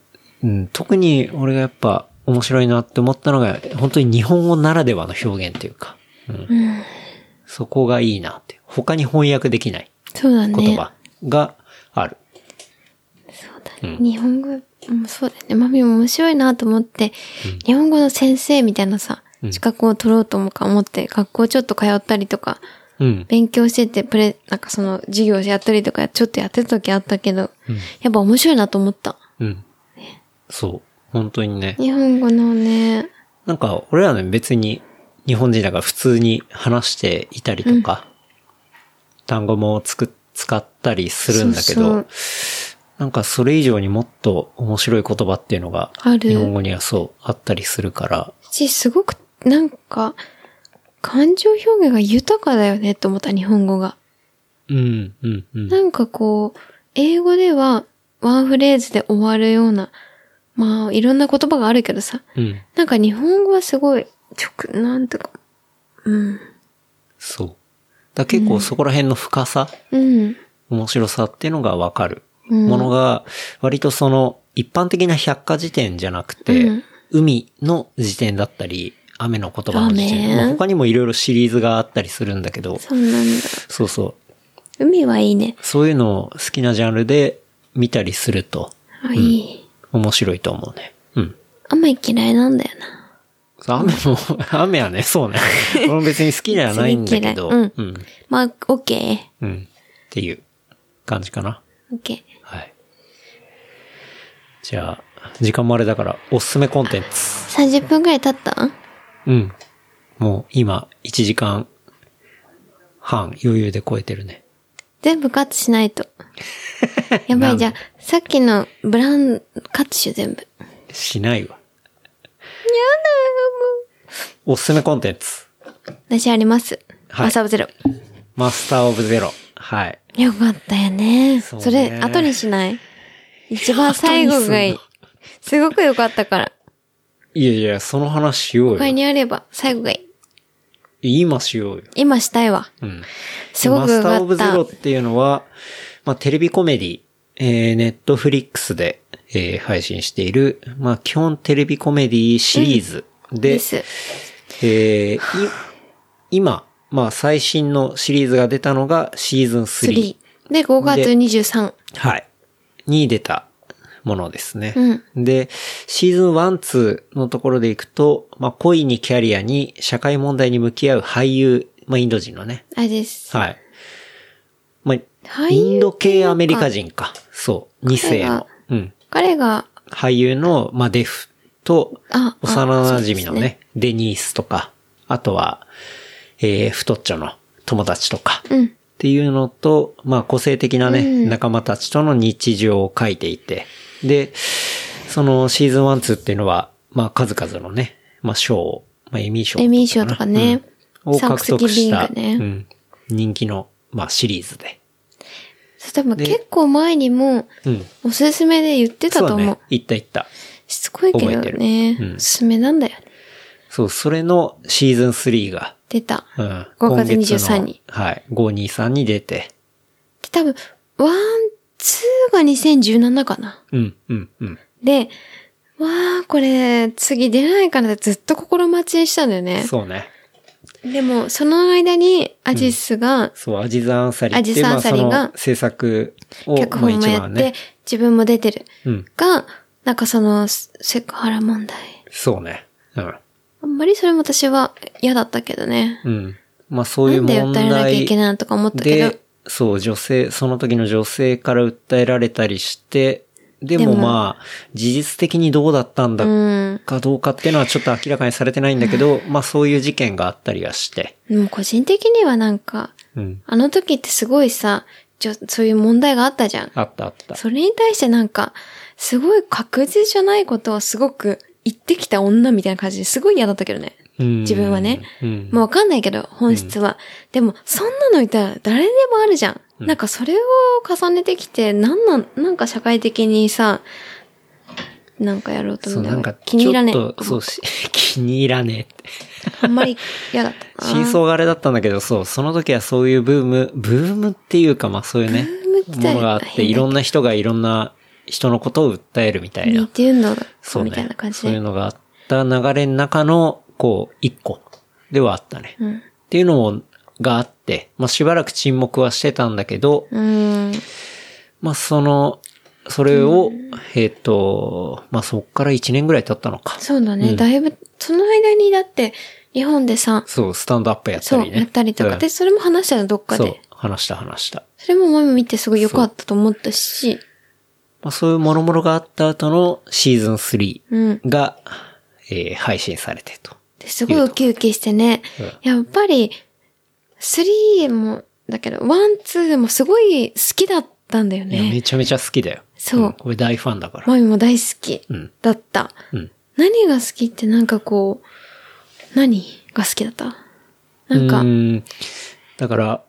S1: うん、特に俺がやっぱ面白いなって思ったのが、本当に日本語ならではの表現っていうか、うん。そこがいいなって。他に翻訳できない
S2: そうだね。
S1: 言葉がある。
S2: 日本語、うん、そうだよね。マミも面白いなと思って、日本語の先生みたいなさ、資格を取ろうともか思って、学校ちょっと通ったりとか、
S1: うん。
S2: 勉強してて、プレ、なんかその授業やったりとか、ちょっとやってた時あったけど、やっぱ面白いなと思った。
S1: うん。そう。本当にね。
S2: 日本語のね、
S1: なんか、俺らね、別に日本人だから普通に話していたりとか、単語もつく、使ったりするんだけど、
S2: そう
S1: なんかそれ以上にもっと面白い言葉っていうのが、
S2: ある
S1: 日本語にはそう、あったりするから、
S2: し、すごく、なんか、感情表現が豊かだよねって思った、日本語が。
S1: うん、うん、うん。
S2: なんかこう、英語ではワンフレーズで終わるような、まあ、いろんな言葉があるけどさ、
S1: うん、
S2: なんか日本語はすごい、直、なんとか、うん。
S1: そう。だから結構そこら辺の深さ、
S2: うん。
S1: 面白さっていうのがわかる
S2: うん
S1: ものが、割とその一般的な百科事典じゃなくて、
S2: うん
S1: 海の辞典だったり、雨の言葉の辞典、
S2: 雨
S1: まあ他にもいろいろシリーズがあったりするんだけど、
S2: そうなんだ。
S1: そうそう。
S2: 海はいいね。
S1: そういうのを好きなジャンルで見たりすると
S2: あ、いい。
S1: 面白いと思うね。うん。
S2: 雨嫌いなんだよな。
S1: そう雨も、 *laughs* 雨はね、そ
S2: *laughs*
S1: うね。俺も別に好きじゃないんだけど、
S2: 別に嫌い
S1: うん。
S2: まあ、オッケー。
S1: うん。っていう感じかな。
S2: オッケー。
S1: はい。じゃあ、時間もあれだから、おすすめコンテンツ。
S2: 30分くらい経った
S1: うん。もう今、1時間半余裕で超えてるね。
S2: 全部カットしない
S1: *laughs*
S2: と。やば
S1: なん
S2: い、
S1: で
S2: じゃあ、さっきのブラン、カットしよう、全部。
S1: しないわ。おすすめコンテンツ。
S2: 私あります。
S1: はい
S2: マスターオブゼロ。
S1: マスターオブゼロ。はい。
S2: よかったよね。
S1: そ
S2: そう
S1: ね
S2: れ、後にしない一番最後がいい
S1: *laughs* 後に。
S2: すごくよかったから。
S1: いやいや、その話しよう
S2: 他
S1: よ。
S2: にあれば最後がいい。
S1: 今しようよ。
S2: 今したいわ。
S1: うん。
S2: すごくよ
S1: マスター
S2: か
S1: オブ
S2: っ。
S1: ゼロったていうのは、まあ、テレビコメディ、えー、ネットフリックスで、えー配信している、まあ、基本テレビコメディシリーズで、
S2: です。
S1: えーい *sighs* 今、まあ、最新のシリーズが出たのがシーズン3。
S2: 3。で、5月23。
S1: はい。に出たものですね。
S2: うん
S1: で、シーズン1、2のところでいくと、まあ、恋にキャリアに社会問題に向き合う俳優、まあ、インド人のね。
S2: あれです。
S1: はい。まあ、
S2: 俳優
S1: インド系アメリカ人か。そう。2世の。うん。
S2: 彼が、
S1: 俳優の、まあ、デフと
S2: あ、あ
S1: 幼馴染の
S2: そうです
S1: ね
S2: ね
S1: デニースとか、あとは、えー、太っちょの友達とか、
S2: うん
S1: っていうのと、まあ、個性的なね、
S2: うん
S1: 仲間たちとの日常を書いていて、で、そのシーズン1、2っていうのは、まあ、数々のね、まあ、賞を、まあ、エミー賞
S2: エミー賞とかね
S1: うんを
S2: サンク
S1: 獲
S2: スギ
S1: 得
S2: ビ
S1: し
S2: ング
S1: た、
S2: ね
S1: うん、人気の、まあ、シリーズで。
S2: そう多分
S1: で
S2: 結構前にも、
S1: うん。
S2: おすすめで言ってた
S1: そ
S2: と
S1: うだ
S2: 思う
S1: ね。。いったいった。
S2: しつこいけど
S1: 覚え
S2: ね
S1: てるう。ん
S2: おすすめなんだよね。
S1: そう、それのシーズン3が、
S2: 出た。
S1: うん。
S2: 5月
S1: 今の
S2: 23に。
S1: はい。523に出て。
S2: で、多分、ワン、ツーが2017かな。
S1: うん、うん、うん。
S2: で、わー、これ、次出ないかなってずっと心待ちにしたんだよね。
S1: そうね。
S2: でも、その間に、アジスが、
S1: そう、アジザンサリっていう。
S2: アジザンサリが
S1: まあその制作を、
S2: 脚本も
S1: まあ一
S2: やって、
S1: 番ね。
S2: 自分も出てる。
S1: うん。
S2: が、なんかその、セセクハラ問題。
S1: そうね。うん。
S2: あんまりそれも私は嫌だったけどね。
S1: うん。まあそうい
S2: な
S1: う
S2: んで
S1: 問
S2: 訴えなきゃいけ
S1: 題
S2: ないのとか思ったけど
S1: で、、そう、女性、その時の女性から訴えられたりして、でも
S2: でも
S1: まあ、事実的にどうだったんだ
S2: うん。
S1: かどうかっていうのはちょっと明らかにされてないんだけど、まあそういう事件があったりはして。
S2: でも個人的にはなんか、
S1: うん。
S2: あの時ってすごいさ、じょそういう問題があったじゃん。
S1: あったあった。
S2: それに対してなんか、すごい確実じゃないことをすごく言ってきた女みたいな感じですごい嫌だったけどね。
S1: 自
S2: 自分はね。
S1: うん。
S2: まあわかんないけど、本質は。でも、そんなのいたら誰でもあるじゃん。なんかそれを重ねてきて、なんなん、なんか社会的にさ、なんかやろうと
S1: そう、
S2: 思
S1: な
S2: っ
S1: ん
S2: た
S1: か、
S2: ら気に入らね
S1: ちょっと、そうし、 *laughs* 気に入らねえって。
S2: あんまり嫌だったな。
S1: *laughs* 真相があれだったんだけど、そう、その時はそういうブーム、ブームっていうか、まあそういうね
S2: ブームって言っ、た
S1: も
S2: ら
S1: のがあっ
S2: 変だ
S1: て、
S2: けど
S1: いろんな人がいろんな人のことを訴えるみたい
S2: 似
S1: な。
S2: て運動だ。
S1: そう
S2: みたい
S1: ね
S2: な感。じ
S1: そう
S2: で。
S1: いうのがあった流れの中の、こう、一個ではあったね。
S2: うん
S1: っていうのも、があって、まあしばらく沈黙はしてたんだけど、
S2: うーん。
S1: まあ、その、それを、えっ、と、まあ、そっから1年ぐらい経ったのか。
S2: そうだね。
S1: うん
S2: だいぶ、その間にだって、日本でさ、
S1: そう、スタンドアップやった
S2: そう、
S1: りね。
S2: やったりとか。
S1: うん
S2: で、それも話したの、どっか
S1: そう
S2: で。、
S1: 話した話した。
S2: それもマミ見てすごい良かったと思ったし、
S1: まあ、そういう諸々があった後のシーズン3
S2: うん。
S1: が、えー配信されてと。
S2: ですごいウキウキしてね
S1: 言う。
S2: やっぱり、3も、だけど、1、2もすごい好きだったんだよ
S1: いや、め
S2: ね。
S1: ちゃめちゃ好きだよ。
S2: そうん
S1: これ大ファンだから。
S2: マミも大好き
S1: うん
S2: だった。
S1: うん。
S2: 何が好きってなんかこう、何が好きだったなんか、
S1: う
S2: う
S1: ーんだから、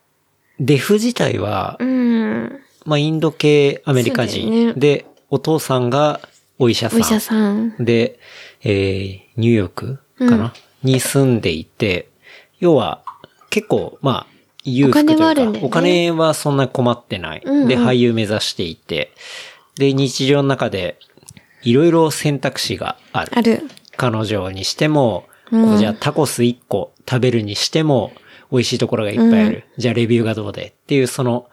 S1: デフ自体は、
S2: ん、
S1: まあ、インド系アメリカ人、
S2: そうだよね
S1: で、お父さんがお医者さ
S2: お
S1: ん。
S2: 医者さん。
S1: で、えーニューヨークかな、に住んでいて、要は、結構、まあ、裕福と
S2: お金
S1: いう
S2: は
S1: か
S2: あるんだよね
S1: お金はそんな困ってない。
S2: うんうん
S1: で、俳優目指していて、で、日常の中で、いろいろ選択肢がある。
S2: ある。
S1: 彼女にしても、
S2: うん
S1: こうじゃあタコス1個食べるにしても、美味しいところがいっぱいある。じゃあレビューがどうでっていう、その、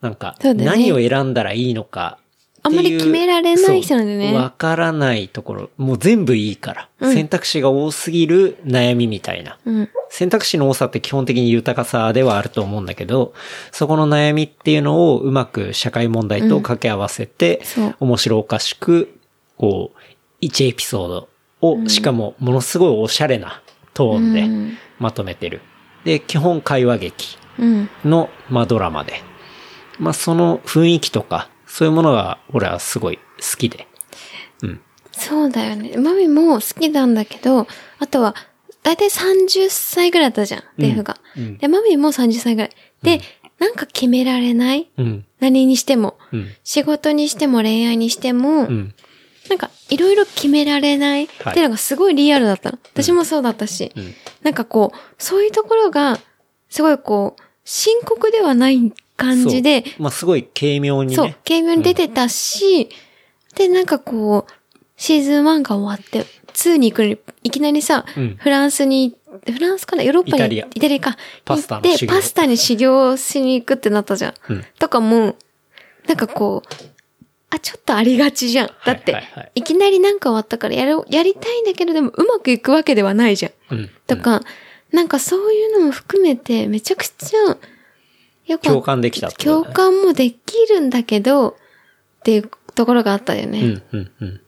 S1: なんか、
S2: そうだよね
S1: 何を選んだらいいのかって
S2: あ
S1: い
S2: ん
S1: う。
S2: まり決められない人なんだよね
S1: そうわからないところ。もう全部いいから。
S2: うん
S1: 選択肢が多すぎる悩みみたいな。
S2: うん。
S1: 選択肢の多さって基本的に豊かさではあると思うんだけど、そこの悩みっていうのをうまく社会問題と掛け合わせて、
S2: そう
S1: 面白おかしく、こう、1エピソードを、しかもものすごいおしゃれなトーン
S2: う
S1: で
S2: ん
S1: まとめてる。で、基本会話劇
S2: うん。
S1: の、まあ、ドラマで。まあ、その雰囲気とか、そういうものが俺はすごい好きで。
S2: そうだよね。マミも好きなんだけど、あとは、だいたい30歳ぐらいだったじゃん、デフが。
S1: うん
S2: で、マミも30歳ぐらい。で、なんか決められない
S1: うん。
S2: 何にしても。
S1: うん。
S2: 仕事にしても恋愛にしても、
S1: うん。
S2: なんかいろいろ決められないっていうのがすごいリアルだったの。私もそうだったし、
S1: うん
S2: なんかこう、そういうところが、すごいこう、深刻ではない感じで、
S1: そうまあ、すごい軽妙に
S2: そう、
S1: ね。
S2: ゲームに出てたし、で、なんかこう、シーズン1が終わって、2に行くのに、いきなりさ、
S1: うん
S2: フランスに、フランスかなヨーロッパに、
S1: イタリア
S2: か。
S1: パスタの
S2: 行って、
S1: 修行
S2: パスタに修行しに行くってなったじゃん。
S1: うん
S2: とかも、なんかこう、あ、ちょっとありがちじゃん。だって、
S1: はい
S2: い
S1: はいはい
S2: きなりなんか終わったからやる、やりたいんだけど、でもうまくいくわけではないじゃん。
S1: うん。
S2: とか、なんかそういうのも含めて、めちゃくちゃ、よかった
S1: 共感できたってことだ
S2: 共
S1: ね
S2: 感もできるんだけど、っていうところがあったよね。
S1: うん、うん、うん。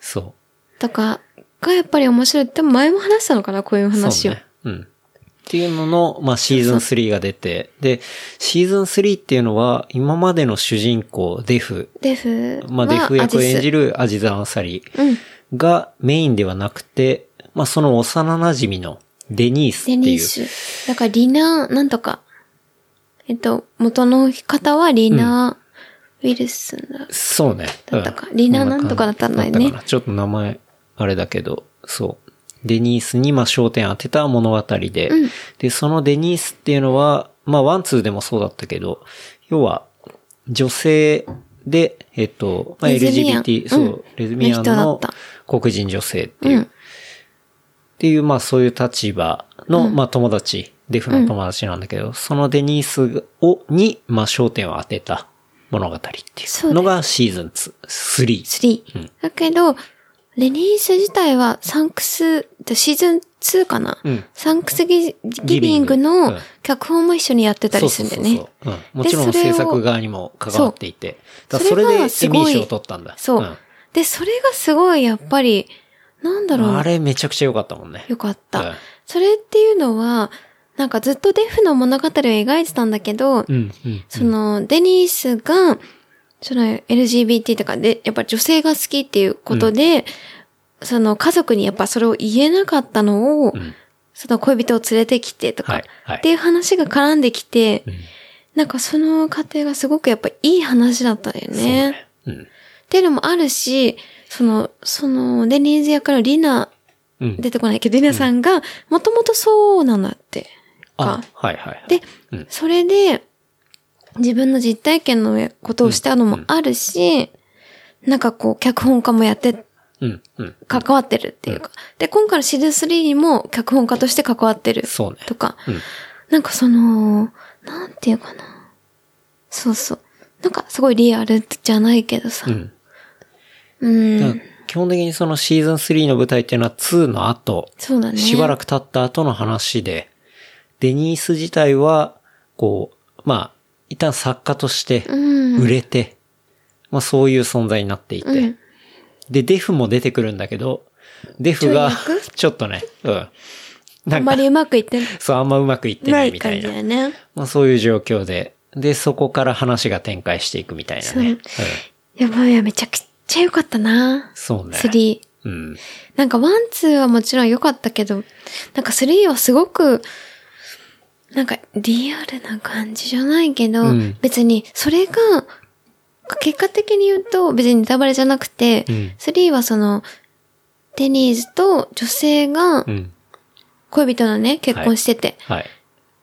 S1: そ
S2: とか、がやっぱり面白い。でも前も話したのかな、こういう
S1: う。
S2: 話
S1: そう
S2: を。
S1: ね。うん。っていうのの、まあ、シーズン3が出て、で、シーズン3っていうのは、今までの主人公、デフ、
S2: デフは、
S1: まあ、デフ役を演じ
S2: る。
S1: るアジザ・アンサリ
S2: うん。
S1: がメインではなくて、まあ、その幼馴染みのデニースって
S2: デニー
S1: いう。
S2: シュ。だからリナー、なんとか。えっと、元の方はリナー、ウィルスンだ。
S1: そうね。
S2: だったかリナなんとかだったんだよね
S1: なかなちょっと名前、あれだけど、そう。デニースに、まあ、焦点当てた物語で、で、そのデニースっていうのは、まあ、ワンツーでもそうだったけど、要は、女性で、えっと、まあ、
S2: レズビアン
S1: LGBT、
S2: うん
S1: そう、レズビアン
S2: の
S1: の
S2: 人だっ
S1: 黒人女性っていうう、
S2: ん
S1: っ。ていう、まあ、そういう立場の、まあ、友達、デフの友達なんだけど、そのデニースを、に、まあ、焦点を当てた物語っていうのがシーズン2、3。
S2: 3。
S1: うん
S2: だけど、レニース自体はサンクス、シーズン2かな、
S1: うん
S2: サンクスギギビング
S1: ギビングう
S2: の
S1: ん
S2: 脚本も一緒にやってたりするんだよね。
S1: そうそうそうそううんもちろん制作側にも関わっていて。だからそ
S2: そ
S1: れ
S2: れ
S1: でエミ
S2: がすごい
S1: ー賞を取ったんだ。
S2: そうで、それがすごいやっぱり、なんだ
S1: うん
S2: ろう
S1: あ
S2: な。
S1: れめちゃくちゃ良かったもんね。
S2: よかった、
S1: うん
S2: それっていうのは、なんかずっとデフの物語を描いてたんだけど、
S1: うん、うん。
S2: その、デニースが、その LGBT とかで、やっぱ女性が好きっていうことで、その家族にやっぱそれを言えなかったのを、
S1: ん
S2: その恋人を連れてきてとか、
S1: はいはい
S2: っていう話が絡んできて、
S1: ん
S2: なんかその過程がすごくやっぱいい話だったんだよ
S1: そう
S2: ね。
S1: ね。うん。
S2: っていうのもあるし、その、その、デニーズ役のリナ、
S1: うん。
S2: 出てこないけど、リナさんが、もともとそうなんだって。
S1: あ
S2: か、
S1: はいはいはい。
S2: で、
S1: うん
S2: それで、自分の実体験のことをしたのもあるし、なんかこう、脚本家もやって、
S1: うん、うん。
S2: 関わってるっていうか。で、今回のシーズン3にも脚本家として関わってる。
S1: そうね
S2: とか、
S1: うん
S2: なんかその、なんていうかな。そうそう。なんかすごいリアルじゃないけどさ。
S1: うん。
S2: うん。
S1: だから基本的にそのシーズン3の舞台っていうのは2の後、
S2: そうだね。
S1: しばらく経った後の話で、デニース自体は、こう、まあ、一旦作家として、
S2: うん
S1: 売れて、まあそういう存在になっていて、
S2: うん
S1: で、デフも出てくるんだけど、デフが
S2: ちょい役、
S1: *laughs* ちょっとね、うん。な
S2: あん
S1: ん
S2: ま
S1: か、
S2: りうまくいって
S1: そう、あんまうまくいって
S2: な
S1: ない
S2: い
S1: みた
S2: 感じ
S1: いな。
S2: だよね。
S1: まあそういう状況で、で、そこから話が展開していくみたいなね。うん、
S2: やばいや、めちゃくちゃ良かったな。
S1: そうね。
S2: 3。
S1: うん。
S2: なんかワンツーはもちろん良かったけど、なんか3はすごく、なんかリアルな感じじゃないけど、
S1: うん
S2: 別にそれが、結果的に言うと別にネタバレじゃなくて、
S1: うん
S2: 3はその、デニーズと女性が
S1: うん。
S2: 恋人のね、結婚してて、
S1: はい。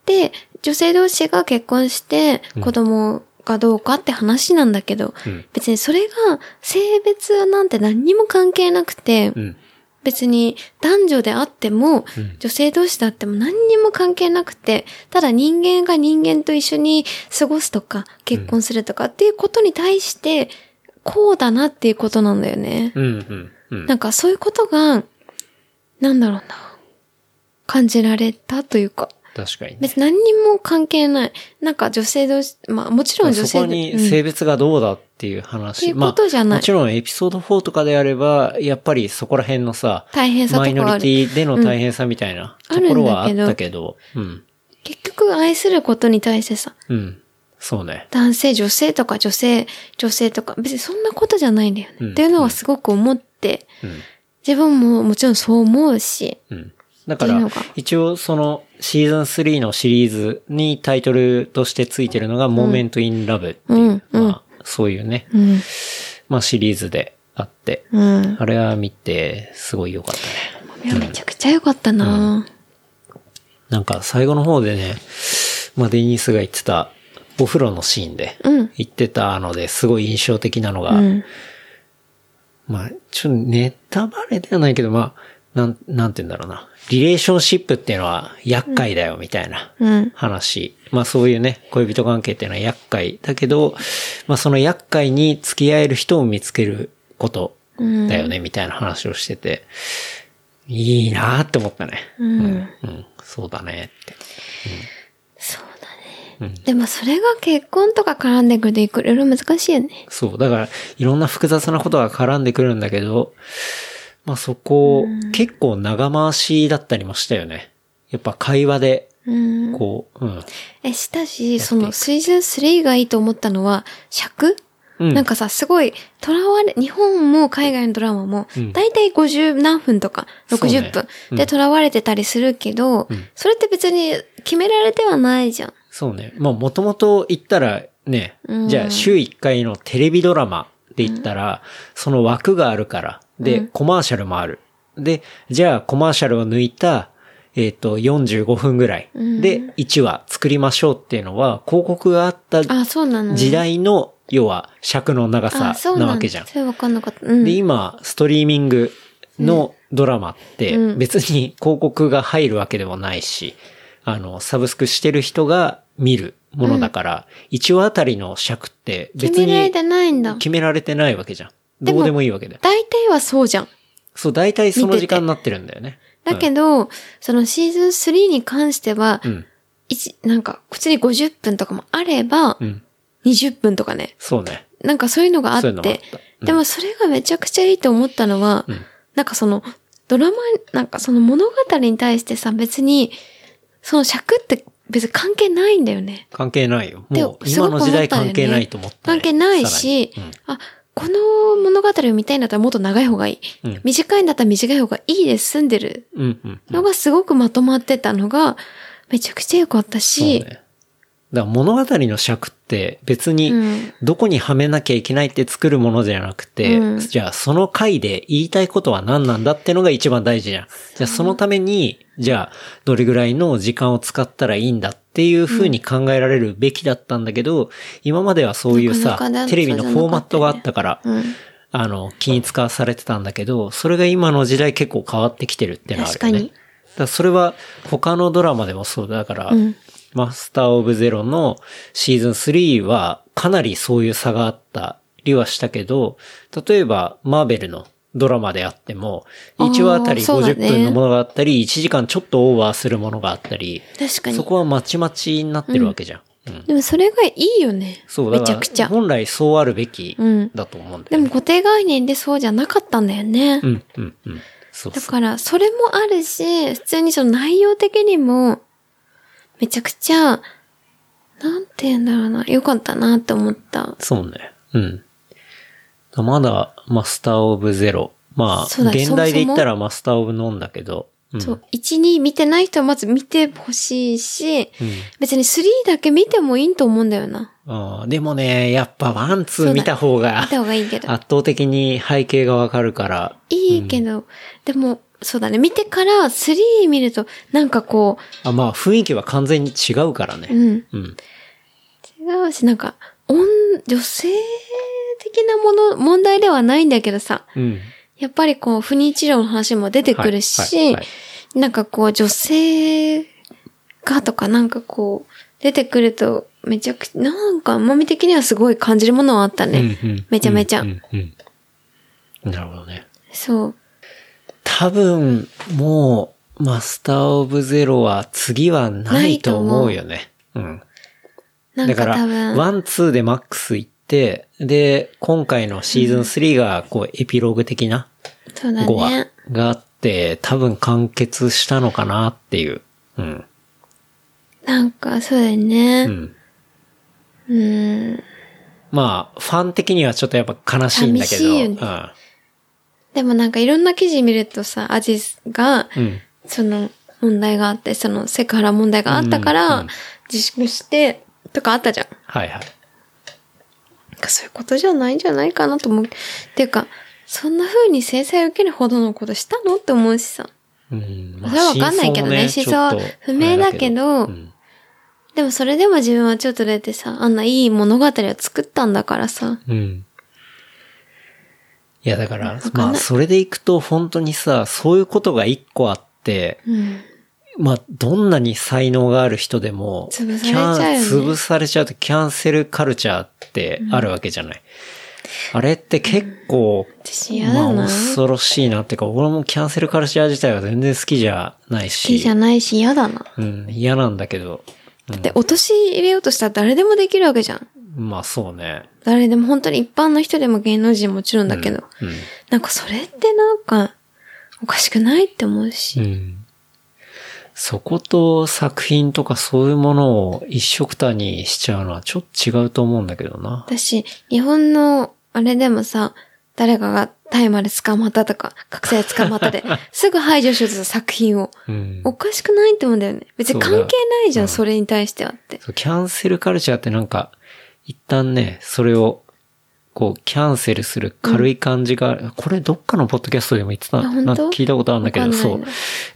S2: で、女性同士が結婚して子供がどうかって話なんだけど、
S1: うん
S2: 別にそれが性別なんて何にも関係なくて、
S1: うん。
S2: 別に男女であっても、女性同士であっても何にも関係なくて、ただ人間が人間と一緒に過ごすとか、結婚するとかっていうことに対して、こうだなっていうことなんだよね。
S1: うん。うん。うん
S2: なんかそういうことが、なんだろうな、感じられたというか。
S1: 確かにね。
S2: 別に何にも関係ない。なんか女性同士、まあもちろん女
S1: そ
S2: 性
S1: こ
S2: で
S1: に性別がどうだっていう話。
S2: うんっていうことじゃない
S1: まあもちろんエピソード4とかであれば、やっぱりそこら辺のさ、
S2: 大変さとかあ
S1: マイ
S2: る
S1: ノリティでの大変さみたいなところはあ
S2: ある
S1: っ
S2: んだけど
S1: たけど、うん。
S2: うん結局愛することに対してさ、
S1: うん。そうね。
S2: 男性、女性とか女性、女性とか、別にそんなことじゃないんだよね。
S1: うん
S2: っていうのはすごく思っって、自分ももちろんそう思うし、
S1: うん。だか
S2: っていう
S1: ら
S2: のが、
S1: 一応そのシーズン3のシリーズにタイトルとしてついてるのが Moment in Love っていう、
S2: うんうん
S1: まあ、そういうね、
S2: うん、
S1: まあシリーズであって、
S2: うん。
S1: あれは見て、すごい良かったね。
S2: いやめちゃくちゃ良かったな、
S1: なんか最後の方でね、まあデニスが言ってた、お風呂のシーンで
S2: うん、
S1: 言ってたのですごい印象的なのが、
S2: うん。
S1: まあ、ちょっとネタバレではないけど、まあ、なん、なんて言うんだろうな。リレーションシップっていうのは厄介だよ、みたいな
S2: うん
S1: 話。まあそういうね、恋人関係っていうのは厄介だけど、まあその厄介に付き合える人を見つけることだよね、みたいな話をしてて、いいなって思ったね。うん。うん、そうだねって。
S2: でもそれが結婚とか絡んでくるといろいろ難しいよね。
S1: そう。だから、いろんな複雑なことが絡んでくるんだけど、まあそこを、結構長回しだったりもしたよね。やっぱ会話で、
S2: うん。
S1: こう、うん。
S2: え、したし、その、水準3がいいと思ったのは、尺、
S1: うん
S2: なんかさ、すごい、囚われ、日本も海外のドラマも
S1: ん、
S2: だいたい50何分とか、60
S1: そう
S2: 分
S1: ねうん
S2: で囚われてたりするけど、それって別に決められてはないじゃん。
S1: そうね。まあもともと言ったらね、
S2: うん
S1: じゃあ週1回のテレビドラマで言ったら、その枠があるから、で、コマーシャルもある。で、じゃあコマーシャルを抜いた、えっ、と、45分ぐらいで1話作りましょうっていうのは、広告があった
S2: あ、そうなの
S1: 時代の、要は尺の長
S2: あ、
S1: さ
S2: そう
S1: な
S2: な
S1: わ
S2: ん
S1: け
S2: だ。
S1: じゃん。
S2: それわかんなかった。うん。
S1: で、今、ストリーミングのドラマって
S2: う、ん
S1: 別に広告が入るわけでもないし、あの、サブスクしてる人が見るものだから、1話あたりの尺って別
S2: 決められ
S1: に
S2: てないんだ。
S1: 決められてないわけじゃん。
S2: でも
S1: どうでもいいわけだよ。
S2: 大体はそうじゃん。
S1: そう、大体その
S2: 見てて
S1: 時間になってるんだよね。
S2: だけど、そのシーズン3に関しては、
S1: うん。
S2: 一、なんか、普通に50分とかもあれば
S1: う、ん。
S2: 20分とかね。
S1: そうね。
S2: なんかそういうのがあっ
S1: そういうのもあってた。うん
S2: でもそれがめちゃくちゃいいと思ったのは、
S1: うん
S2: なんかその、ドラマ、なんかその物語に対してさ、別に、その尺って別に関係ないんだよね。
S1: 関係ないよ。
S2: で
S1: もう、今の時代関係ないと思ったね、
S2: 関係ないし、
S1: さらに
S2: あ、この物語を見たいんだったらもっと長い方がいい。
S1: うん
S2: 短いんだったら短い方がいいで済んでる
S1: うん。うん、うん。
S2: のがすごくまとまってたのが、めちゃくちゃ良かったし、
S1: そうね。だから物語の尺って別
S2: う
S1: に
S2: ん
S1: どこにはめなきゃいけないって作るものじゃなくて、
S2: うん
S1: じゃあその回で言いたいことは何なんだってのが一番大事じゃん。じゃあそのために、じゃあどれぐらいの時間を使ったらいいんだっていうふうに考えられるべきだったんだけど、今まではそういうさ
S2: なかなかね
S1: テレビのフォーマットがあったから、
S2: うん
S1: あの、均一化されてたんだけど、それが今の時代結構変わってきてるってのはある
S2: 確か
S1: よね。
S2: に
S1: だからそれは他のドラマでもそうだだから、
S2: うん
S1: マスターオブゼロのシーズン3はかなりそういう差があったりはしたけど、例えばマーベルのドラマであっても、
S2: あー
S1: 1話あたり
S2: そうだね
S1: 50分のものがあったり、1時間ちょっとオーバーするものがあったり、
S2: 確かに。
S1: そこはまちまちになってるわけじゃん。うん
S2: でもそれがいいよね。
S1: そう、だ
S2: めち
S1: か
S2: ゃくちゃ。
S1: ら本来そうあるべき
S2: うん
S1: だと思うんだ
S2: で
S1: よ
S2: も
S1: ね。
S2: 固定概念でそうじゃなかったんだよね。
S1: うん、うん、うん。そう
S2: だ
S1: そう。
S2: から、それもあるし、普通にその内容的にも、めちゃくちゃ、なんて言うんだろうな、良かったなって思った。
S1: そうね。うん。まだマスターオブゼロ。まあ、
S2: そうだね
S1: 現代で言った
S2: そも
S1: らマスターオブノンだけど。うん、
S2: そう、1、2見てない人はまず見てほしいし、
S1: うん
S2: 別に3だけ見てもいいと思うんだよな。
S1: あーでもね、やっぱワンツ
S2: そう
S1: ー
S2: だ
S1: 見た方が
S2: 見た方がいいけど。
S1: 圧倒的に背景がわかるから。
S2: いいけど、でも、そうだね、見てから3見ると、なんかこ
S1: あまあ、雰囲気は完全に違うから
S2: う、う
S1: ね。
S2: ん、
S1: うん。
S2: 違うし、なんか、女、女性的なもの、問題ではないんだけどさ、
S1: うん。
S2: やっぱりこう、不妊治療の話も出てくるし、
S1: はいはいはい
S2: なんかこう、女性がとかなんかこう、出てくると、めちゃくちゃ、なんか、まみ的にはすごい感じるものはあったね。
S1: うんうん
S2: めちゃめちゃ、
S1: うんうんうんなるほどね。
S2: そう。
S1: 多分、もう、マスターオブゼロは次はないと思うよね。うん。
S2: なん
S1: だ
S2: か
S1: から、
S2: 多分、
S1: ワン、ツーでマックス行って、で、今回のシーズン3が、こう、エピローグ的な
S2: そうだ
S1: 5話
S2: ね。
S1: があって、多分完結したのかなっていう。うん。
S2: なんか、そうだよね
S1: う。ん。
S2: うん。
S1: まあ、ファン的にはちょっとやっぱ悲しいんだ
S2: 寂
S1: けど。
S2: しいよね
S1: うん。
S2: でもなんかいろんな記事見るとさ、アジスが、
S1: うん。
S2: その問題があって、そのセクハラ問題があったから、
S1: うんうん
S2: 自粛して、とかあったじゃん。
S1: はいはい。
S2: なんかそういうことじゃないんじゃないかなと思う。っていうか、そんな風に制裁を受けるほどのことしたのって思うしさ。
S1: うん。
S2: それはわかんないけどね
S1: も
S2: 真相不明だけど
S1: ちょっとあれだうん
S2: でもそれでも自分はちょっと出てさ、あんないい物語を作ったんだからさ。
S1: うん。いや、だか
S2: か
S1: ら、
S2: んない
S1: まあ、それでいくと、本当にさ、そういうことが一個あって、
S2: うん。
S1: まあ、どんなに才能がある人でも、
S2: 潰されちゃうよね
S1: キャン潰されちゃうと、キャンセルカルチャーってあるわけじゃない。あれって結構、
S2: 私嫌だ
S1: まあ、
S2: な。好
S1: 恐ろしいなっていうか、俺もキャンセルカルチャー自体は全然好きじゃないし。
S2: きじゃないし嫌だな。
S1: うん、嫌なんだけど。うん
S2: で、落とし入れようとしたら誰でもできるわけじゃん。
S1: まあ、そうね。
S2: 誰でも本当に一般の人でも芸能人もちろんだけど。
S1: うん。
S2: なんかそれってなんか、おかしくないって思うし。
S1: うんそこと作品とかそういうものを一色たにしちゃうのはちょっと違うと思うんだけどな。
S2: だし、日本の、あれでもさ、誰かが大麻で捕まったとか、覚醒で捕まった
S1: *laughs*
S2: で、すぐ排除しようとした作品を。
S1: うん。
S2: おかしくないって思うんだよね。別に関係ないじゃん、それに対してはって。
S1: そうキャンセルカルチャーってなんか、一旦ね、それを、こう、キャンセルする軽い感じが、これどっかのポッドキャストでも言ってた、
S2: あ本当
S1: なんか聞いたことあるんだけ
S2: わ
S1: ど、
S2: かんない
S1: そう
S2: な。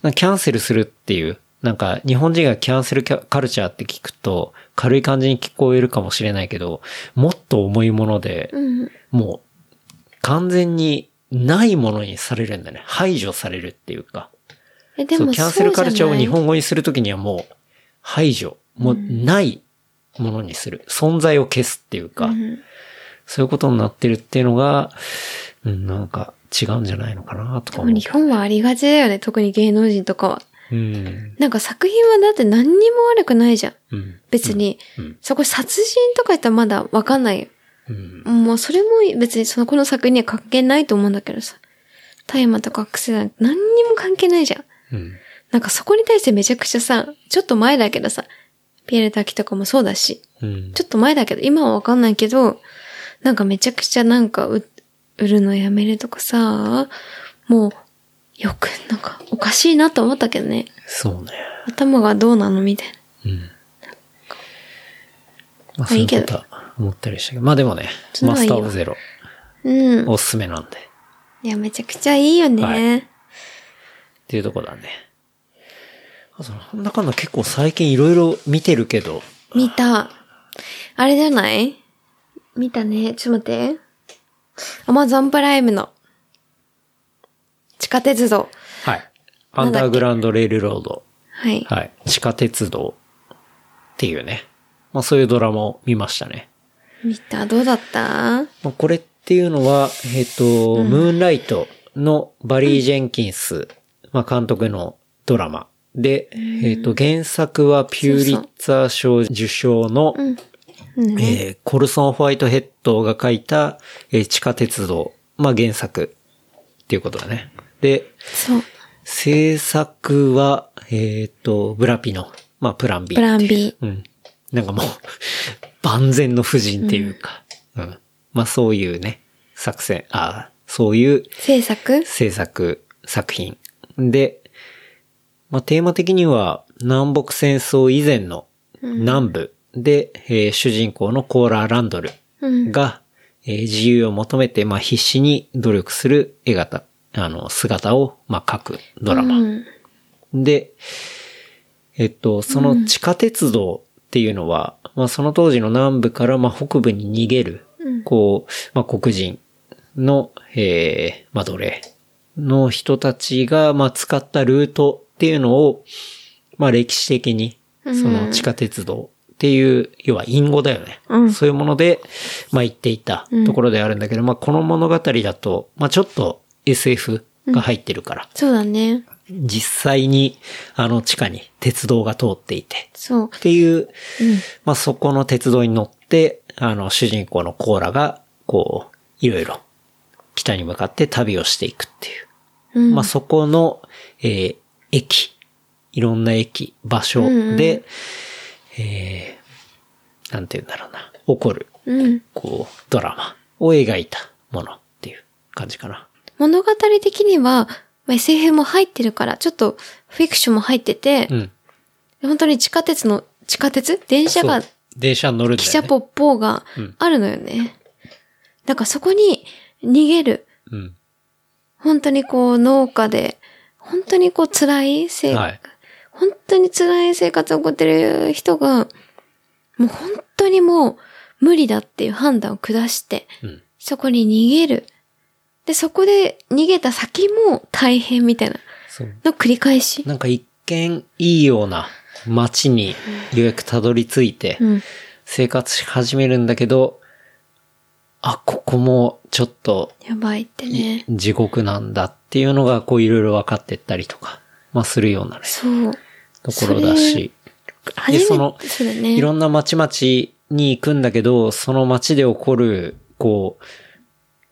S1: なんかキャンセルするっていう、なんか日本人がキャンセルキャカルチャーって聞くと、軽い感じに聞こえるかもしれないけど、もっと重いもので、
S2: うん。
S1: もう、完全にないものにされるんだね。排除されるっていうか。
S2: え、で
S1: そ
S2: も
S1: うキャ
S2: そう
S1: ンセルカルチ
S2: じ
S1: ャ
S2: ゃ
S1: ーを
S2: ない
S1: 日本語にするときにはもう、排除。もう、ないものにする。存在を消すっていうか、
S2: うん
S1: そういうことになってるっていうのが、うん、なんか違うんじゃないのかなと
S2: で
S1: か
S2: も
S1: 思う。
S2: 日本はありがちだよね、特に芸能人とかは。
S1: うん。
S2: なんか作品はだって何にも悪くないじゃん。
S1: うん。
S2: 別に、
S1: うん。
S2: そこ殺人とか言ったらまだわかんないよ。
S1: うん。
S2: もうそれも別にそのこの作品には関係ないと思うんだけどさ。大麻とか覚醒なんて何にも関係ないじゃん。
S1: うん。
S2: なんかそこに対してめちゃくちゃさ、ちょっと前だけどさ、ピエール滝とかもそうだし、
S1: うん。
S2: ちょっと前だけど、今はわかんないけど、なんかめちゃくちゃなんかう売るのやめるとかさ、もう、よく、なんかおかしいなと思ったけどね。
S1: そうね。
S2: 頭がどうなのみたいな。
S1: うん。まあ、
S2: まあ
S1: そう
S2: い
S1: い
S2: いうけ
S1: こ
S2: ど
S1: とは思ったりしたけど。まあでもね、
S2: そんな
S1: マ
S2: のい
S1: ス
S2: い
S1: タ
S2: よ
S1: ーオブゼロ、
S2: うん。
S1: おすすめなんで。
S2: いや、めちゃくちゃいいよね。
S1: はいっていうとこだね。あと、なんだかんだ結構最近いろいろ見てるけど、
S2: 見た。あれじゃない見たね。ちょっと待って。アマゾンプライムの。地下鉄道。
S1: はい。アンダーグラウンドレールロード、
S2: はい。
S1: はい。地下鉄道っていうね。まあそういうドラマを見ましたね。
S2: 見た。どうだった
S1: まあ、これっていうのは、えっ、と、ムーンライトのバリー・ジェンキンス、まあ監督のドラマ。で、えっ、と、原作はピューリッツァー賞受賞の、
S2: うんね。
S1: えーコルソン・ホワイトヘッドが書いた、えー地下鉄道、まあ、原作っていうことだね。で、
S2: そう。
S1: 制作は、えっ、と、ブラピの、まあ、プラン B。
S2: プラン B。
S1: うん。なんかもう、 *laughs* 万全の夫人っていうか、うん、まあ、そういうね、作戦、あそういう
S2: 制作
S1: 制作作品。で、まあ、テーマ的には南北戦争以前の南部で、えー主人公のコーラ・ランドル
S2: うん。
S1: が、えー自由を求めて、まあ、必死に努力する絵型、あの、姿を、まあ、描くドラマ。
S2: うん。
S1: で、えっと、その地下鉄道っていうのは、まあその当時の南部からまあ北部に逃げる、こう、まあ黒人の、えー、まあ奴隷の人たちがまあ使ったルートっていうのを、まあ歴史的に、その地下鉄道っていう、要は隠語だよね。
S2: うん
S1: そういうもので、まあ言っていたところであるんだけど、まあこの物語だと、まあちょっと SF が入ってるから、
S2: そうだね。
S1: 実際に、あの、地下に鉄道が通っていて、
S2: そう。
S1: っていう、まあ、そこの鉄道に乗って、あの、主人公のコーラが、こう、いろいろ、北に向かって旅をしていくっていう。
S2: うん。
S1: まあ、そこの、えー駅、いろんな駅、場所で、
S2: うんうん
S1: えーなんて言うんだろうな、起こる、
S2: うん。
S1: こう、ドラマを描いたものっていう感じかな。
S2: 物語的には、まあ SF も入ってるから、ちょっとフィクションも入ってて、
S1: うん。
S2: 本当に地下鉄の、地下鉄電車が
S1: そう、電車に乗るんだ
S2: 汽
S1: よ、
S2: 車
S1: ね。
S2: ポッポーが
S1: うん
S2: あるのよね。だからそこに逃げる。
S1: うん。
S2: 本当にこう農家で、本当にこう辛い生活、
S1: はい
S2: 本当に辛い生活を送ってる人が、もう本当にもう無理だっていう判断を下して、
S1: うん。
S2: そこに逃げる。で、そこで逃げた先も大変みたいな
S1: そう。
S2: の繰り返し。
S1: なんか一見いいような街にようやくたどり着いて
S2: うん。
S1: 生活し始めるんだけど、あ、ここもちょっと
S2: やばいってね。
S1: 地獄なんだっていうのがこういろいろ分かってったりとか、まあするようなね、
S2: そう。
S1: ところだし。
S2: 初めて、
S1: そ
S2: そ
S1: の
S2: うだね。
S1: いろんな町々に行くんだけど、その町で起こる、こ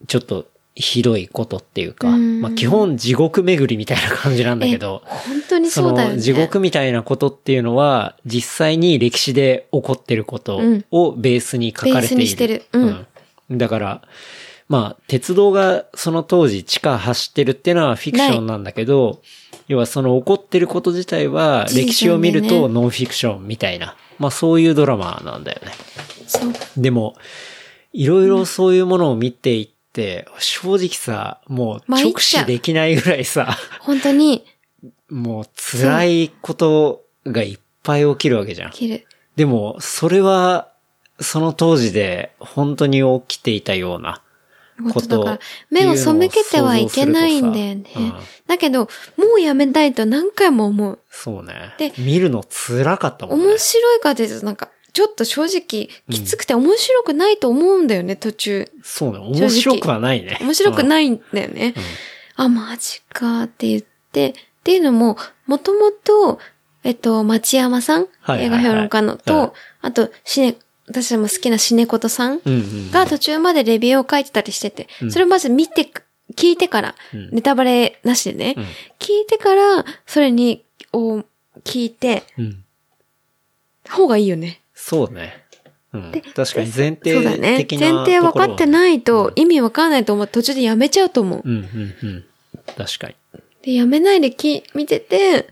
S1: う、ちょっとひどいことっていうか、
S2: うん
S1: まあ基本地獄巡りみたいな感じなんだけど
S2: え、本当にそうだよね。
S1: の地獄みたいなことっていうのは、実際に歴史で起こってることをベースに書か
S2: ベー
S1: れている。
S2: スにしてるうん
S1: うんだから、まあ、鉄道がその当時地下走ってるっていうのはフィクションなんだけど、要はその起こってること自体は
S2: 事実なんだよね
S1: 歴史を見るとノンフィクションみたいな、まあそういうドラマなんだよね。
S2: そう。
S1: でも、いろいろそういうものを見ていって、正直さ、もう
S2: 参っ
S1: 直
S2: ちゃう
S1: 視できないぐらいさ、
S2: 本当に、
S1: もう辛いことがいっぱい起きるわけじゃん。
S2: 切る。
S1: でも、それは、その当時で本当に起きていたような
S2: こ
S1: ことと
S2: だから、目を背けてはいけないんだよね
S1: っていうのを想像するとさうん。
S2: だけど、もうやめたいと何回も思う。
S1: そうね。
S2: で
S1: 見るの辛かったもんね。
S2: 面白いかというと、なんか、ちょっと正直、きつくて面白くないと思うんだよね、途中。
S1: そうね。
S2: 直
S1: 面白くはないね。
S2: 面白くないんだよね。あ、マジかって言って、っていうのも、もともと、えっと、町山さん、
S1: はいはい
S2: 映
S1: は
S2: 画
S1: い
S2: 評論家のと、
S1: うん
S2: あと、シネ、私も好きなシネコトさん
S1: うん。うんうん。
S2: が途中までレビューを書いてたりしてて、
S1: うん
S2: それをまず見て、聞いてから、
S1: うん
S2: ネタバレなしでね、
S1: うん
S2: 聞いてから、それに、を聞いて、
S1: うん。
S2: 方がいいよね。
S1: そうね。うん。確かに前
S2: そうだ
S1: 提
S2: ね。
S1: 的
S2: 前
S1: なところは。
S2: 提分かってないと意味分かんないと思う。途中でやめちゃうと思う。
S1: うんうんうん。確かに。
S2: で、やめないでき、見てて、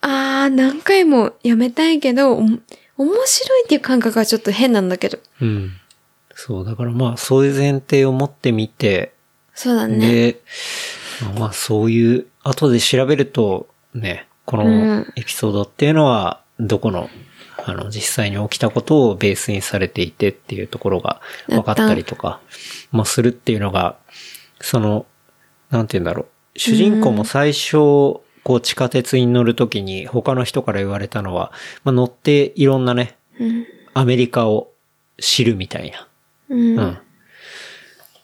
S2: あー、何回もやめたいけど、おも面白いっていう感覚がちょっと変なんだけど。
S1: うん。そう。だからまあ、そういう前提を持ってみて、
S2: そうだね。
S1: で、まあまあそういう、後で調べるとね、こ
S2: う
S1: の
S2: ん
S1: エピソードっていうのは、どこの、あの、実際に起きたことをベースにされていてっていうところが分かったりとか、まあするっていうのが、その、なんて言うんだろう。主人公も最初、こう地下鉄に乗るときに他の人から言われたのは、まあ乗っていろんなね、
S2: うん。
S1: アメリカを知るみたいな。
S2: うん。
S1: うん。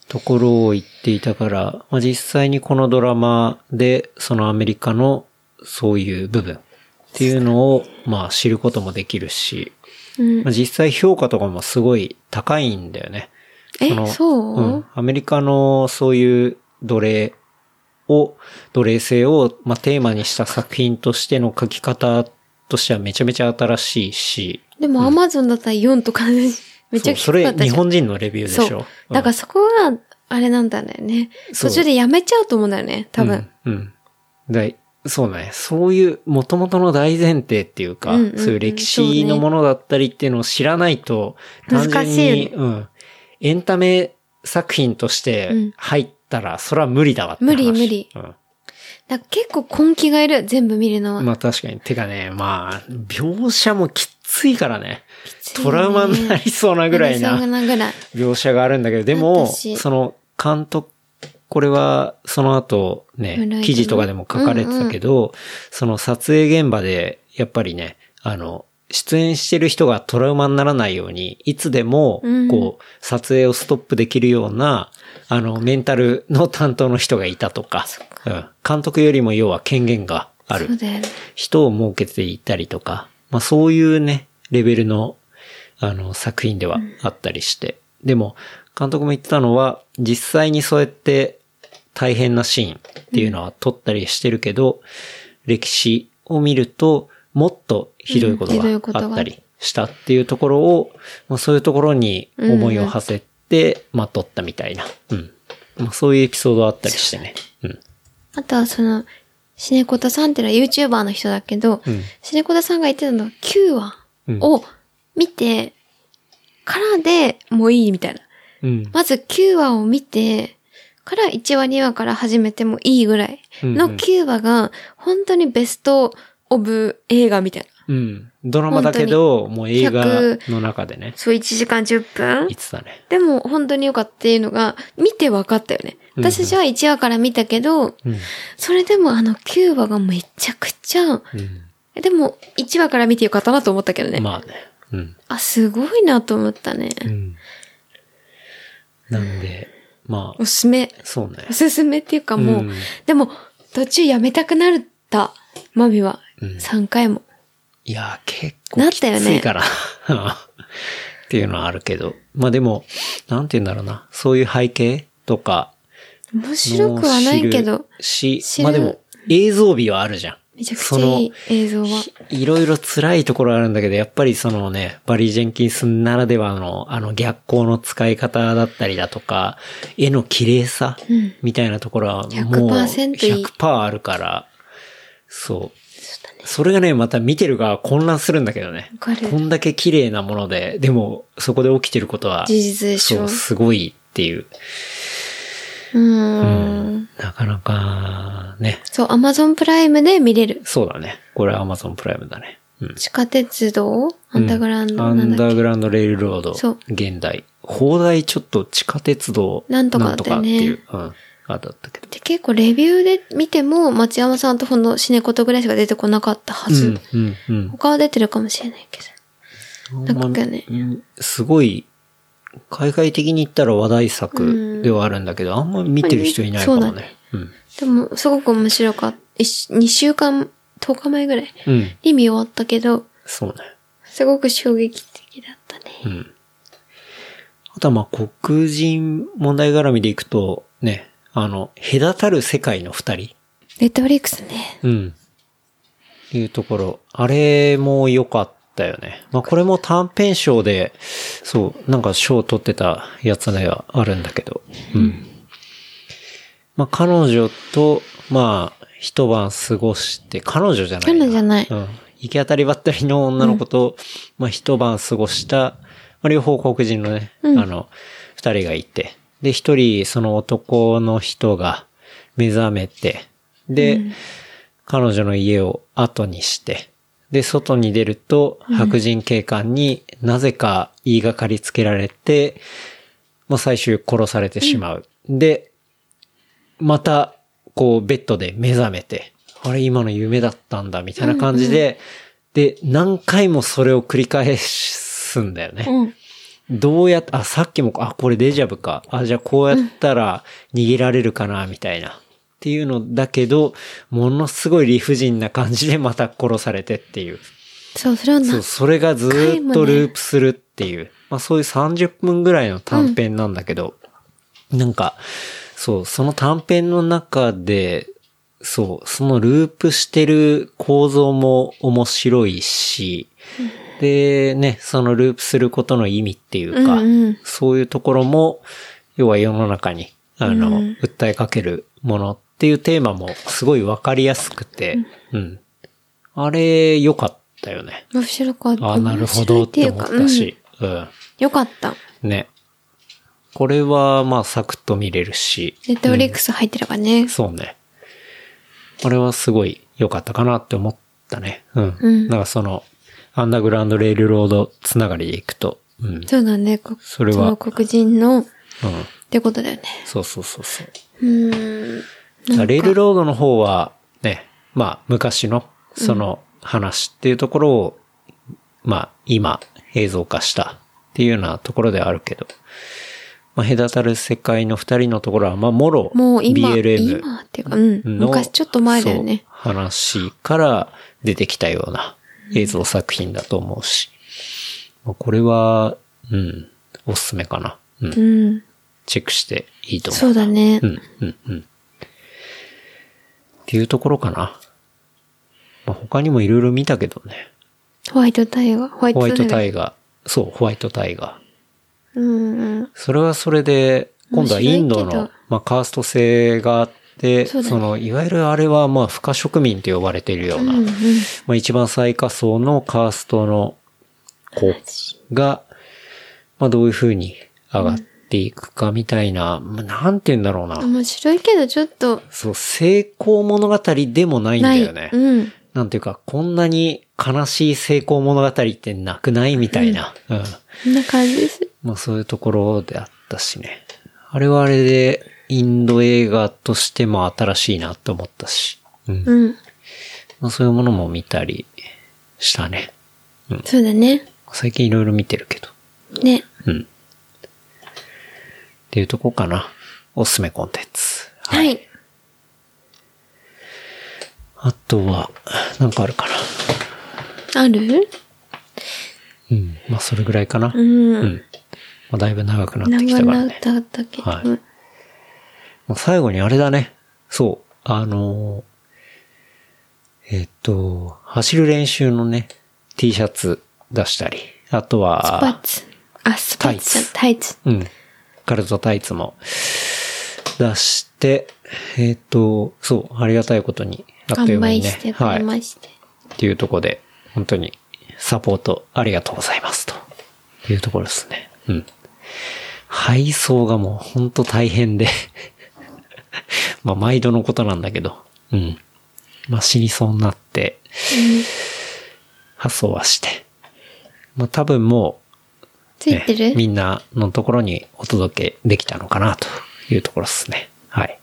S1: ところを言っていたから、まあ、実際にこのドラマで、そのアメリカのそういう部分っていうのを、まあ知ることもできるし、
S2: うん
S1: まあ、実際評価とかもすごい高いんだよね。
S2: え、
S1: の
S2: そう、
S1: ん。アメリカのそういう奴隷を、奴隷制を、まあ、テーマにした作品としての書き方としてはめちゃめちゃ新しいし、
S2: でもアマゾンだったら4とかね、めっちゃ
S1: そう
S2: きつ
S1: そ
S2: かったじゃ
S1: れ
S2: ん。
S1: 日本人のレビューでしょ。
S2: そうう。
S1: ん
S2: だからそこは、あれなんだよね。
S1: そ
S2: 途
S1: う
S2: 中でやめちゃうと思うんだよね、多分。
S1: うん。うん。だいそうね。そういう、元々の大前提っていうか、
S2: うんうんうん
S1: そういう歴史のものだったりっていうのを知らないと、
S2: そうね
S1: 単純に
S2: 難しいよね
S1: うん。エンタメ作品として
S2: うん
S1: 入ったら、それは無理だわって話
S2: 無理無理。だから結構根気がいる、全部見るの
S1: う
S2: は。
S1: ん。まあ確かに。てかね、まあ、描写もきついからね。
S2: ついね
S1: トラウマになりそうなぐらいな
S2: そ。んなぐらい。
S1: 描写があるんだけど、でも、
S2: 私
S1: その監督、これはその後
S2: ブライト
S1: ね
S2: の、
S1: 記事とかでも書かれてたけど、その撮影現場で、やっぱりね、あの、出演してる人がトラウマにならないように、いつでも
S2: うん、
S1: こう、撮影をストップできるような、あの、メンタルの担当の人がいたとか、うん、監督よりも要は権限がある
S2: そうだよね。
S1: 人を設けていたりとか、まあそういうね、レベルの、あの、作品ではあったりして。でも、監督も言ってたのは、実際にそうやって大変なシーンっていうのは撮ったりしてるけど、歴史を見ると、もっとひどいこと
S2: うんひどいことが
S1: があったりしたっていうところを、まあそういうところに思いを馳せて、まあ撮ったみたいな、うん、まあ、そういうエピソードあったりしてね。うん。
S2: あとはその、シネコタさんっていうのは YouTuber の人だけど、
S1: うん
S2: シネコタさんが言ってたの9話
S1: うん
S2: を見て、からでもういいみたいな。
S1: うん。
S2: まず9話を見て、から1話2話から始めてもいいぐらいの
S1: うんうん
S2: 9話が、本当にベストオブ映画みたいな。
S1: うん。ドラマだけど、もう映画の中でね。
S2: そう1時間10分
S1: 言ってたね。
S2: でも本当に良かったっていうのが、見て分かったよね。
S1: うんうん
S2: 私じゃあ1話から見たけど、
S1: うん。
S2: それでもあの9話がめちゃくちゃ、でも1話から見てよかったなと思ったけど
S1: う
S2: ね。
S1: ん。まあね。うん。
S2: あ、すごいなと思ったね。
S1: うん。なんで、まあ
S2: お、すすめ。
S1: そうね
S2: お。すすめっていうかもう、
S1: うん
S2: でも途中やめたくなった、マミは。
S1: うん
S2: 3回も。
S1: いや、結構
S2: なっ
S1: きつ
S2: たよね
S1: いから。 *laughs* っていうのはあるけど。まあでも、なんて言うんだろうな。そういう背景とか。
S2: 面白くはないけど、。
S1: し、
S2: 知る
S1: まあでも、映像美はあるじゃん。
S2: めちゃくちゃいい映像は。
S1: いろいろ辛いところあるんだけど、やっぱりそのね、バリー・ジェンキンスならではの、あの逆光の使い方だったりだとか、絵の綺麗さ、
S2: うん
S1: みたいなところはもう
S2: 100%
S1: 100%,
S2: いい
S1: あるから、そう。それがね、また見てるが混乱するんだけどね。
S2: わかる
S1: こんだけ綺麗なもので、でもそこで起きてることは、
S2: 事実でし
S1: そ
S2: ょ
S1: う、。すごいっていう。
S2: うーん。
S1: なかなか、ね。
S2: そう、アマゾンプライムで見れる。
S1: そうだね。これ Amazon プライムだね。うん。
S2: 地下鉄道アンダーグラウンド
S1: ア
S2: なんだ
S1: ン
S2: っ
S1: ダー
S2: け
S1: グラウンドレールロード。
S2: そう
S1: 現代。放題ちょっと地下鉄道。
S2: なんとかだったよね
S1: なんとかっていう。うん。あだったけど。
S2: で、結構レビューで見ても、松山さんとほんのシネコトぐらいしか出てこなかったはず。
S1: うん、うん、
S2: 他は出てるかもしれないけど。
S1: うん。
S2: なんかね
S1: あんまうんすごい、海外的に言ったら話題
S2: うん
S1: 作ではあるんだけど、あんま見てる人いないかも
S2: そうだ
S1: ね
S2: ね。
S1: うん。
S2: でも、すごく面白かった。2週間、10日前ぐらい
S1: うん。
S2: に見終わったけど、
S1: そうね。
S2: すごく衝撃的だったね。
S1: うん。あとはまあ黒人問題絡みでいくと、ね、あの、隔たる世界の二人。
S2: ネットフリックスね。
S1: うん。いうところ。あれも良かったよね。まあこれも短編賞で、そう、なんか賞を取ってたやつではあるんだけど。うん。まあ彼女と、まあ、一晩過ごして、彼女じゃない
S2: 彼
S1: な。
S2: 女じゃない
S1: うん。行き当たりばったりの女の子と、まあ一晩過ごした、まあ両方黒人のね、あの、二人がいて。で、一人、その男の人が目覚めて、で、彼女の家を後にして、で、外に出ると、白人警官になぜか言いがかりつけられて、まあ最終殺されてしまう。で、また、こう、ベッドで目覚めて、あれ、今の夢だったんだ、みたいな感じで、で、何回もそれを繰り返すんだよね。
S2: うん。
S1: どうやっ、あ、さっきも、あ、これデジャブか。あ、じゃあこうやったら逃げられるかな、みたいな。っていうのだけど、ものすごい理不尽な感じでまた殺されてっていう。
S2: そう、それはな
S1: そう、それがずーっとループするっていう。まあそういう30分ぐらいの短編なんだけど、なんか、そう、その短編の中で、そう、そのループしてる構造も面白いし、で、ね、そのループすることの意味っていうか、
S2: うんうん
S1: そういうところも、要は世の中に、あの、訴えかけるものっていうテーマもすごいわかりやすくて、うん。あれ、良かったよね。
S2: 面白かった。
S1: あなるほどって思っ
S2: 面
S1: た
S2: 白いていう
S1: し
S2: か。
S1: うん。
S2: うん。よかった。
S1: ね。これは、まあ、サクッと見れるし、
S2: ネットフリックス入ってればね。
S1: そうね。これはすごい良かったかなって思ったね。うん。
S2: うん
S1: なんかその、アンダーグラウンドレールロードつながりでいくと。うん。
S2: そうだね。こ
S1: それは
S2: の黒人の、っ
S1: うん。
S2: てことだよね。
S1: そうそうそうそう。
S2: うーん。
S1: レールロードの方は、ね、まあ、昔の、その話っていうところを、まあ、今、映像化したっていうようなところではあるけど、まあ、隔たる世界の二人のところは、まあ、もろ、
S2: もう今、
S1: BLM
S2: 今っていうか、うん。
S1: の、
S2: 昔ちょっと前だよね
S1: そう。話から出てきたような映像作品だと思うし、まあ、これは、うん、おすすめかな。うん、
S2: うん。
S1: チェックしていいと思う
S2: そうだね
S1: う。ん、うん、うん。っていうところかな。まあ、他にもいろいろ見たけどね。
S2: ホワイトタイガー。ホワイ
S1: ホ
S2: ト
S1: ワイト
S2: タ
S1: タ
S2: イ
S1: イガー。そう、ホワイトタイガ
S2: ガー。
S1: ー。
S2: うんうん。
S1: それはそれで、今度はインド
S2: 面白い
S1: の
S2: け、
S1: まあ、カースト制があって、
S2: そ
S1: そう
S2: だね
S1: の、いわゆるあれは、まあ、不可植民と呼ばれているような、まあ、一番最下層のカーストの子が、まあ、どういうふうに上がっていくかみたいな、まあ、なんて言うんだろうな。
S2: 面白いけど、ちょっと、
S1: そう、成功物語でもないん
S2: な
S1: だ
S2: い。
S1: よね。
S2: うん。
S1: なんていうか、こんなに悲しい成功物語ってなくないみたいな。うん。
S2: こんな感じです。
S1: まあそういうところであったしね。あれはあれで、インド映画としても新しいなと思ったし。うん。
S2: うん。
S1: まあそういうものも見たりしたね。
S2: そうだね。
S1: 最近いろいろ見てるけど。
S2: ね。
S1: うん。っていうとこかな。おすすめコンテンツ。
S2: はい。
S1: あとは、なんかあるかな。
S2: ある
S1: うん。まあそれぐらいかな。
S2: う。
S1: うんん。まあ、だいぶ長くなってき
S2: 長
S1: たから
S2: 々
S1: ね。
S2: だったけど。
S1: はいもう最後にあれだね。そう。あのーえっと、走る練習のね、T シャツ出したり。あとは、
S2: スパッツ。あ、スパッツじゃん。タイツ。
S1: うん。カルトタイツも出して、えっと、そう、ありがたいことに、あっという
S2: 完
S1: 間に
S2: 売
S1: ね
S2: して。く
S1: は
S2: れ
S1: い。
S2: まして。
S1: っていうところで、本当にサポートありがとうございますというところですね。うん。配送がもう本当大変で、 *laughs* まあ毎度のことなんだけど、うん。まあ死にそうになって、発送はして。まあ多分も
S2: つ
S1: う、
S2: いて
S1: ね
S2: る
S1: みんなのところにお届けできたのかなというところですね。はい。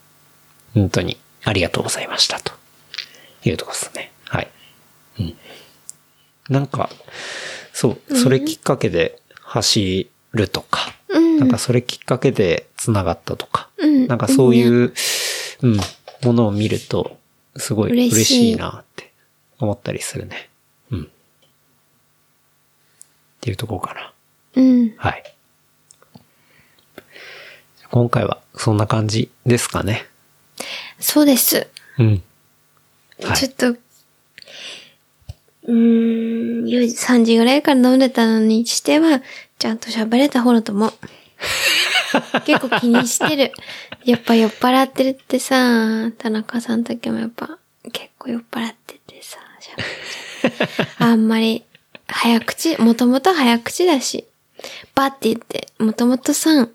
S1: 本当にありがとうございましたというところですね。はい。なんか、そう、それきっかけで走るとか、
S2: うん
S1: なんかそれきっかけで繋がったとか、
S2: うん
S1: なんかそういう、うん、ものを見ると、すごい
S2: 嬉しい
S1: 嬉しいなって思ったりするね。うん。っていうところかな。
S2: うん。
S1: はい。今回はそんな感じですかね。
S2: そうです。
S1: うん。はい
S2: ちょっと、うーん、4時、3時ぐらいから飲んでたのにしては、ちゃんと喋れた方だと
S1: *laughs*
S2: 思う。結構気にしてる。やっぱ酔っ払ってるってさ、田中さんの時もやっぱ、結構酔っ払っててさ、喋っ
S1: *laughs*
S2: ちゃうあんまり、早口、もともと早口だし、バって言って、もともとさ、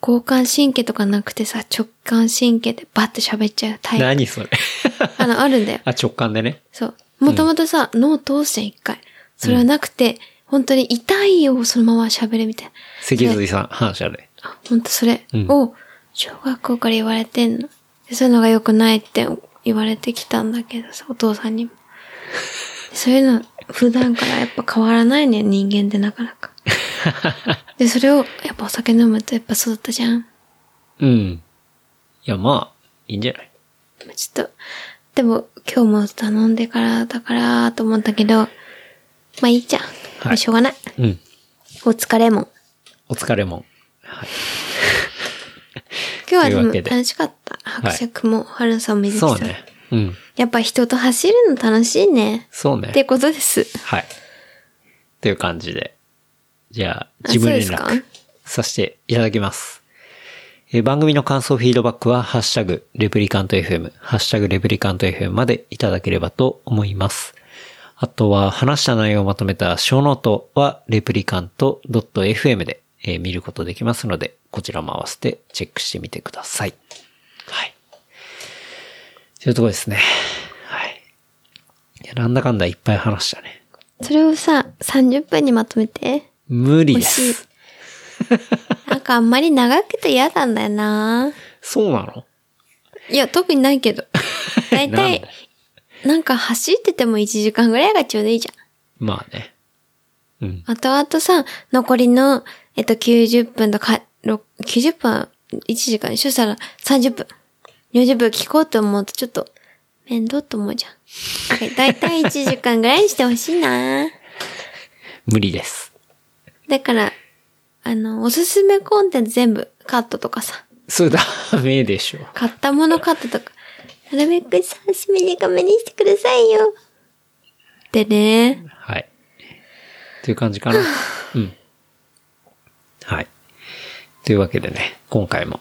S2: 交感神経とかなくてさ、直感神経でバって喋っちゃうタイプ。
S1: 何それ *laughs*
S2: あの、あるんだよ。
S1: あ、直感でね。
S2: そう。もともとさ、脳通してん一回。それはなくて、本当に痛いよ、そのまま喋るみたいな。
S1: 脊髄さん、反射で。
S2: あ、本当それ
S1: うん
S2: を、小学校から言われてんの。でそういうのが良くないって言われてきたんだけどさ、お父さん
S1: *laughs*
S2: にも。でそういうの、普段からやっぱ変わらないね、人間ってなかな
S1: *laughs*
S2: か。で、それを、やっぱお酒飲むとやっぱそうだったじゃん。
S1: うん。いや、まあ、いいんじゃない
S2: まあちょっと、でも今日も頼んでからだからと思ったけど、まあいいじゃん。まあしょうがない。
S1: うん。
S2: お疲れもん。
S1: お疲れもん。
S2: 今日はで
S1: という
S2: も
S1: わけで
S2: 楽しかった。伯爵も、春さんも水木
S1: そ
S2: さ。
S1: うんね。うん。
S2: やっぱ人と走るの楽しいね。
S1: そう
S2: って
S1: ね。
S2: ことです。
S1: はい。という感じで。じゃあ、
S2: あ
S1: 自分連
S2: そうです
S1: 絡
S2: か
S1: させていただきます。えー番組の感想、フィードバックは、ハッシュタグ、レプリカント FM、ハッシュタグ、レプリカント FM までいただければと思います。あとは、話した内容をまとめた小ノートは、レプリカント .fm で、えー見ることできますので、こちらも合わせてチェックしてみてください。はい。というところですね。はい。いや、なんだかんだいっぱい話したね。
S2: それをさ、30分にまとめて。
S1: 無理で
S2: 惜し
S1: す。
S2: なんかあんまり長くて嫌なんだよな。
S1: そうなの
S2: いや、特にないけ
S1: *laughs*
S2: ど。だいた
S1: なん
S2: い
S1: だ、
S2: なんか走ってても1時間ぐらいがちょうどいいじゃん。
S1: まあね。うん。
S2: あとあとさ、残りの、えっと、90分とか、ろ90分、1時間でしょそしたら30分。40分聞こうと思うとちょっと、面倒と思うじゃん。だいたい1時間ぐらいにしてほしいな。
S1: 無理です。
S2: だから、あの、おすすめコンテンツ全部カットとかさ、
S1: それダメでしょ。
S2: 買ったものカットとか、なるべくさ、締めにめにしてくださいよ。でね。
S1: はい。という感じかな。うん。はい。というわけでね、今回も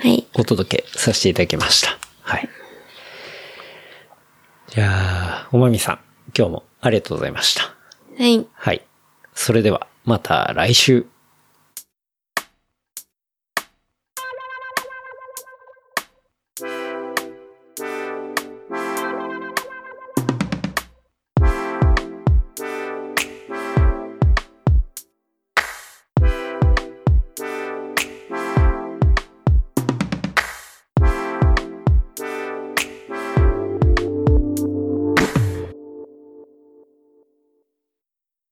S2: はい。
S1: お届けさせていただきました。はい。じゃあ、おまみさん、今日もありがとうございました。
S2: はい。
S1: はい。それでは、また来週。